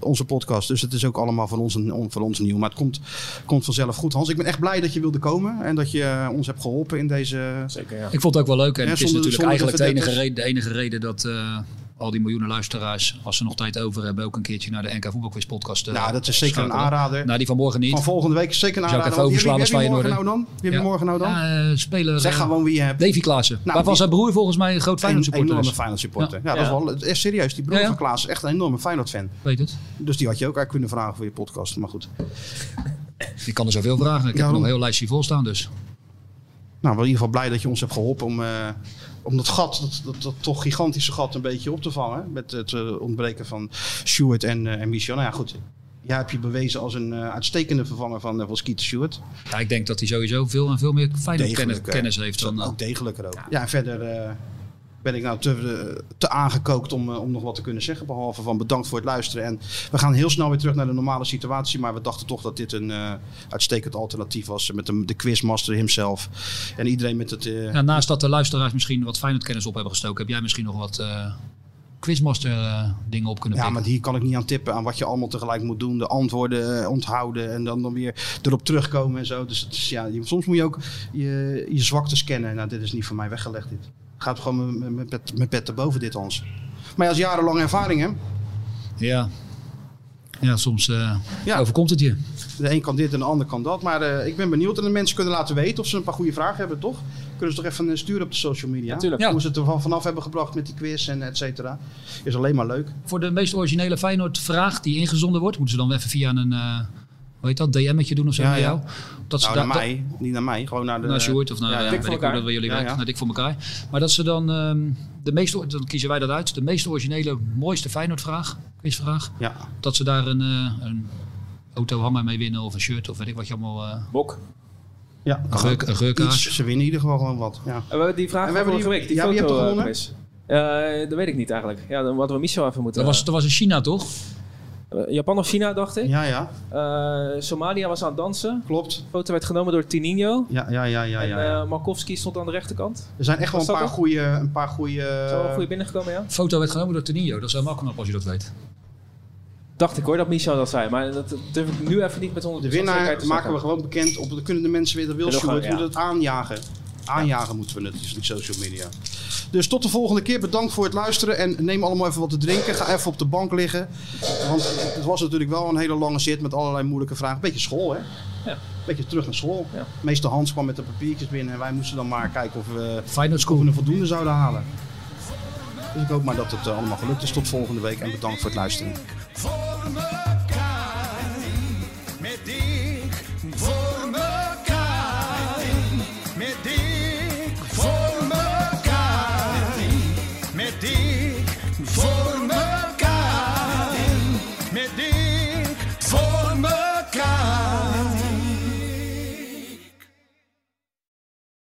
S2: onze podcast. Dus het is ook allemaal van ons, on- van ons nieuw. Maar het komt, komt vanzelf goed. Hans, ik ben echt blij dat je wilde komen. En dat je eh, ons hebt geholpen in deze...
S4: Zeker, ja.
S3: Ik vond het ook wel leuk. En
S2: Ja,
S3: het is
S2: zonder-
S3: natuurlijk
S2: zonder
S3: eigenlijk de enige,
S2: verdetters.
S3: reden, de enige reden dat eh, al die miljoenen luisteraars, als ze nog tijd over hebben, ook een keertje naar de NK Voetbalquiz podcast. eh,
S2: Nou, dat is zeker een
S3: schakelen.
S2: aanrader.
S3: Nou, die van morgen niet.
S2: Van volgende week is zeker een
S3: Zou ik
S2: aanrader.
S3: even
S2: Wie heb je-
S3: overslaan
S2: wie heb je
S3: als
S2: morgen nou dan? Wie heb je
S3: Ja.
S2: morgen nou dan?
S3: Ja, eh, speler.
S2: zeg
S3: eh,
S2: gewoon wie je hebt.
S3: Davy Klaassen.
S2: Nou,
S3: waarvan
S2: die-
S3: zijn broer volgens mij een groot
S2: een
S3: Feyenoord supporter
S2: enorme
S3: is.
S2: Feyenoord supporter. Ja,
S3: Ja.
S2: dat is wel echt serieus. Die broer
S3: Ja, ja.
S2: van Klaas is echt een enorme Feyenoord fan.
S3: Weet het.
S2: Dus die had je ook eigenlijk kunnen vragen voor je podcast. Maar goed.
S3: Je kan er zoveel vragen. Ik heb
S2: Ja,
S3: er nog
S2: dan-
S3: een heel lijstje vol staan dus.
S2: Nou, wel in ieder geval blij dat je ons hebt geholpen om, eh, om dat gat, dat, dat, dat toch gigantische gat, een beetje op te vangen. Met het eh, ontbreken van Stewart en, eh, en Michel. Nou ja, goed. Jij hebt je bewezen als een eh, uitstekende vervanger van, eh, van Skeeter Stewart.
S3: Ja, ik denk dat hij sowieso veel en veel meer Feyenoord kennis,
S2: Degelijker.
S3: kennis heeft dan... eh,
S2: Ook degelijker ook. Ja, en verder eh, ben ik nou te, eh, te aangekookt om, eh, om nog wat te kunnen zeggen. Behalve van bedankt voor het luisteren. En we gaan heel snel weer terug naar de normale situatie. Maar we dachten toch dat dit een eh, uitstekend alternatief was. Met de, de quizmaster himself. En iedereen met het... eh,
S3: ja, naast dat de luisteraars misschien wat Feyenoord kennis op hebben gestoken, heb jij misschien nog wat eh, Quizmaster eh, dingen op kunnen
S2: Ja,
S3: pikken.
S2: maar hier kan ik niet aan tippen aan wat je allemaal tegelijk moet doen. De antwoorden eh, onthouden en dan, dan weer erop terugkomen en zo. Dus het is, ja, je- soms moet je ook je, je zwaktes kennen. Nou, dit is niet voor mij weggelegd dit. Gaat gewoon met- met- met met pet te boven dit, Hans. Maar ja, als jarenlange ervaring, hè.
S3: Ja. Ja, soms eh,
S2: Ja.
S3: overkomt het je.
S2: De een kan dit en de ander kan dat. Maar eh, ik ben benieuwd. En de mensen kunnen laten weten of ze een paar goede vragen hebben, toch? Kunnen ze toch even eh, sturen op de social media?
S4: Natuurlijk.
S2: Hoe ze het er van- vanaf hebben gebracht met die quiz en et cetera. Is alleen maar leuk.
S3: Voor de meest originele Feyenoord-vraag die ingezonden wordt, moeten ze dan even via een, eh hoe heet dat, DM'tje doen of zo
S2: Ja,
S3: naar
S2: ja.
S3: jou. Dat
S2: nou,
S3: daar-
S2: naar mij. Niet naar mij. Gewoon naar de...
S3: naar Sjoerd of naar, eh, ja, weet
S2: eh, voor
S3: ik hoe dat bij jullie
S2: Ja,
S3: werkt,
S2: ja.
S3: naar Dik voor elkaar. Maar dat ze dan, ehm, de meest, dan kiezen wij dat uit, de meest originele, mooiste Feyenoord-vraag, quizvraag.
S2: Ja.
S3: Dat ze daar een, eh, een autohanger mee winnen of een shirt of weet ik wat je allemaal... eh,
S4: Bok.
S2: Ja,
S3: Een geur- een geurkaars.
S2: Iets. Ze winnen in ieder geval gewoon wat. Ja.
S4: En we hebben die vraag
S2: En
S4: van
S2: we hebben die-
S4: vorige week, die
S2: ja, wie hebt er
S4: foto eh,
S2: gewonnen?
S4: quiz. Eh, dat weet ik niet eigenlijk. Ja, dan hadden we Michel even moeten...
S3: Dat was, dat was in China toch?
S4: eh, Japan of China, dacht ik.
S2: Ja, ja.
S4: Eh, Somalië was aan het dansen.
S2: Klopt.
S4: foto werd genomen door Tininho.
S2: Ja, ja, ja, ja. ja,
S4: En
S2: ja.
S4: eh, Markowski stond aan de rechterkant.
S2: er zijn echt wel
S4: was
S2: een
S4: dat
S2: paar
S4: het?
S2: goede. Een paar eh,
S4: Is wel een goede
S2: goede.
S4: binnengekomen, ja?
S3: Foto werd genomen door Tenio, dat is helemaal knap als je dat weet.
S4: Dacht ik hoor dat Michel dat zei, maar dat durf ik nu even niet met 100%
S2: De
S4: zekerheid
S2: winnaar maken
S4: te
S2: we
S4: zeggen.
S2: gewoon bekend. Op, dan kunnen de mensen weer de wil
S4: Kunnen we
S2: sturen. We
S4: gewoon,
S2: moeten het aanjagen. Aanjagen moeten we het, is die social media. Dus tot de volgende keer. Bedankt voor het luisteren. En neem allemaal even wat te drinken. Ga even op de bank liggen. Want het was natuurlijk wel een hele lange zit met allerlei moeilijke vragen. Beetje school, hè?
S4: Ja.
S2: Beetje terug naar school.
S4: Ja.
S2: Meester Hans kwam met de papiertjes binnen. En wij moesten dan maar kijken of we
S3: Feyenoord
S2: of we
S3: School.
S2: een voldoende zouden halen. Dus ik hoop maar dat het eh, allemaal gelukt is. Tot volgende week. En bedankt voor het luisteren.
S5: Voor mij